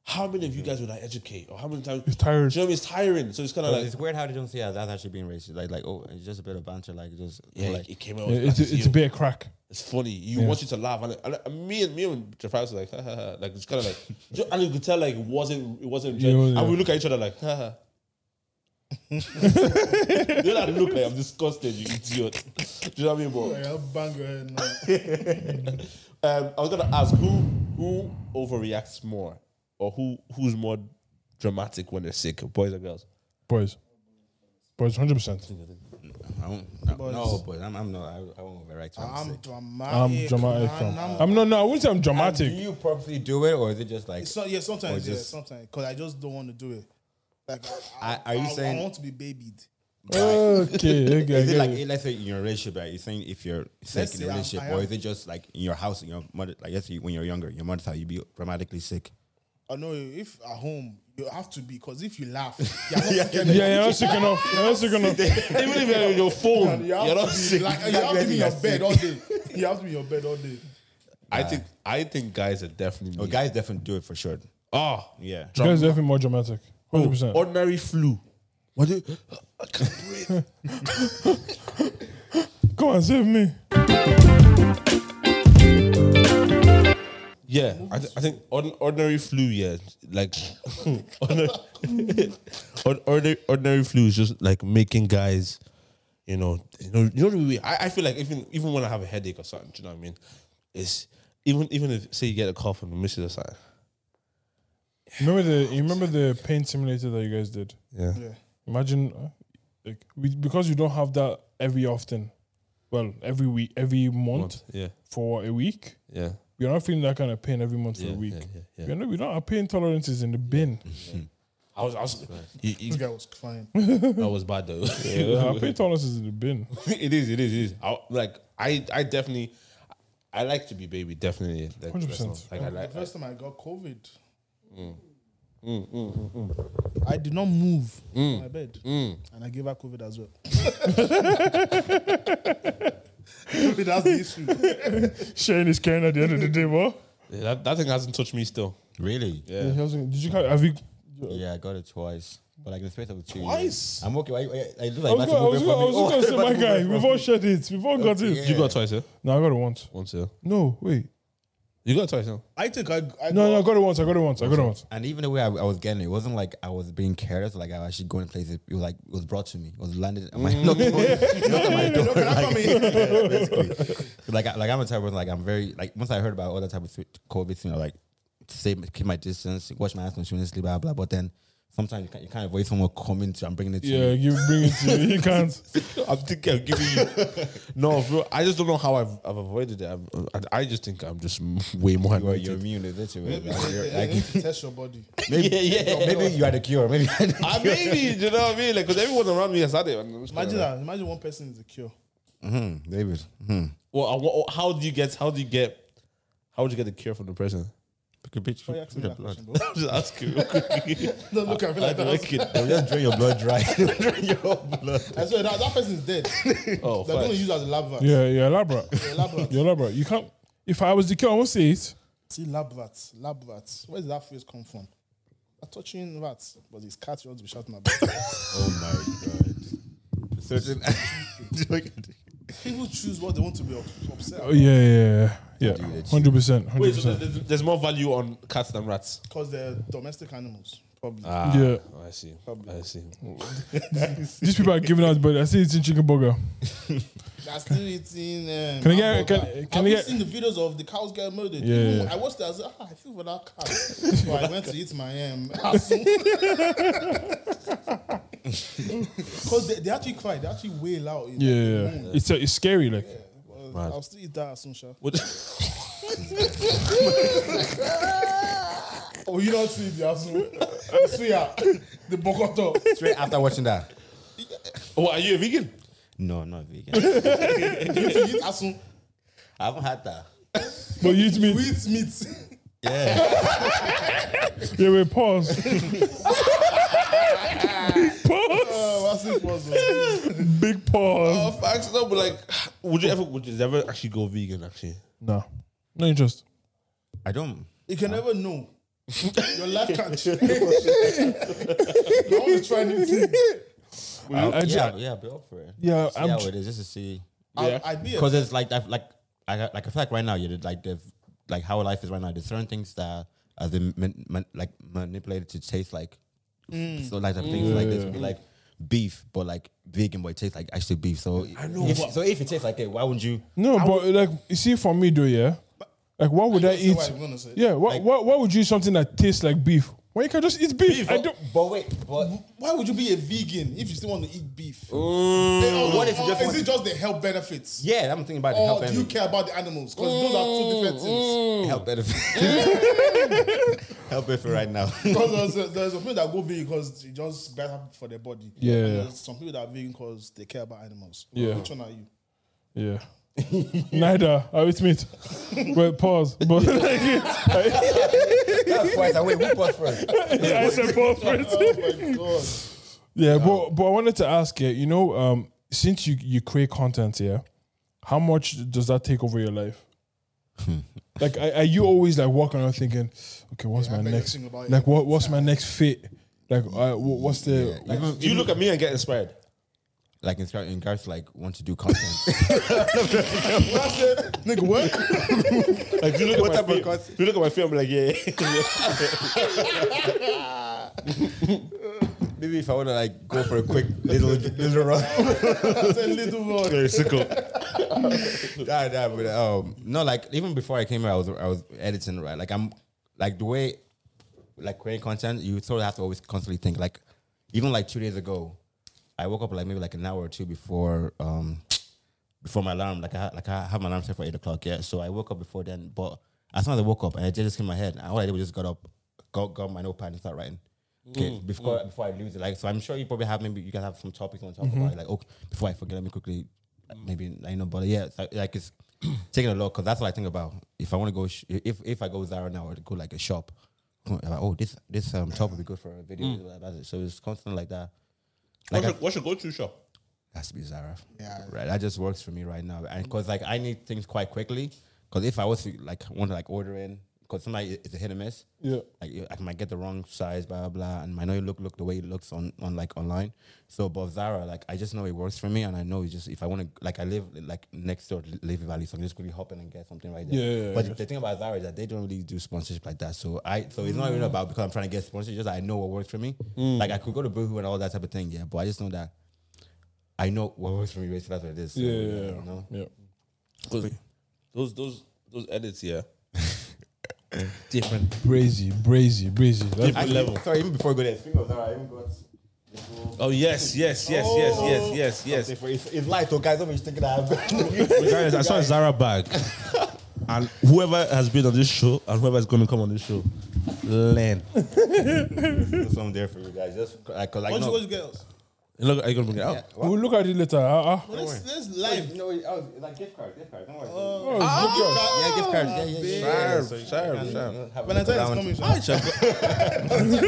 Speaker 2: how many of you guys would I educate or how many times? It's
Speaker 1: tired.
Speaker 2: Do you know what I mean? It's tiring. So it's kind of
Speaker 3: But
Speaker 2: like
Speaker 3: it's weird how they don't see that that's actually being racist. Like, like oh, it's just a bit of banter. Like, just
Speaker 2: yeah,
Speaker 3: like
Speaker 2: it came out.
Speaker 1: Yeah,
Speaker 2: as
Speaker 1: it's,
Speaker 2: black as
Speaker 1: it's a
Speaker 2: you.
Speaker 1: bit of crack.
Speaker 2: It's funny. You want you to laugh, and, and, and me and me and Jafar was like, ha, ha, ha. like it's kind of like, ju- and you could tell like it wasn't it wasn't,
Speaker 1: Yeah,
Speaker 2: and
Speaker 1: yeah.
Speaker 2: we look at each other like, ha, ha. you know that look like I'm disgusted, you idiot. Do you know what I mean, bro?
Speaker 4: Like, I'll Oh, bang your head now.
Speaker 2: Um, I was gonna ask who who overreacts more, or who who's more dramatic when they're sick, boys or girls?
Speaker 1: Boys. Boys, 100%.
Speaker 3: I don't, I,
Speaker 4: But-
Speaker 3: no, but I'm, I'm not. I, I won't overreact. what
Speaker 4: I'm
Speaker 1: I'm
Speaker 3: saying.
Speaker 4: dramatic.
Speaker 1: dramatic.
Speaker 4: man.
Speaker 1: fam.
Speaker 4: I'm-
Speaker 1: I'm not, no, I wouldn't say I'm
Speaker 3: And Do
Speaker 1: dramatic.
Speaker 3: you purposely do it, or is it just like?
Speaker 4: It's not, yeah, sometimes,
Speaker 3: Or
Speaker 4: yeah,
Speaker 3: just-
Speaker 4: sometimes. Because I just don't want to do it. Like, I,
Speaker 3: Are- are you
Speaker 4: I,
Speaker 3: saying-
Speaker 4: I want to be babied.
Speaker 1: Okay, okay.
Speaker 3: Is
Speaker 1: okay.
Speaker 3: it like let's say in your relationship? Are you saying if you're sick
Speaker 4: Let's
Speaker 3: in
Speaker 4: say
Speaker 3: a
Speaker 4: I-
Speaker 3: relationship,
Speaker 4: I
Speaker 3: or
Speaker 4: am.
Speaker 3: is it just like in your house, in your mother? Like let's say when you're younger, your mother's house, you be dramatically sick.
Speaker 4: I know if at home, you have to be. Because if you laugh, you're not
Speaker 1: yeah,
Speaker 4: together.
Speaker 1: you're not sick enough. You're not sick enough.
Speaker 2: Even if you're on your phone,
Speaker 4: You have,
Speaker 2: you're
Speaker 4: to,
Speaker 2: not
Speaker 4: be,
Speaker 2: sick.
Speaker 4: Like, you have to be in your bed all day. You have to be in your bed all day.
Speaker 2: I think I think guys are definitely.
Speaker 1: Oh,
Speaker 3: But
Speaker 2: mean.
Speaker 3: guys definitely do it for sure.
Speaker 2: Ah,
Speaker 3: Yeah.
Speaker 1: You guys are definitely more dramatic. 100%.
Speaker 2: Oh, ordinary flu. What do you, I can't breathe.
Speaker 1: Come on, save me.
Speaker 2: Yeah, I, th- I think ordin ordinary flu. Yeah, like ordinary, ord- ordinary, ordinary flu is just like making guys, you know, you know, you know. The way, I, I feel like even even when I have a headache or something, do you know what I mean? It's even even if say you get a cough and miss it or something.
Speaker 1: Remember the you remember the pain simulator that you guys did?
Speaker 2: Yeah.
Speaker 4: Yeah.
Speaker 1: Imagine uh, like we, because you don't have that every often. Well, every week, every month
Speaker 2: Yeah.
Speaker 1: for a week.
Speaker 2: Yeah.
Speaker 1: You're not feeling that kind of pain every month for
Speaker 2: Yeah,
Speaker 1: a week.
Speaker 2: yeah, yeah, yeah.
Speaker 1: You know, we don't our pain tolerance is in the bin.
Speaker 2: I was I was you, you,
Speaker 4: This guy was fine.
Speaker 2: that was bad though.
Speaker 1: our pain tolerance is in the bin.
Speaker 2: it is. It is. It is. I, like I I definitely. I like to be baby, definitely. Like,
Speaker 1: 100%.
Speaker 2: Like I
Speaker 4: the
Speaker 2: like.
Speaker 4: first time I got COVID, I did not move from my bed, and I gave her COVID as well. That's the issue.
Speaker 1: Sharing is caring at the end of the day, bro.
Speaker 2: Yeah, that, that thing hasn't touched me still.
Speaker 3: Really?
Speaker 1: Yeah. he was like, Did you ca- have you?
Speaker 3: Yeah, I got it twice. But like in the space of two years.
Speaker 5: Twice?
Speaker 3: I'm okay. I, I, I look
Speaker 1: I was
Speaker 3: like
Speaker 1: gonna, I was gonna, I was gonna
Speaker 3: about to
Speaker 1: say,
Speaker 3: move away
Speaker 1: my
Speaker 3: from
Speaker 1: guy,
Speaker 3: me.
Speaker 1: we've all shared it. We've all got it.
Speaker 2: You got it twice, yeah?
Speaker 1: No, I got it once.
Speaker 2: Once, yeah?
Speaker 1: No, wait.
Speaker 2: You got it twice, no?
Speaker 5: I think I, I
Speaker 1: No, no, I
Speaker 5: got,
Speaker 1: got it once. I got it once. I got it once.
Speaker 3: And even the way I, I was getting it, it wasn't like I was being careless. Like I was actually going places. It was like it was brought to me. It was landed. Am I not like I, like I'm a type of person, like I'm very like once I heard about all that type of th- COVID thing, I like to stay keep my distance, wash my hands continuously, blah blah. But then sometimes you can't you can't avoid someone coming to. I'm bringing it to
Speaker 1: Yeah,
Speaker 3: you.
Speaker 1: you bring it to me. You can't.
Speaker 2: I'm thinking I'm giving you. no, bro, I just don't know how I've, I've avoided it. I'm, I, I just think I'm just m- way more.
Speaker 3: You are, you're
Speaker 2: anointed.
Speaker 3: immune, is it? You-
Speaker 4: Maybe
Speaker 3: like, you're-
Speaker 4: I
Speaker 3: like,
Speaker 4: need to test your body.
Speaker 3: maybe, maybe you are the cure. Maybe you are the
Speaker 2: I
Speaker 3: cure.
Speaker 2: maybe, do you know what I mean? Like, because everyone around me has had it. and I'm just kinda
Speaker 4: Imagine
Speaker 2: like-
Speaker 4: that. Imagine one person is a cure.
Speaker 3: Mhm, David. mhm.
Speaker 2: Well, uh, wha- how do you get? How do you get? How would you get the cure from the person?
Speaker 4: Why you asking me that question, bro?
Speaker 2: I'm just asking. real quick.
Speaker 4: Don't look at me like that.
Speaker 2: Like it.
Speaker 3: They'll just drain your blood dry. They'll drain your blood.
Speaker 4: I swear that, that person is dead.
Speaker 2: Oh,
Speaker 4: They're gonna
Speaker 2: facts.
Speaker 4: use it as a lab rat.
Speaker 1: Yeah, yeah, lab rat.
Speaker 4: A lab rat.
Speaker 1: You're lab rat. You can't. If I was the kid, I won't say it.
Speaker 4: See lab rats. Lab rats. Where does that phrase come from? They're touching rats, but it's cats you want to be shouting about.
Speaker 3: Certain.
Speaker 4: People choose what they want to be up- upset
Speaker 1: Oh, yeah, yeah, yeah, yeah. Hundred percent, hundred
Speaker 2: Wait, so
Speaker 1: percent.
Speaker 2: there's, there's more value on cats than rats.
Speaker 4: because they're domestic animals, probably.
Speaker 1: Yeah,
Speaker 2: Oh, I see. I see.
Speaker 1: these people are giving out, but I see it's in chicken burger.
Speaker 4: They're still eating. Um,
Speaker 1: Can I get-
Speaker 4: hamburger.
Speaker 1: can- can
Speaker 4: Have
Speaker 1: I
Speaker 4: you
Speaker 1: get-
Speaker 4: seen the videos of the cows get murdered?
Speaker 1: Yeah,
Speaker 4: Even
Speaker 1: yeah.
Speaker 4: when I watched it. I was like, ah, I feel for that cat. so I went to eat my um. Because they, they actually cry. They actually wail out. you know.
Speaker 1: Yeah, yeah, yeah. it's uh, it's scary. Like,
Speaker 4: Uh, I'll still eat that Asunsha.
Speaker 2: What-
Speaker 4: Oh, you don't see the Asun. Suya, ah. the Bokoto.
Speaker 3: Straight after watching that.
Speaker 2: what Oh, are you a vegan?
Speaker 3: No, I'm not vegan.
Speaker 4: You eat Asun.
Speaker 3: I haven't had that.
Speaker 1: but you eat meat.
Speaker 4: We eat meat.
Speaker 3: Yeah.
Speaker 1: Yeah, wait, pause. pause.
Speaker 4: Oh, what's this puzzle?
Speaker 1: Big pause.
Speaker 2: Oh, facts. No, but like, would you ever? Would you ever actually go vegan? Actually,
Speaker 1: No, no interest.
Speaker 3: I don't.
Speaker 4: You can never know. Your life can change. you always try new things.
Speaker 1: I, I, ju-
Speaker 3: Yeah, yeah, be up for it.
Speaker 1: Uh, Yeah,
Speaker 3: see
Speaker 1: I'm
Speaker 3: how
Speaker 1: ju-
Speaker 3: it is just to see.
Speaker 4: I- I'd be a
Speaker 3: Because it's like, I've, like, I got- like I feel like right now you're like the like how life is right now. There's certain things that have been man, man, like manipulated to taste like so like of things like this would be like beef, but like vegan, but it tastes like actually beef. So I know. If, so if it tastes like it, why wouldn't you?
Speaker 1: no, but like you see, for me though, yeah. Like, why would I,
Speaker 4: understand
Speaker 1: eat?
Speaker 4: what you're gonna say.
Speaker 1: Yeah, why, why, why would you eat something that tastes like beef? Why you can just eat beef? oh. I don't.
Speaker 3: But wait, but
Speaker 4: Why would you be a vegan if you still want to eat beef?
Speaker 3: Or what if you
Speaker 4: Or
Speaker 3: just
Speaker 4: is
Speaker 3: want-
Speaker 4: it just the health benefits?
Speaker 3: yeah, I'm thinking about the
Speaker 4: Or
Speaker 3: health
Speaker 4: Oh, do you
Speaker 3: benefits.
Speaker 4: care about the animals? Because those are two different things.
Speaker 3: Health benefits. health benefit right now.
Speaker 4: Because there's, there's some people that go vegan because it's just better for their body.
Speaker 1: Yeah.
Speaker 4: And there's some people that are vegan because they care about animals.
Speaker 1: Yeah.
Speaker 4: Which one are you?
Speaker 1: Yeah. Neither. I eat meat. Wait, pause. But like, I,
Speaker 3: That's twice. Wait, who paused first?
Speaker 1: I said pause first.
Speaker 4: Oh my god.
Speaker 1: Yeah, but but I wanted to ask you. You know, um, since you you create content, yeah, how much does that take over your life? like, are, are you always like walking around thinking, okay, what's
Speaker 4: I
Speaker 1: my
Speaker 4: bet you
Speaker 1: next?
Speaker 4: think about it
Speaker 1: Like, what what's my next fit? Like, uh, wh- what's the?
Speaker 2: do you look at me and get inspired?
Speaker 3: Like in regards- in regards to like want to do content.
Speaker 4: Nigga, what?
Speaker 2: Like, do you look at
Speaker 3: type of
Speaker 2: my feet?
Speaker 3: content?
Speaker 2: Do you look at my feet and be like, yeah,
Speaker 3: Maybe if I want to like go for a quick little little run.
Speaker 4: That's a little word.
Speaker 2: yeah, sickle.
Speaker 3: nah, nah, but um, no, like even before I came here, I was I was editing right. Like I'm like the way like creating content, you sort of have to always constantly think. Like even like two days ago, I woke up like maybe like an hour or two before um before my alarm. Like I ha- like I have my alarm set for eight o'clock. Yeah, so I woke up before then. But as soon as I woke up, and it just came in my head. And all I did was just got up, got got my notepad and start writing. Okay,
Speaker 2: Mm,
Speaker 3: before before I lose it, like so, I'm sure you probably have maybe you guys have some topics on top
Speaker 2: Mm-hmm.
Speaker 3: of about. Like, okay, before I forget, let me quickly maybe I know, but yeah, it's like, like it's taking a lot because that's what I think about. If I want to go, sh- if if I go Zara now or go like a shop, I'm like, oh this this um top would be good for a video. That's it. So it's constant like that. Like
Speaker 2: Mm. What's
Speaker 3: I-
Speaker 2: your, what's your go-to shop?
Speaker 3: has to be Zara.
Speaker 4: Yeah.
Speaker 3: right. That just works for me right now, and because like I need things quite quickly. Because if I was to like want to like order in, because somebody it's a hit or miss.
Speaker 1: Yeah.
Speaker 3: Like you- I might get the wrong size, blah blah, blah and I know you look look the way it looks on on like online. So, but Zara, like I just know it works for me, and I know it's just if I want to, like I live like next door to Levy Valley, so I'm just quickly hop in and get something right there.
Speaker 1: Yeah, yeah,
Speaker 3: but
Speaker 1: yeah.
Speaker 3: the thing about Zara is that they don't really do sponsorship like that. So I, so it's
Speaker 1: Mm.
Speaker 3: not even about because I'm trying to get sponsorship. Just I know what works for me. Like I could go to Boohoo and all that type of thing, yeah. But I just know that I know what works for me. Basically, that's what it is. So,
Speaker 1: Yeah, yeah, yeah.
Speaker 3: you know?
Speaker 1: yeah.
Speaker 2: 'Cause Those those those edits, yeah. Different.
Speaker 1: Brazy, brazy, brazy. That's
Speaker 2: Different level.
Speaker 3: Sorry, even before I go there, speaking of Zara, I even got. this whole-
Speaker 2: Oh yes, yes, yes, yes, yes, yes, yes.
Speaker 3: It's, it's light, though, guys. Don't be thinking that I'm.
Speaker 2: Guys, I saw a Zara bag. and whoever has been on this show and whoever is going to come on this show, learn.
Speaker 3: There's something there for you guys. Just like, cause I
Speaker 4: What you
Speaker 3: know.
Speaker 4: what you get us?
Speaker 2: Look, are you going to bring it out?
Speaker 1: We'll look at it later. Uh, uh.
Speaker 4: Well, this this live.
Speaker 3: No, I was like gift cards, gift cards. Don't worry.
Speaker 1: Oh, good girl.
Speaker 3: yeah, gift cards. Yeah, yeah, yeah.
Speaker 2: Sharp, sharp, sharp.
Speaker 4: Valentine's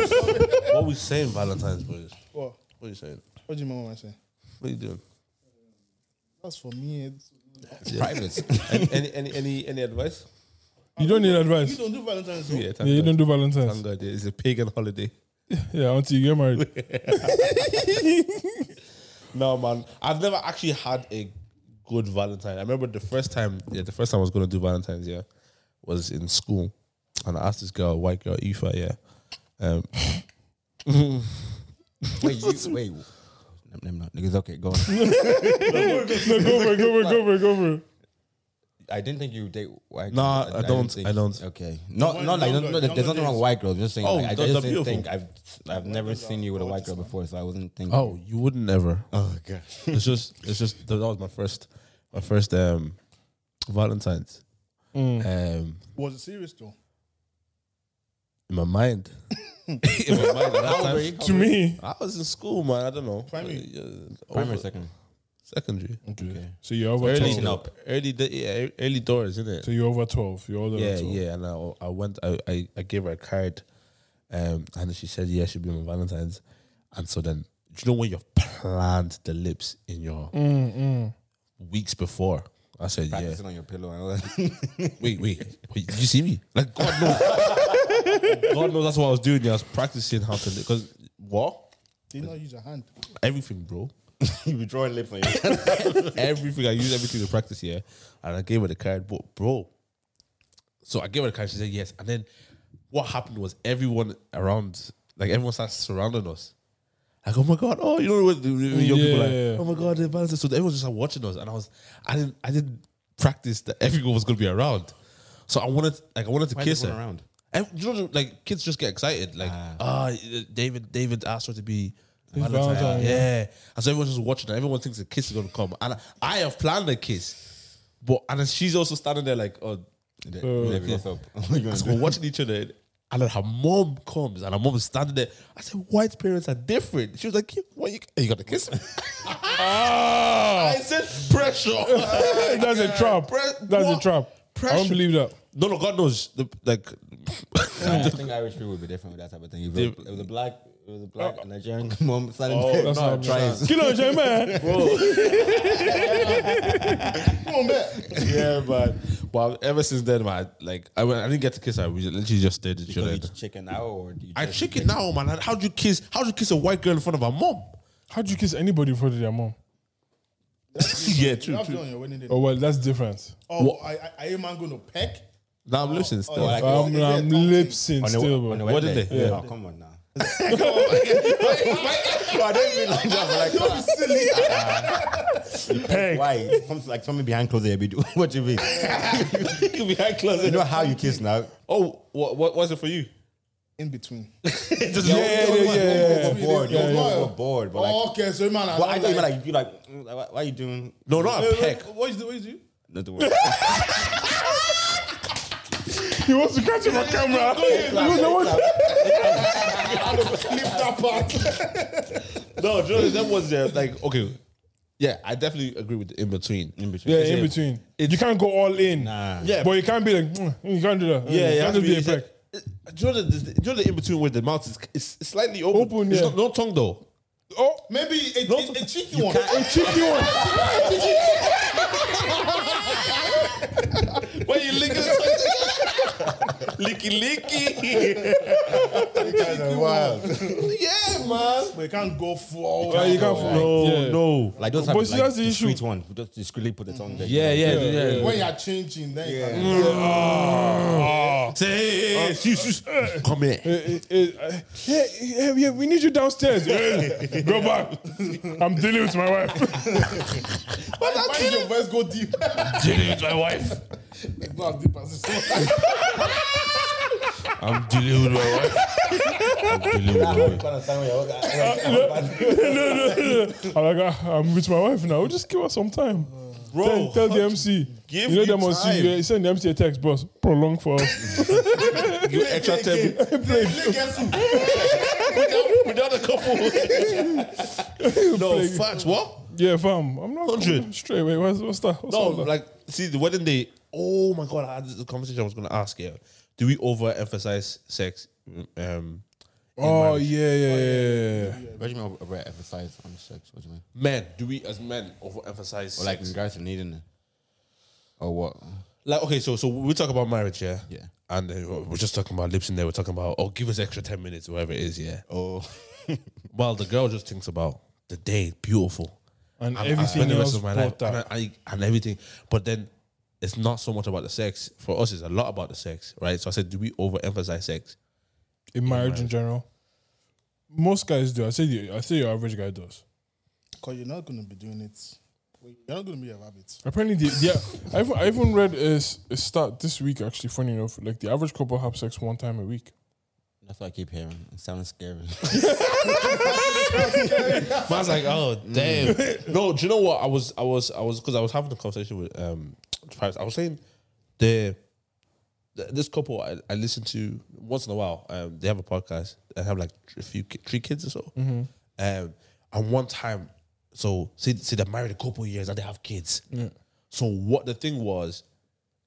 Speaker 4: is coming. Sean.
Speaker 2: What we saying, Valentine's boys?
Speaker 4: What?
Speaker 2: What are you saying?
Speaker 4: What do you mean? What am I saying?
Speaker 2: What are you doing?
Speaker 4: That's for me. It's-
Speaker 3: Private.
Speaker 2: any, any, any, any, any advice?
Speaker 1: You don't need
Speaker 4: You
Speaker 1: advice.
Speaker 4: don't do Valentine's. Day.
Speaker 2: Yeah, thank
Speaker 1: Yeah, you
Speaker 2: God.
Speaker 1: don't do
Speaker 2: Thank
Speaker 1: Valentine's.
Speaker 2: God, yeah, It's a pagan holiday.
Speaker 1: Yeah, until you get married.
Speaker 2: No, man. I've never actually had a good Valentine. I remember the first time, yeah, the first time I was going to do Valentine's, yeah, was in school. And I asked this girl, white girl, Aoife, yeah. Um,
Speaker 3: wait, you, wait. Never mind. It's okay. Go on.
Speaker 1: no, go for it, go for it, go for it, go for it.
Speaker 3: I didn't think you date white.
Speaker 2: Nah,
Speaker 3: girls.
Speaker 2: I
Speaker 3: didn't
Speaker 2: don't,
Speaker 3: think-
Speaker 2: I don't.
Speaker 3: Okay. Not,
Speaker 4: one-
Speaker 3: not like,
Speaker 4: younger-
Speaker 3: no, no, there's
Speaker 4: younger
Speaker 3: nothing wrong
Speaker 4: days.
Speaker 3: with white girls. I'm just saying,
Speaker 2: Oh,
Speaker 3: like, I
Speaker 2: they're-
Speaker 3: just
Speaker 2: they're beautiful.
Speaker 3: didn't think I've, I've never seen you with a white girl before, so I wasn't thinking.
Speaker 2: Oh, you would never.
Speaker 3: oh god.
Speaker 2: It's just, it's just that was my first, my first um, Valentine's.
Speaker 1: Mm.
Speaker 2: Um,
Speaker 4: Was it serious though?
Speaker 2: in my mind, in my mind, at that
Speaker 3: How old
Speaker 2: time,
Speaker 3: were you?
Speaker 1: To me.
Speaker 2: I was in school, man. I don't know.
Speaker 4: Primary?
Speaker 2: Uh, yeah,
Speaker 3: Primary,
Speaker 2: over-
Speaker 3: second.
Speaker 2: secondary.
Speaker 1: Okay. So you're over
Speaker 2: Early,
Speaker 1: 12.
Speaker 2: up. early, da- yeah, early doors, isn't it?
Speaker 1: So you're over 12. You're older
Speaker 2: yeah,
Speaker 1: than 12.
Speaker 2: yeah. And I, I went, I, I, I gave her a card, um, and she said, "Yeah, she'll be on Valentine's." And so then, do you know when you've planned the lips in your weeks before? I said, "Yeah."
Speaker 3: Practicing on your pillow and all that.
Speaker 2: Wait, wait, wait. Did you see me? Like God knows, God knows that's what I was doing. Yeah, I was practicing how to because what
Speaker 4: Did you not use your hand?
Speaker 2: everything, bro.
Speaker 3: you be drawing lips on your.
Speaker 2: everything. I use everything to practice here. And I gave her the card, but bro. So I gave her the card. She said yes. And then what happened was everyone around, like everyone starts surrounding us. Like, oh my god, oh, you know what the- the- the young people like,
Speaker 1: Yeah.
Speaker 2: oh my god, the balance. So everyone's just like watching us. And I was I didn't I didn't practice that everyone was gonna be around. So I wanted like I wanted to
Speaker 3: Why is
Speaker 2: kiss her.
Speaker 3: everyone around?
Speaker 2: And you know, like kids just get excited. Like, ah, David, David asked her to be Valentine.
Speaker 1: Valentine,
Speaker 2: yeah. And so everyone's just watching. And everyone thinks the kiss is gonna come. And I, I have planned a kiss, but and then she's also standing there like, oh,
Speaker 3: Maybe what's up? What you gonna
Speaker 2: so
Speaker 3: do?
Speaker 2: we're watching each other. And then her mom comes, and her mom is standing there. I said, "White parents are different." She was like, "You- "What? You, you gotta kiss me?" I said, "Pressure."
Speaker 1: Ah. That's a trap.
Speaker 2: Pre-
Speaker 1: That's a
Speaker 2: what?
Speaker 1: trap. I
Speaker 2: Pressure.
Speaker 1: don't believe that.
Speaker 2: no, no, God knows. The, like,
Speaker 3: I think Irish people would be different with that type of thing. If it was a black, it was a black Nigerian mom starting to
Speaker 1: Oh, That's not
Speaker 3: Oh, try
Speaker 1: trap. Kill her, Jay, man.
Speaker 2: yeah, but well, ever since then, man, like I, went, I didn't get to kiss her. We literally just did each other.
Speaker 3: his chicken out or do you
Speaker 2: I
Speaker 3: just-
Speaker 2: chick it now, man. How do you kiss? How do you kiss a white girl in front of her mom?
Speaker 1: How'd you kiss anybody in front of their mom?
Speaker 2: yeah,
Speaker 4: You
Speaker 2: true,
Speaker 4: have to
Speaker 2: true.
Speaker 4: on your wedding day.
Speaker 1: Oh, well, that's different.
Speaker 4: Oh, I, I, are you man going to peck?
Speaker 2: Now I'm listening still.
Speaker 4: oh,
Speaker 2: Like,
Speaker 4: like-
Speaker 1: I'm,
Speaker 4: is it
Speaker 1: I'm
Speaker 4: a tongue
Speaker 1: lip
Speaker 4: thing?
Speaker 1: synced
Speaker 3: on the,
Speaker 1: still,
Speaker 3: on the
Speaker 1: bro.
Speaker 2: What
Speaker 3: wedding
Speaker 2: did
Speaker 3: day?
Speaker 2: they-
Speaker 3: Oh, come on now. No, I don't mean like that, but like,
Speaker 1: Peg.
Speaker 3: why? Something like something behind closed door, you be doing what do you mean?
Speaker 2: behind closed
Speaker 3: You know how you kiss now?
Speaker 2: Oh, what, what was it for you?
Speaker 4: In between.
Speaker 2: Just-
Speaker 1: Yeah, yeah, yeah, yeah.
Speaker 3: You're bored.
Speaker 4: Yeah,
Speaker 3: You're
Speaker 4: yeah.
Speaker 3: bored, but
Speaker 4: oh,
Speaker 3: like,
Speaker 4: okay, so man, I
Speaker 3: well, I
Speaker 4: don't
Speaker 3: thought you meant like you like, mm, like, why- why are you doing?
Speaker 2: No, not a
Speaker 4: Wait, wait,
Speaker 2: peck.
Speaker 4: What is the what is the?
Speaker 3: Not the word.
Speaker 1: He wants to catch him on camera. He wants to watch-
Speaker 2: No, Joe, that was uh, like okay. Yeah, I definitely agree with the in between. In between.
Speaker 1: Yeah, in between. You can't go all in.
Speaker 2: Yeah,
Speaker 1: But you can't be like, "Mm, you can't do that.
Speaker 2: Yeah,
Speaker 1: You
Speaker 2: yeah.
Speaker 1: can't just be a prick.
Speaker 2: Do you know the, the, do you know the in between where the mouth is it's, it's slightly open?
Speaker 1: Open,
Speaker 2: It's
Speaker 1: yeah.
Speaker 2: not, no tongue though.
Speaker 1: Oh,
Speaker 4: Maybe a, a, a cheeky one.
Speaker 1: a cheeky one.
Speaker 2: Where you lick it?
Speaker 8: Licky licky.
Speaker 9: You guys are wild.
Speaker 8: yeah, man.
Speaker 4: But you can't go forward.
Speaker 1: Yeah, you can't no,
Speaker 3: no. Like those have
Speaker 1: But see,
Speaker 3: like
Speaker 1: that's the issue.
Speaker 3: discreet one. Just discreetly put it on there.
Speaker 8: Yeah, yeah, yeah.
Speaker 9: When you're changing, then you can.
Speaker 8: Say,
Speaker 2: Uh,
Speaker 8: hey, hey, hey, come here.
Speaker 1: Eh, eh, eh, yeah, yeah, yeah, we need you downstairs. Eh, Go back. I'm dealing with my wife.
Speaker 9: Why did your voice go deep?
Speaker 8: Dealing with my wife.
Speaker 9: It's not as deep as this one.
Speaker 8: I'm dealing with my wife. I'm dealing with my wife.
Speaker 1: I'm like, ah, I'm with my wife now. Just give us some time. Tell,
Speaker 2: Bro,
Speaker 1: tell the MC.
Speaker 2: give
Speaker 1: you know
Speaker 2: you
Speaker 1: them on
Speaker 2: time.
Speaker 1: CV. Send the MC a text, boss. Prolong for us.
Speaker 8: You extra table.
Speaker 2: without, without a couple. no, facts. What?
Speaker 1: yeah, fam. I'm not
Speaker 2: 100.
Speaker 1: coming straight away. What's, what's that? What's
Speaker 2: No,
Speaker 1: all that?
Speaker 2: like, see, the wedding day. Oh my god, I had this conversation I was going to ask. Yeah, do we overemphasize sex? Um,
Speaker 1: oh yeah, yeah, yeah. yeah.
Speaker 3: What do you mean over emphasize on sex? What do you mean?
Speaker 2: men, do we as men overemphasize?
Speaker 3: Or like in
Speaker 2: sex?
Speaker 3: regards to needing it. Or what?
Speaker 2: like, okay, so so we talk about marriage, yeah,
Speaker 3: Yeah.
Speaker 2: and then we're- we're just talking about lips in there. We're talking about oh, give us extra ten minutes, whatever it is, yeah.
Speaker 3: Oh.
Speaker 2: While the girl just thinks about the day, beautiful,
Speaker 1: And
Speaker 2: I'm- I
Speaker 1: everything
Speaker 2: spend the
Speaker 1: else
Speaker 2: rest of my life
Speaker 1: but that.
Speaker 2: and, I, I- and everything. But then it's not so much about the sex. For us, it's a lot about the sex, right? So I said, do we overemphasize sex?
Speaker 1: in marriage in general. Most guys do. I say the, I say your average guy does.
Speaker 4: Because you're not going to be doing it. You're not going to be a rabbit.
Speaker 1: Apparently, the, the I, even, I even read a, s- a stat this week. Actually, funny enough, like the average couple have sex one time a week.
Speaker 3: That's what I keep hearing. It sounds scary.
Speaker 2: Man's like, oh damn. no, do you know what? I was, I was, I was, because I was having a conversation with um, Travis. I was saying the, the this couple I, I listen to once in a while. Um, they have a podcast. They have like a few ki- three kids or so. Um, and one time, so see, see, they're married a couple of years and they have kids. So what the thing was,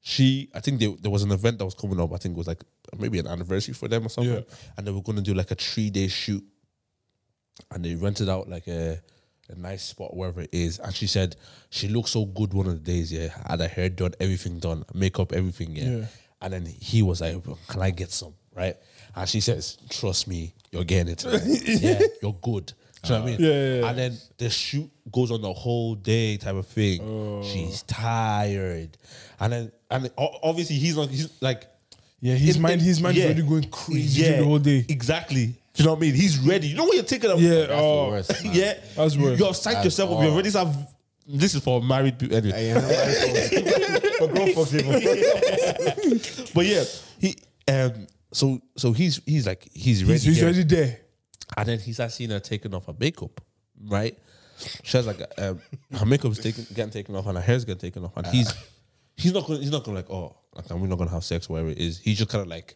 Speaker 2: she, I think they, there was an event that was coming up. I think it was like maybe an anniversary for them or something,
Speaker 1: Yeah.
Speaker 2: and they were going to do like a three day shoot and they rented out like a a nice spot wherever it is. And she said she looked so good one of the days, yeah. Had her hair done, everything done, makeup, everything, yeah.
Speaker 1: Yeah.
Speaker 2: And then he was like, "Bro, "Can I get some?" Right? And she says, "Trust me, you're getting it. yeah, you're good." Do you know what I mean?
Speaker 1: Uh, Yeah, yeah,
Speaker 2: And then the shoot goes on the whole day, type of thing.
Speaker 1: Oh.
Speaker 2: She's tired, and then and o- obviously he's not he's like
Speaker 1: Yeah, his
Speaker 2: in-
Speaker 1: mind,
Speaker 2: in-
Speaker 1: his mind's
Speaker 2: yeah.
Speaker 1: already going crazy during the whole day.
Speaker 2: Exactly. Do you know what I mean? He's ready. You know when you're taking a
Speaker 1: Yeah,
Speaker 3: That's the
Speaker 1: oh,
Speaker 3: worst. man.
Speaker 2: yeah,
Speaker 1: That's
Speaker 2: you,
Speaker 1: worse.
Speaker 2: you're psyched yourself up. You already have. This is for married people anyway.
Speaker 3: Hey, you know, like, For grown folks, even.
Speaker 2: But yeah, he um. So so he's he's like he's ready.
Speaker 1: he's, he's
Speaker 2: here.
Speaker 1: already there.
Speaker 2: And then he's seen her taking off her makeup, right? She has like um, her makeup's taken, getting taken off and her hair's getting taken off, and he's he's not gonna, he's not gonna like oh like we're not gonna have sex whatever it is. He's just kind of like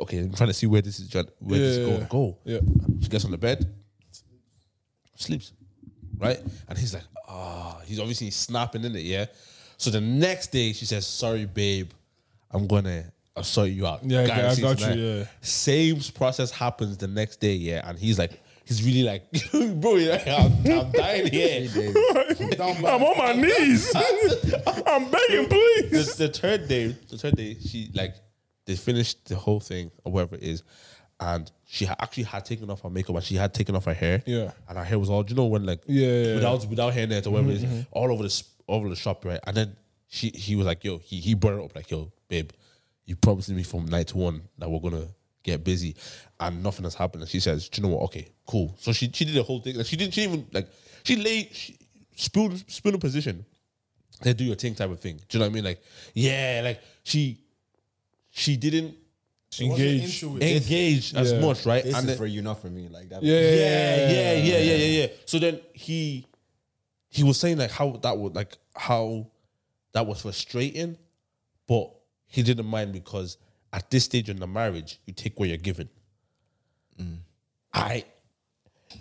Speaker 2: okay, I'm trying to see where this is trying- where this is
Speaker 1: Yeah.
Speaker 2: going. Go.
Speaker 1: Yeah,
Speaker 2: She gets on the bed, sleeps, right? And he's like, ah, he's obviously snapping in it, yeah. So the next day, she says, "Sorry, babe, I'm gonna." I'll sort you out.
Speaker 1: Yeah, I got- I
Speaker 2: Guarantee
Speaker 1: got you,
Speaker 2: tonight."
Speaker 1: yeah.
Speaker 2: Same process happens the next day, yeah. And he's like, he's really like, bro, you're like, I'm, I'm dying here.
Speaker 1: I'm on my knees. I'm begging, please.
Speaker 2: the, the third day, the third day, she like they finished the whole thing or whatever it is, and she had actually had taken off her makeup and she had taken off her hair.
Speaker 1: Yeah.
Speaker 2: and her hair was all do you know when like
Speaker 1: Yeah, yeah, Mm-hmm, yeah.
Speaker 2: without without hairnet or whatever it is, all over the s- all over the shop right. And then she he was like yo he he brought her up like yo babe, you promised me from night one that we're gonna get busy, and nothing has happened. And she says do you know what okay cool. So she she did the whole thing. Like she didn't she even like she lay she, spoon spoon in position they do your thing type of thing. Do you know what I mean? Like, yeah, like she she didn't
Speaker 1: Engage.
Speaker 2: engage as
Speaker 1: yeah.
Speaker 2: much, right?
Speaker 3: This
Speaker 2: And
Speaker 3: is
Speaker 2: then,
Speaker 3: for you, not for me. Like that.
Speaker 1: Yeah,
Speaker 2: yeah, yeah, yeah, yeah, yeah, yeah. So then he he was saying like how that would like how that was frustrating, but he didn't mind because at this stage in the marriage, you take what you're given. I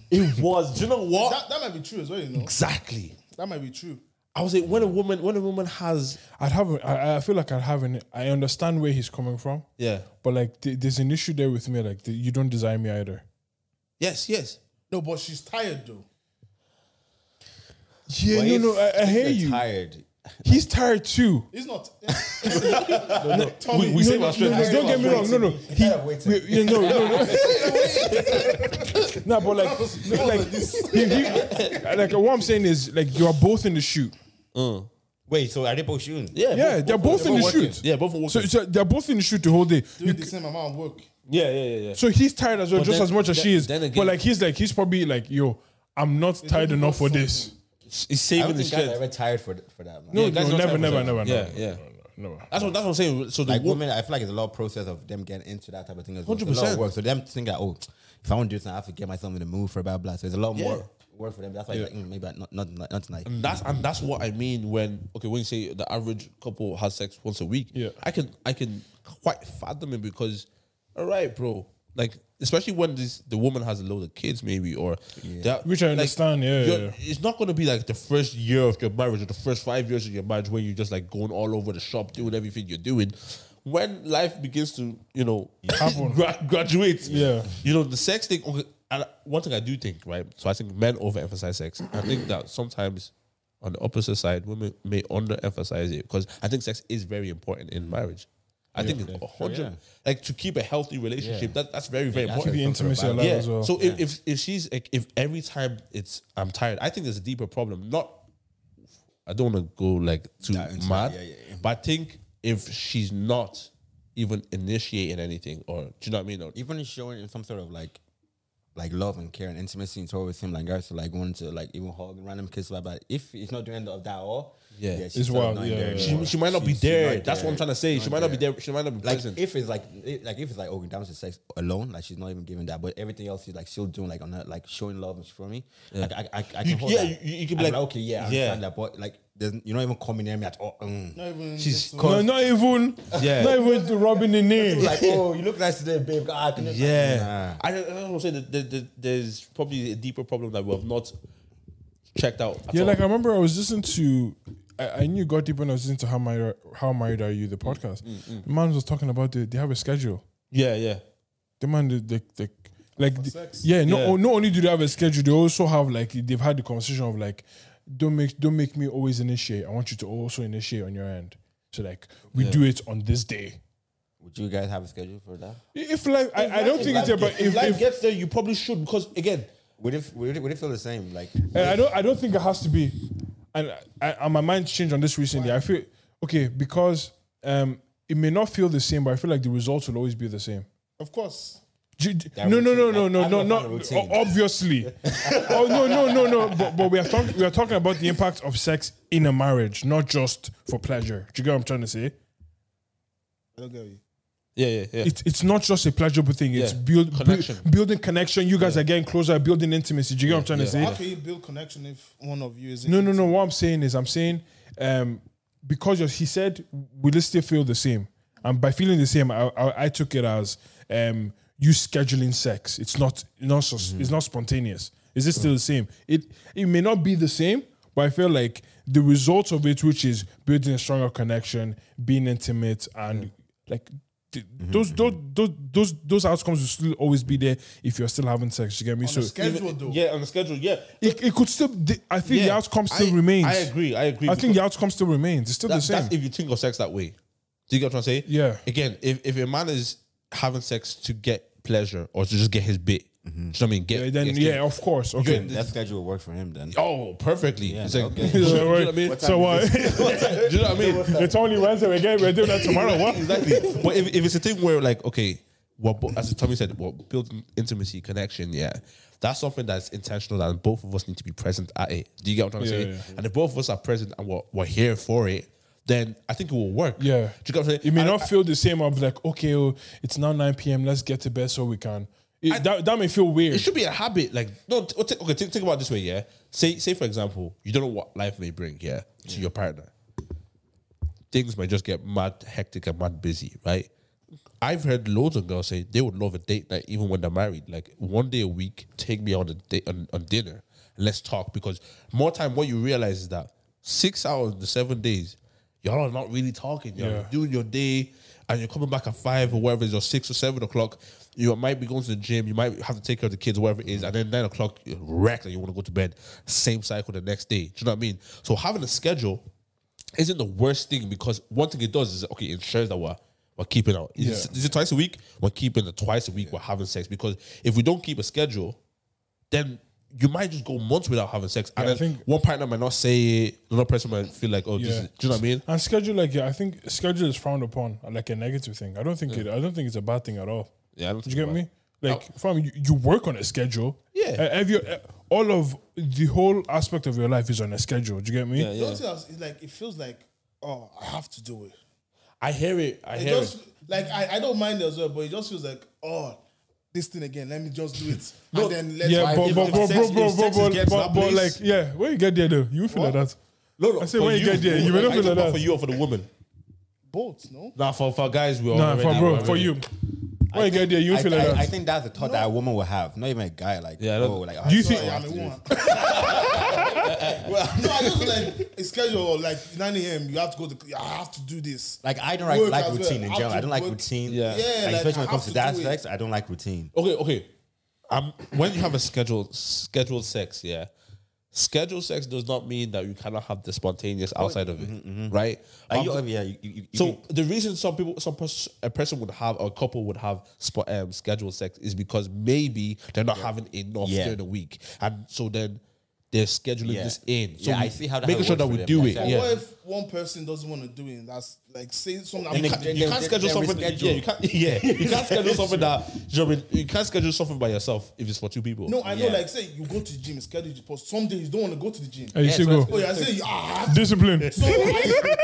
Speaker 2: it was, do you know what?
Speaker 4: That, that might be true as well, you know.
Speaker 2: exactly.
Speaker 4: That might be true.
Speaker 2: I was like, when a woman when a woman has
Speaker 1: I'd have. a- I, I feel like I'd have an. I understand where he's coming from,
Speaker 2: Yeah.
Speaker 1: but like, th- there's an issue there with me. Like, th- you don't desire me either.
Speaker 2: Yes, yes.
Speaker 4: No, but she's tired though.
Speaker 1: Yeah,
Speaker 3: But
Speaker 1: no,
Speaker 3: if-
Speaker 1: no, I, I
Speaker 3: if
Speaker 1: hear
Speaker 3: you're
Speaker 1: you.
Speaker 3: Tired.
Speaker 1: He's tired too.
Speaker 4: It's not.
Speaker 5: We, we save our strength.
Speaker 1: No, no, don't get me wrong. No, no. He, we, you know, no, no. nah, but like, no, like, he, he, like, what I'm saying is, like, you are both in the shoot.
Speaker 3: Wait, so are they both shooting?
Speaker 5: Yeah,
Speaker 1: Yeah, they're both in the
Speaker 5: working.
Speaker 1: shoot.
Speaker 5: Yeah, both are
Speaker 1: So,
Speaker 5: working.
Speaker 1: so they're both in the shoot the whole day.
Speaker 10: Doing the same amount of work.
Speaker 5: yeah, yeah, yeah, yeah.
Speaker 1: So he's tired as well, just
Speaker 5: then-
Speaker 1: as much as
Speaker 5: then-
Speaker 1: she is.
Speaker 5: then again-
Speaker 1: but like, he's like, he's probably like, yo, I'm not tired enough for this.
Speaker 2: He's
Speaker 3: I
Speaker 2: saving
Speaker 3: don't
Speaker 2: the
Speaker 3: think guys are
Speaker 2: strength.
Speaker 3: ever tired for th- for that. Man.
Speaker 1: No,
Speaker 2: Yeah, guys
Speaker 1: no,
Speaker 2: don't
Speaker 1: never,
Speaker 2: time
Speaker 1: never,
Speaker 2: themselves.
Speaker 1: never,
Speaker 2: Yeah,
Speaker 1: never,
Speaker 2: yeah.
Speaker 1: never, never.
Speaker 2: That's what that's what I'm saying. So the
Speaker 3: like
Speaker 2: woman,
Speaker 3: women, I feel like it's a lot of process of them getting into that type of thing. as well. It's a lot
Speaker 2: 100%.
Speaker 3: of work. So them think that oh, if I want to do this, I have to get myself in the mood for blah blah. So it's a lot more work for them. That's why it's like mm, maybe I- not not not, not tonight.
Speaker 2: and that's and that's what I mean when okay when you say the average couple has sex once a week.
Speaker 1: Yeah.
Speaker 2: I can I can quite fathom it because, all right, bro. Like especially when this the woman has a load of kids maybe or that,
Speaker 1: Which I
Speaker 2: like,
Speaker 1: understand, yeah,
Speaker 2: you're-
Speaker 1: yeah.
Speaker 2: It's not going to be like the first year of your marriage or the first five years of your marriage where you're just like going all over the shop doing everything you're doing. When life begins to, you know, gra- graduate,
Speaker 1: Yeah.
Speaker 2: you know, the sex thing. Okay, and one thing I do think, right? So I think men overemphasize sex. I think that sometimes on the opposite side, women may underemphasize it because I think sex is very important in marriage. I think a hundred, like to keep a healthy relationship, that, that's very, very important.
Speaker 1: The intimacy alive
Speaker 2: Yeah.
Speaker 1: as well.
Speaker 2: So If, if if she's like, if every time it's I'm tired, I think there's a deeper problem. Not I don't want to go like too mad, but I think if she's not even initiating anything, or do you know what I mean? Or,
Speaker 3: Even showing in some sort of like like love and care and intimacy towards him, like guys to like wanting to like even hug and random kiss, blah blah. If it's not doing of that at all,
Speaker 2: Yeah.
Speaker 3: she's
Speaker 1: It's
Speaker 3: sort of
Speaker 1: wild,
Speaker 3: not
Speaker 1: yeah,
Speaker 3: there
Speaker 1: yeah.
Speaker 2: she,
Speaker 3: anymore.
Speaker 2: she might not be
Speaker 3: She's- she's
Speaker 2: there.
Speaker 3: not
Speaker 2: That's what I'm
Speaker 3: there.
Speaker 2: trying to say. She might not be there. She might not be
Speaker 3: Like
Speaker 2: present.
Speaker 3: if it's like it- like if it's like oh down to sex alone, like she's not even giving that, but everything else she's like still doing like on her like showing love for me. Like I, I, I can
Speaker 2: You-
Speaker 3: hold
Speaker 2: yeah,
Speaker 3: that.
Speaker 2: you- you can be
Speaker 3: I'm
Speaker 2: like,
Speaker 3: okay, yeah, I
Speaker 2: yeah.
Speaker 3: understand that, but like there's you're not even coming near me at all. Mm.
Speaker 10: Not even
Speaker 2: she's
Speaker 10: just-
Speaker 1: No, not even,
Speaker 2: Yeah.
Speaker 1: not even rubbing the knee.
Speaker 3: Like oh, you look nice today, babe. God, can you-"
Speaker 2: Yeah, I don't, I don't want to say that there- there- there's probably a deeper problem that we have not checked out. at
Speaker 1: Yeah,
Speaker 2: all.
Speaker 1: like I remember I was listening to, I, I knew God deep when I was listening to How Married Are, How Married Are You, the podcast.
Speaker 2: Mm,
Speaker 1: The man was talking about the, they have a schedule.
Speaker 2: yeah, yeah.
Speaker 1: The man, the, the, the like, the- yeah, no, oh, not only do they have a schedule, they also have like, they've had the conversation of like, don't make, don't make me always initiate. I want you to also initiate on your end. So like, we do it on this day.
Speaker 3: Would you guys have a schedule for that?
Speaker 1: If like, I, I don't think it's about,
Speaker 2: if
Speaker 1: if,
Speaker 2: life
Speaker 1: if,
Speaker 2: gets there, you probably should because again,
Speaker 3: Would it would it, would it feel the same? Like
Speaker 1: And I don't I don't think it has to be. And I, I, my mind changed on this recently. I feel okay because um, it may not feel the same, but I feel like the results will always be the same.
Speaker 4: Of course.
Speaker 1: Do you- do- No, no, no, no,
Speaker 3: routine,
Speaker 1: no,
Speaker 3: I'm
Speaker 1: no,
Speaker 3: not on a
Speaker 1: no.
Speaker 3: routine.
Speaker 1: Obviously, oh no, no, no, no. But, but we are talking we are talking about the impact of sex in a marriage, not just for pleasure. Do you get what I'm trying to say?
Speaker 4: I don't get you.
Speaker 2: yeah, yeah, yeah.
Speaker 1: It's it's not just a pleasurable thing. It's
Speaker 2: Yeah.
Speaker 1: build, bu-
Speaker 2: Connection.
Speaker 1: building connection. You guys are getting closer, building intimacy. Do you get what I'm trying to say?
Speaker 4: How can you build connection if one of you is
Speaker 1: No, no, no. What I'm saying is, I'm saying um, because you're- he said, will it still feel the same? And by feeling the same, I, I, I took it as um, you scheduling sex. It's not, not sus- it's not spontaneous. Is it still the same? It it may not be the same, but I feel like the result of it, which is building a stronger connection, being intimate, and like th-
Speaker 2: Mm-hmm,
Speaker 1: those, those those those those outcomes will still always be there if you're still having sex. You get me? so
Speaker 4: schedule though.
Speaker 2: Yeah, on the schedule. Yeah,
Speaker 1: it, it could still. the- I think the
Speaker 2: Yeah.
Speaker 1: outcome still
Speaker 2: I-
Speaker 1: remains.
Speaker 2: I agree, I agree,
Speaker 1: I think the
Speaker 2: because-
Speaker 1: outcome still remains. It's still the
Speaker 2: that,
Speaker 1: same.
Speaker 2: that's if you think of sex that way. Do you get what I'm saying?
Speaker 1: Yeah.
Speaker 2: Again, if, if a man is having sex to get pleasure or to just get his bit, do you know what I mean? Get
Speaker 1: Yeah, then
Speaker 2: get-
Speaker 1: yeah, of course. Okay.
Speaker 3: that schedule would work for him then.
Speaker 2: Oh, perfectly. it's like,
Speaker 1: Yeah,
Speaker 2: do you know
Speaker 1: right.
Speaker 2: what I mean?
Speaker 1: so what?
Speaker 2: Do you know what I mean?
Speaker 1: it's only Wednesday again. We're doing that tomorrow. What?
Speaker 2: exactly. But if, if it's a thing where like okay, what bo- as Tommy said, what building intimacy, connection, yeah, that's something that's intentional and both of us need to be present at it. Do you get what I'm saying?
Speaker 1: yeah.
Speaker 2: And if both of us are present and we're, we're here for it, then I think it will work.
Speaker 1: Yeah.
Speaker 2: Do you get what I'm saying?
Speaker 1: It may
Speaker 2: And
Speaker 1: not feel the same of like, okay, oh, it's now 9 p.m. Let's get to bed so we can. It, that, that may feel weird.
Speaker 2: It should be a habit. Like no, t- okay, okay, think, think about it this way. Yeah, say say for example, you don't know what life may bring. Yeah, to your partner, things might just get mad hectic and mad busy. Right? I've heard loads of girls say they would love a date night even when they're married. Like one day a week, take me on a date on, on dinner. and Let's talk because more time what you realize is that six hours the seven days, y'all are not really talking. You're
Speaker 1: Yeah.
Speaker 2: doing your day and you're coming back at five or whatever it is, or six or seven o'clock. You might be going to the gym, you might have to take care of the kids, whatever it is, and then nine o'clock you're wrecked and you want to go to bed. Same cycle the next day. Do you know what I mean? So having a schedule isn't the worst thing because one thing it does is okay, it ensures that we're we're keeping out. Is, it, is it twice a week? We're keeping it twice a week. We're having sex because if we don't keep a schedule, then you might just go months without having sex, and
Speaker 1: Yeah, I
Speaker 2: then
Speaker 1: think-
Speaker 2: one partner might not say it. Another person might feel like, oh, this
Speaker 1: Yeah.
Speaker 2: is, do you know what I mean?
Speaker 1: And schedule, like yeah, I think schedule is frowned upon like a negative thing. I don't think it. I don't think it's a bad thing at all.
Speaker 2: Yeah, I don't
Speaker 1: Do you
Speaker 2: think
Speaker 1: get
Speaker 2: about
Speaker 1: me? Like, fam, you, you work on a schedule.
Speaker 2: Yeah.
Speaker 1: Uh, Have you? uh, All of the whole aspect of your life is on a schedule. Do you get me?
Speaker 2: Yeah.
Speaker 4: The other thing is, is like it feels like oh I have to do it.
Speaker 2: I hear it. I
Speaker 4: It
Speaker 2: hear
Speaker 4: just like I, I don't mind as well, but it just feels like oh this thing again. Let me just do it. and then let's
Speaker 1: Yeah,
Speaker 4: vibe.
Speaker 1: but,
Speaker 4: If-
Speaker 1: but,
Speaker 4: if
Speaker 1: but,
Speaker 4: sex-
Speaker 1: bro, bro,
Speaker 4: if
Speaker 1: bro,
Speaker 4: sex is
Speaker 1: bro,
Speaker 4: getting
Speaker 1: but,
Speaker 4: that
Speaker 1: but, like,
Speaker 4: place,
Speaker 1: yeah, when you get there, though, you feel like that.
Speaker 2: No, no.
Speaker 1: I say
Speaker 2: for
Speaker 1: when you get there, you may not
Speaker 2: I
Speaker 1: feel
Speaker 2: talk
Speaker 1: like
Speaker 2: about
Speaker 1: that.
Speaker 2: For you or for the women?
Speaker 4: both no.
Speaker 2: Nah, for, for guys, we're
Speaker 1: Nah,
Speaker 2: already-
Speaker 1: for bro,
Speaker 2: we're
Speaker 1: for
Speaker 2: already-
Speaker 1: you, when you get there, you
Speaker 3: I,
Speaker 1: feel
Speaker 3: I-
Speaker 1: like
Speaker 3: I
Speaker 1: that.
Speaker 3: think that's a thought that a woman will have, not even a guy. Like,
Speaker 2: Yeah, I don't-
Speaker 3: oh, like
Speaker 1: Do you
Speaker 3: I-
Speaker 1: think?
Speaker 4: Yeah, I'm a woman. well, no, I just like it's schedule like 9 a.m. You have to go to. I have to do this.
Speaker 3: Like I don't like,
Speaker 4: Work
Speaker 3: like
Speaker 4: as well.
Speaker 3: routine in
Speaker 4: Have
Speaker 3: general.
Speaker 4: to
Speaker 3: I don't like
Speaker 4: work-
Speaker 3: routine.
Speaker 2: Yeah.
Speaker 3: Like,
Speaker 4: Yeah, like,
Speaker 3: especially when
Speaker 4: I
Speaker 3: it comes to
Speaker 4: have
Speaker 3: that
Speaker 4: to do it.
Speaker 3: sex, I don't like routine.
Speaker 2: Okay, okay. Um, when you have a scheduled scheduled sex, yeah, scheduled sex does not mean that you cannot have the spontaneous
Speaker 3: Oh,
Speaker 2: outside of it, right?
Speaker 3: Like,
Speaker 2: Um,
Speaker 3: mm-hmm, you, yeah, you, you, you-
Speaker 2: so the reason some people, some pers- a person would have, or a couple would have spo- um, scheduled sex is because maybe they're not having enough
Speaker 3: Yeah.
Speaker 2: during the week, and so then they're scheduling
Speaker 3: Yeah.
Speaker 2: this in. So
Speaker 3: Yeah, I
Speaker 2: we-
Speaker 3: see how that
Speaker 2: making
Speaker 3: works
Speaker 2: sure that
Speaker 3: for
Speaker 2: we
Speaker 3: them.
Speaker 2: do
Speaker 3: Like,
Speaker 2: it.
Speaker 3: yeah.
Speaker 4: But What
Speaker 2: Yeah,
Speaker 4: if one person doesn't want to do it? That's like say something.
Speaker 3: Then
Speaker 4: I
Speaker 3: they-
Speaker 4: can't-
Speaker 3: then
Speaker 4: you
Speaker 3: they-
Speaker 4: can't
Speaker 3: then
Speaker 4: schedule
Speaker 3: they
Speaker 4: something.
Speaker 3: reschedule.
Speaker 2: yeah, you can't. Yeah, you can't schedule something that you, know, what I mean? you can't schedule something by yourself if it's for two people.
Speaker 4: No, I know.
Speaker 3: Yeah.
Speaker 4: Like say you go to the gym, schedule your post. Some days you don't want to go to the gym.
Speaker 1: Hey, you
Speaker 3: Yeah,
Speaker 1: should
Speaker 3: so
Speaker 1: go.
Speaker 3: it's-
Speaker 4: Oh yeah, I say ah. I have to
Speaker 1: Discipline.
Speaker 4: So I
Speaker 1: Discipline.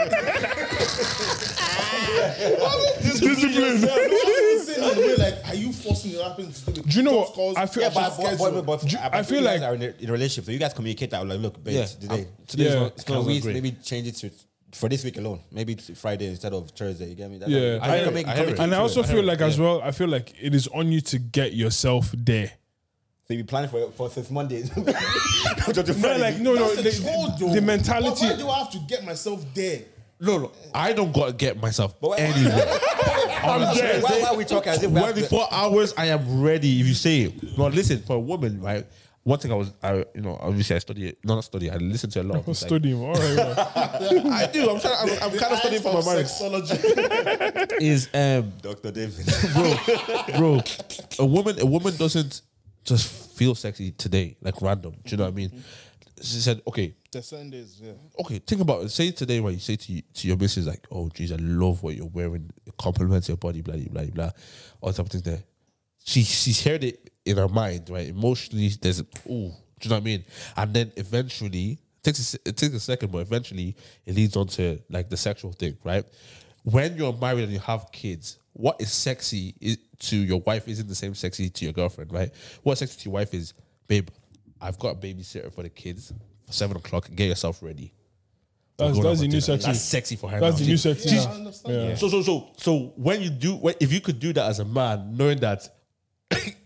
Speaker 4: was saying in a way like, are you forcing your happens to do it?
Speaker 1: Do you know
Speaker 4: Close
Speaker 1: what?
Speaker 4: calls,
Speaker 1: I feel-
Speaker 3: yeah,
Speaker 1: Yeah,
Speaker 3: but,
Speaker 4: just
Speaker 3: but,
Speaker 4: schedule.
Speaker 3: but, but,
Speaker 1: Do you-
Speaker 3: but
Speaker 1: I feel
Speaker 3: you guys
Speaker 1: like-
Speaker 3: are in a, in a relationship, so you guys communicate that. Like, look, babe,
Speaker 2: Yeah,
Speaker 3: today,
Speaker 2: I'm- today's
Speaker 1: Yeah.
Speaker 2: not- it's not
Speaker 3: can we
Speaker 2: great.
Speaker 3: maybe change it to for this week alone? Maybe to Friday instead of Thursday. You get me? That's
Speaker 1: Yeah,
Speaker 3: like, you can make- you can make
Speaker 1: and I
Speaker 3: it
Speaker 1: also
Speaker 3: to it.
Speaker 1: feel like as well. I feel like it is on you to get yourself there.
Speaker 3: so you plan for for since Monday. no,
Speaker 1: No, like no, no,
Speaker 4: That's
Speaker 1: the,
Speaker 4: a troll, though.
Speaker 1: the
Speaker 4: But
Speaker 1: mentality.
Speaker 4: why do I have to get myself there?
Speaker 2: No, no, I don't gotta get myself
Speaker 3: why-
Speaker 2: anywhere. I'm
Speaker 3: why,
Speaker 2: dead.
Speaker 3: why are we talking as if we have to-
Speaker 2: 24 hours, I am ready. If you say it. No, listen, for a woman, right? One thing I was, I you know, obviously I study, no, not study, I listen to a lot. Of
Speaker 1: Don't
Speaker 2: things,
Speaker 1: Oh,
Speaker 2: like-
Speaker 1: study him. All right, bro.
Speaker 2: I do. I'm trying. I'm, I'm kind of studying for my marriage.
Speaker 4: Sexology.
Speaker 2: Is um,
Speaker 3: Dr. David?
Speaker 2: bro, bro, a woman, a woman doesn't just feel sexy today, like random. Do you know what I mean? She said, okay,
Speaker 4: There's certain days, yeah.
Speaker 2: okay, think about it. Say today when you say to to your missus like, "Oh, geez, I love what you're wearing. It compliments your body, blah blah blah blah." All type of things there. She she's heard it in her mind, right? Emotionally, there's a, ooh, do you know what I mean? And then eventually, it takes a, se- it takes a second, but eventually it leads on to like the sexual thing, right? When you're married and you have kids, what is sexy is, to your wife isn't the same sexy to your girlfriend, right? What's sexy to your wife is, babe, I've got a babysitter for the kids. Seven o'clock, get yourself ready.
Speaker 1: That's
Speaker 2: We're
Speaker 1: that's the
Speaker 2: going
Speaker 1: new
Speaker 2: out for dinner.
Speaker 1: sexy.
Speaker 2: That's sexy for her.
Speaker 1: That's
Speaker 2: now.
Speaker 1: the new
Speaker 2: She-
Speaker 1: sexy.
Speaker 2: she's-
Speaker 1: now.
Speaker 4: I understand.
Speaker 1: Yeah.
Speaker 2: So so so so when you do, when, if you could do that as a man, knowing that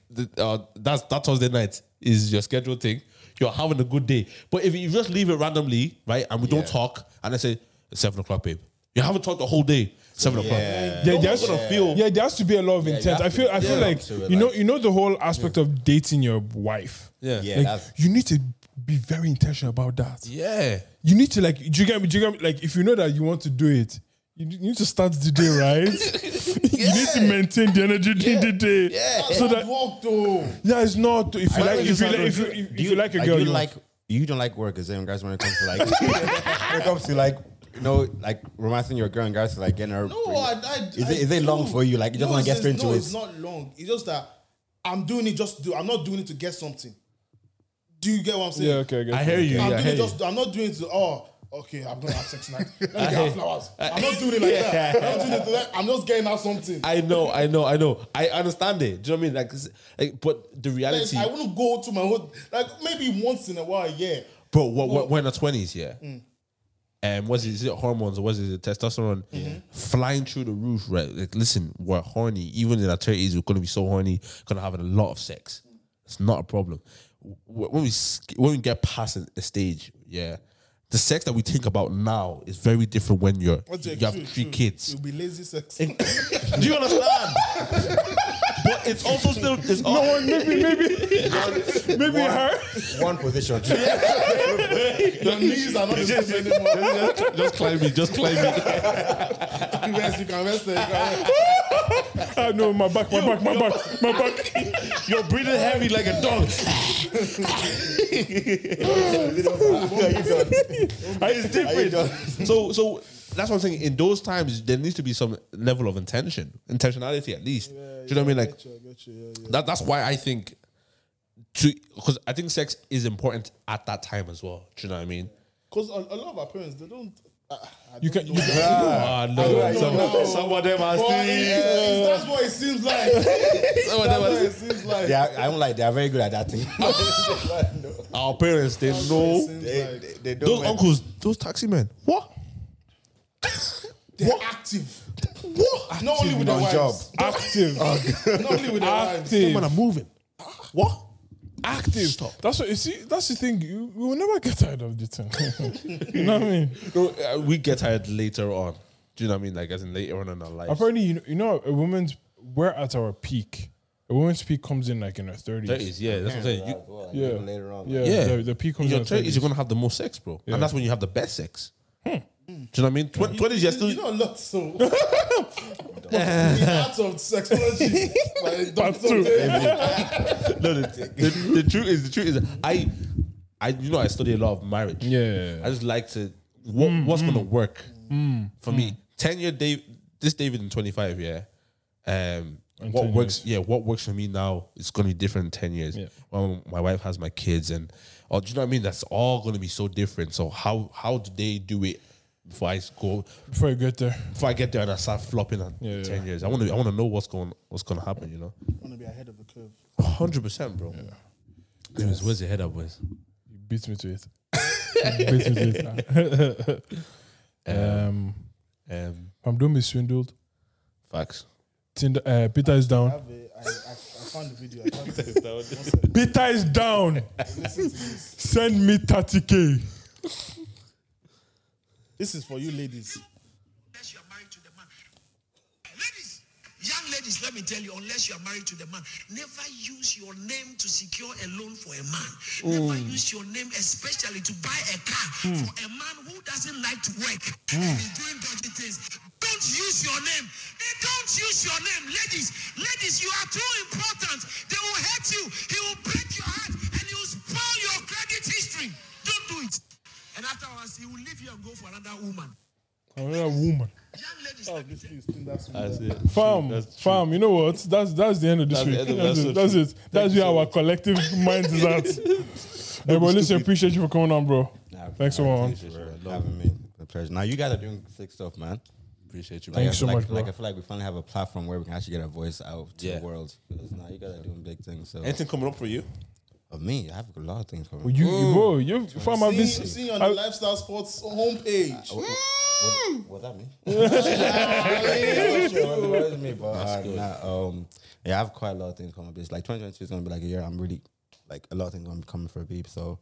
Speaker 2: the, uh, that's that Thursday night is your scheduled thing, you're having a good day. But if you just leave it randomly, right, and we don't talk, and I say it's seven o'clock, babe, you haven't talked the whole day. Seven o'clock.
Speaker 1: Yeah,
Speaker 2: No
Speaker 1: there's-
Speaker 2: one's gonna feel.
Speaker 1: Yeah, there has to be a lot of intent.
Speaker 3: have
Speaker 1: I feel,
Speaker 3: to-
Speaker 1: I feel
Speaker 3: yeah.
Speaker 1: like
Speaker 3: To it,
Speaker 1: you know,
Speaker 3: like-
Speaker 1: you know the whole aspect of dating your wife.
Speaker 2: Yeah.
Speaker 3: Yeah,
Speaker 1: Like,
Speaker 3: that's-
Speaker 1: you need to be very intentional about that.
Speaker 2: Yeah.
Speaker 1: You need to like, do you get me? Do you get me? Like, if you know that you want to do it, you d- you need to start the day right. You need to maintain the energy during the day. Yeah. So that
Speaker 4: Walk though.
Speaker 1: yeah, it's not. If you like,
Speaker 3: don't
Speaker 1: if you
Speaker 3: understand
Speaker 1: like,
Speaker 3: what
Speaker 1: if you
Speaker 3: you-
Speaker 1: if if you like a girl,
Speaker 3: you
Speaker 1: you
Speaker 3: like you don't like work as in guys when it comes to like when it comes to like you know like romancing your girl and guys to like getting her.
Speaker 4: No, I, I,
Speaker 3: is
Speaker 4: I
Speaker 3: it is it long
Speaker 4: do.
Speaker 3: for you? Like you just
Speaker 4: No,
Speaker 3: want to get
Speaker 4: it's-
Speaker 3: straight into
Speaker 4: No,
Speaker 3: it.
Speaker 4: it's not long. It's just that I'm doing it just to do. I'm not doing it to get something. Do you get what I'm saying?
Speaker 1: yeah, okay, I, guess.
Speaker 2: I hear you.
Speaker 4: I'm
Speaker 2: yeah, I
Speaker 4: doing
Speaker 2: hear
Speaker 4: it
Speaker 2: you.
Speaker 4: just. I'm not doing it to. Oh, okay. I'm gonna have sex tonight. Let me get half flowers. I'm not doing it like that. I'm not doing it to that. I'm just getting out something.
Speaker 2: I know, I know, I know. I understand it. Do you know what I mean? Like, s- like but the
Speaker 4: Like,
Speaker 2: reality,
Speaker 4: I wouldn't go to my own. Like maybe once in a while, yeah.
Speaker 2: bro, what, what, we're in our twenties, yeah. And was it, is it hormones or was it the testosterone flying through the roof? Right, like listen, we're horny. Even in our thirties, we're gonna be so horny, gonna having a lot of sex. It's not a problem. W- When we sk- when we get past a- a stage, yeah, the sex that we think about now is very different when you're
Speaker 4: What's
Speaker 2: you
Speaker 4: it?
Speaker 2: have
Speaker 4: True,
Speaker 2: three
Speaker 4: true.
Speaker 2: kids.
Speaker 4: You'll be lazy sex.
Speaker 2: Do you understand? but it's also still it's
Speaker 1: No
Speaker 2: all,
Speaker 1: one, maybe, maybe, maybe her.
Speaker 3: One position.
Speaker 10: Your knees are not the same anymore.
Speaker 2: just climb me, just climb me.
Speaker 10: You rest, you can rest there. You can rest.
Speaker 1: Ah, no, my back, my back, my back, my back.
Speaker 2: You're breathing heavy like a dog. it's different. So, so that's what I'm saying. In those times, there needs to be some level of intention, intentionality at least. Do you know what I mean? Like
Speaker 4: I get you, yeah, yeah.
Speaker 2: that. That's why I think to because I think sex is important at that time as well. Do you know what I mean?
Speaker 4: Because a, a lot of our parents, they don't. Uh,
Speaker 1: You can, you can
Speaker 2: Ah, no, some, some of them are
Speaker 10: Boy, it's- That's what it seems like. That's
Speaker 2: some of them
Speaker 10: what
Speaker 2: are
Speaker 10: it seems like.
Speaker 3: Yeah, I don't like. They are very good at that thing.
Speaker 2: our parents. They
Speaker 10: It
Speaker 2: know
Speaker 10: seems
Speaker 3: they,
Speaker 10: like.
Speaker 3: they, they don't.
Speaker 2: those
Speaker 3: like-
Speaker 2: uncles, those taxi men. What?
Speaker 10: They're active.
Speaker 2: What?
Speaker 10: Not only with their
Speaker 3: on
Speaker 10: wives.
Speaker 3: job.
Speaker 1: active,
Speaker 2: Oh,
Speaker 10: Not only with their wives.
Speaker 2: When
Speaker 1: active,
Speaker 2: I'm moving. What?
Speaker 1: active.
Speaker 2: Stop.
Speaker 1: That's what you see. That's the thing. You, you will never get tired of the thing. you know what I mean?
Speaker 2: No, uh, we get tired later on. Do you know what I mean? Like as in later on in our life.
Speaker 1: Apparently, you know, you know, a woman's we're at our peak. A woman's peak comes in like in her thirties.
Speaker 2: yeah, that's what I'm saying.
Speaker 3: As
Speaker 2: You,
Speaker 3: well, like,
Speaker 1: Yeah.
Speaker 3: even Later on.
Speaker 1: Yeah,
Speaker 3: like,
Speaker 2: yeah,
Speaker 1: The, the peak
Speaker 2: in
Speaker 1: comes in
Speaker 2: your
Speaker 1: her
Speaker 2: thirties,
Speaker 1: 30s.
Speaker 2: you're gonna have the most sex, bro, and that's when you have the best sex. Do Hmm. you know what I mean? Twenties, you're still
Speaker 10: You know a lot, so. the art of sexology. Like,
Speaker 1: Part
Speaker 10: doctor,
Speaker 1: two.
Speaker 2: no. The, the, the truth is, the truth is, I, I, you know, I study a lot of marriage.
Speaker 1: Yeah.
Speaker 2: I just like to what
Speaker 1: Mm,
Speaker 2: what's gonna work for me. Ten year Dave, this David in twenty five. Yeah, um, what
Speaker 1: 10
Speaker 2: works? Yeah, what works for me now is gonna be different in ten years.
Speaker 1: Yeah.
Speaker 2: When my wife has my kids, and oh, do you know what I mean? That's all gonna be so different. So how how do they do it? Before I go,
Speaker 1: Before you get there,
Speaker 2: before I get there and I start flopping at
Speaker 1: Yeah,
Speaker 2: ten
Speaker 1: yeah.
Speaker 2: years, I want to I want to know what's going what's gonna happen. You know,
Speaker 4: want to be ahead of the curve.
Speaker 2: hundred percent, bro. Anyways, where's your head up, boys?
Speaker 1: you beat me to it. You beat me to it. um,
Speaker 2: Um,
Speaker 1: I'm doing be swindled.
Speaker 2: facts.
Speaker 1: Tinder, uh, Peter is
Speaker 4: I,
Speaker 1: down.
Speaker 4: have a, I, I, I found the video. I found it.
Speaker 1: Peter is down. Send me 30k.
Speaker 4: This is for you ladies.
Speaker 11: unless you are married to the man. Ladies, young ladies, let me tell you, unless you are married to the man, never use your name to secure a loan for a man. Never use your name, especially to buy a car for a man who doesn't like to work and is doing dirty things. Don't use your name. They don't use your name, ladies. Ladies, you are too important. They will hurt you. He will break your heart and he will spoil your credit history. Don't do it. And afterwards, he will leave you and go for another woman.
Speaker 1: Another woman.
Speaker 11: Young ladies,
Speaker 4: Oh, this is Tinder swindler.
Speaker 1: Fam, fam, you know what? That's that's the end of this
Speaker 2: That's
Speaker 1: week.
Speaker 2: the end of
Speaker 1: that's,
Speaker 2: that
Speaker 1: it. that's it. That's where
Speaker 2: so
Speaker 1: our collective minds is at. hey, bro, listen, appreciate you for coming on, bro.
Speaker 3: Nah,
Speaker 1: Thanks so
Speaker 3: I
Speaker 1: much.
Speaker 3: appreciate you for having me. A pleasure. Now you guys are doing sick stuff, man.
Speaker 2: Appreciate you.
Speaker 3: Like,
Speaker 1: Thanks
Speaker 3: I-
Speaker 1: so
Speaker 3: like,
Speaker 1: much, bro.
Speaker 3: Like I feel like we finally have a platform where we can actually get our voice out to
Speaker 2: Yeah.
Speaker 3: the world. 'Cause Now you guys are doing big things. So
Speaker 2: Anything coming up for you?
Speaker 3: of me, I have a lot of things coming.
Speaker 1: Well, you, you bro, you fam, I've
Speaker 10: See,
Speaker 1: been
Speaker 10: see you on
Speaker 1: I-
Speaker 10: the Lifestyle Sports
Speaker 3: Uh,
Speaker 10: homepage.
Speaker 3: Was that me? It was me, but uh, nah, um, yeah, I have quite a lot of things coming up. It's like 2022 is gonna be like a year. I'm really like a lot of things gonna be coming for a beep. So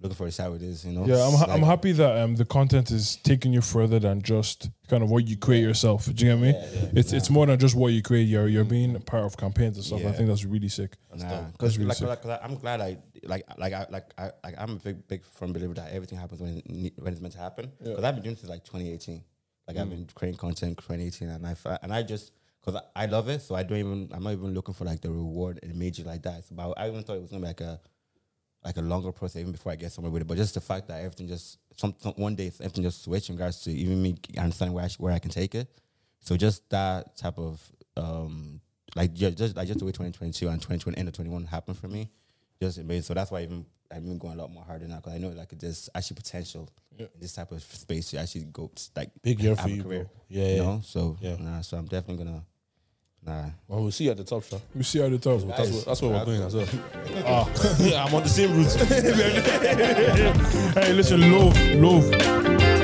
Speaker 3: looking for a shout with this, you know.
Speaker 1: Yeah, I'm,
Speaker 3: It's
Speaker 1: ha-
Speaker 3: like-
Speaker 1: I'm happy that um the content is taking you further than just kind of what you create yourself. Do you get me? it's it's more than just what you create. You're you're being part of campaigns and stuff. I
Speaker 3: Yeah.
Speaker 1: think that's really sick.
Speaker 3: Nah, because
Speaker 1: really
Speaker 3: like,
Speaker 1: sick.
Speaker 3: like, like, I'm glad I like like I like I like I'm a big big firm believer that everything happens when it ne- when it's meant to happen. Because I've been doing this since like 2018. Like I've been creating content 2018, and I f- and I just because I, I love it, so I don't even I'm not even looking for like the reward immediately like that. It's about I even thought it was gonna be like a like a longer process even before I get somewhere with it. But just the fact that everything just some, some one day everything just switch in regards to even me understanding where I, sh- where I can take it. So just that type of um like just, just like just the way 2022 and 2020 end of 21 happened for me, just amazing. So that's why even I've been going a lot more harder now because I know like there's actually potential in this type of space to actually go like
Speaker 2: Big year
Speaker 3: have
Speaker 2: for
Speaker 3: a
Speaker 2: you, bro.
Speaker 3: career,
Speaker 2: Yeah,
Speaker 3: you
Speaker 2: yeah.
Speaker 3: know. So
Speaker 2: Yeah.
Speaker 3: nah, so I'm definitely gonna nah.
Speaker 2: Well, we'll see you at the top, sure.
Speaker 1: We see how the top.
Speaker 2: That's, where- that's where we're going as well. Ah, I'm on the same route.
Speaker 1: Hey, listen, love, love.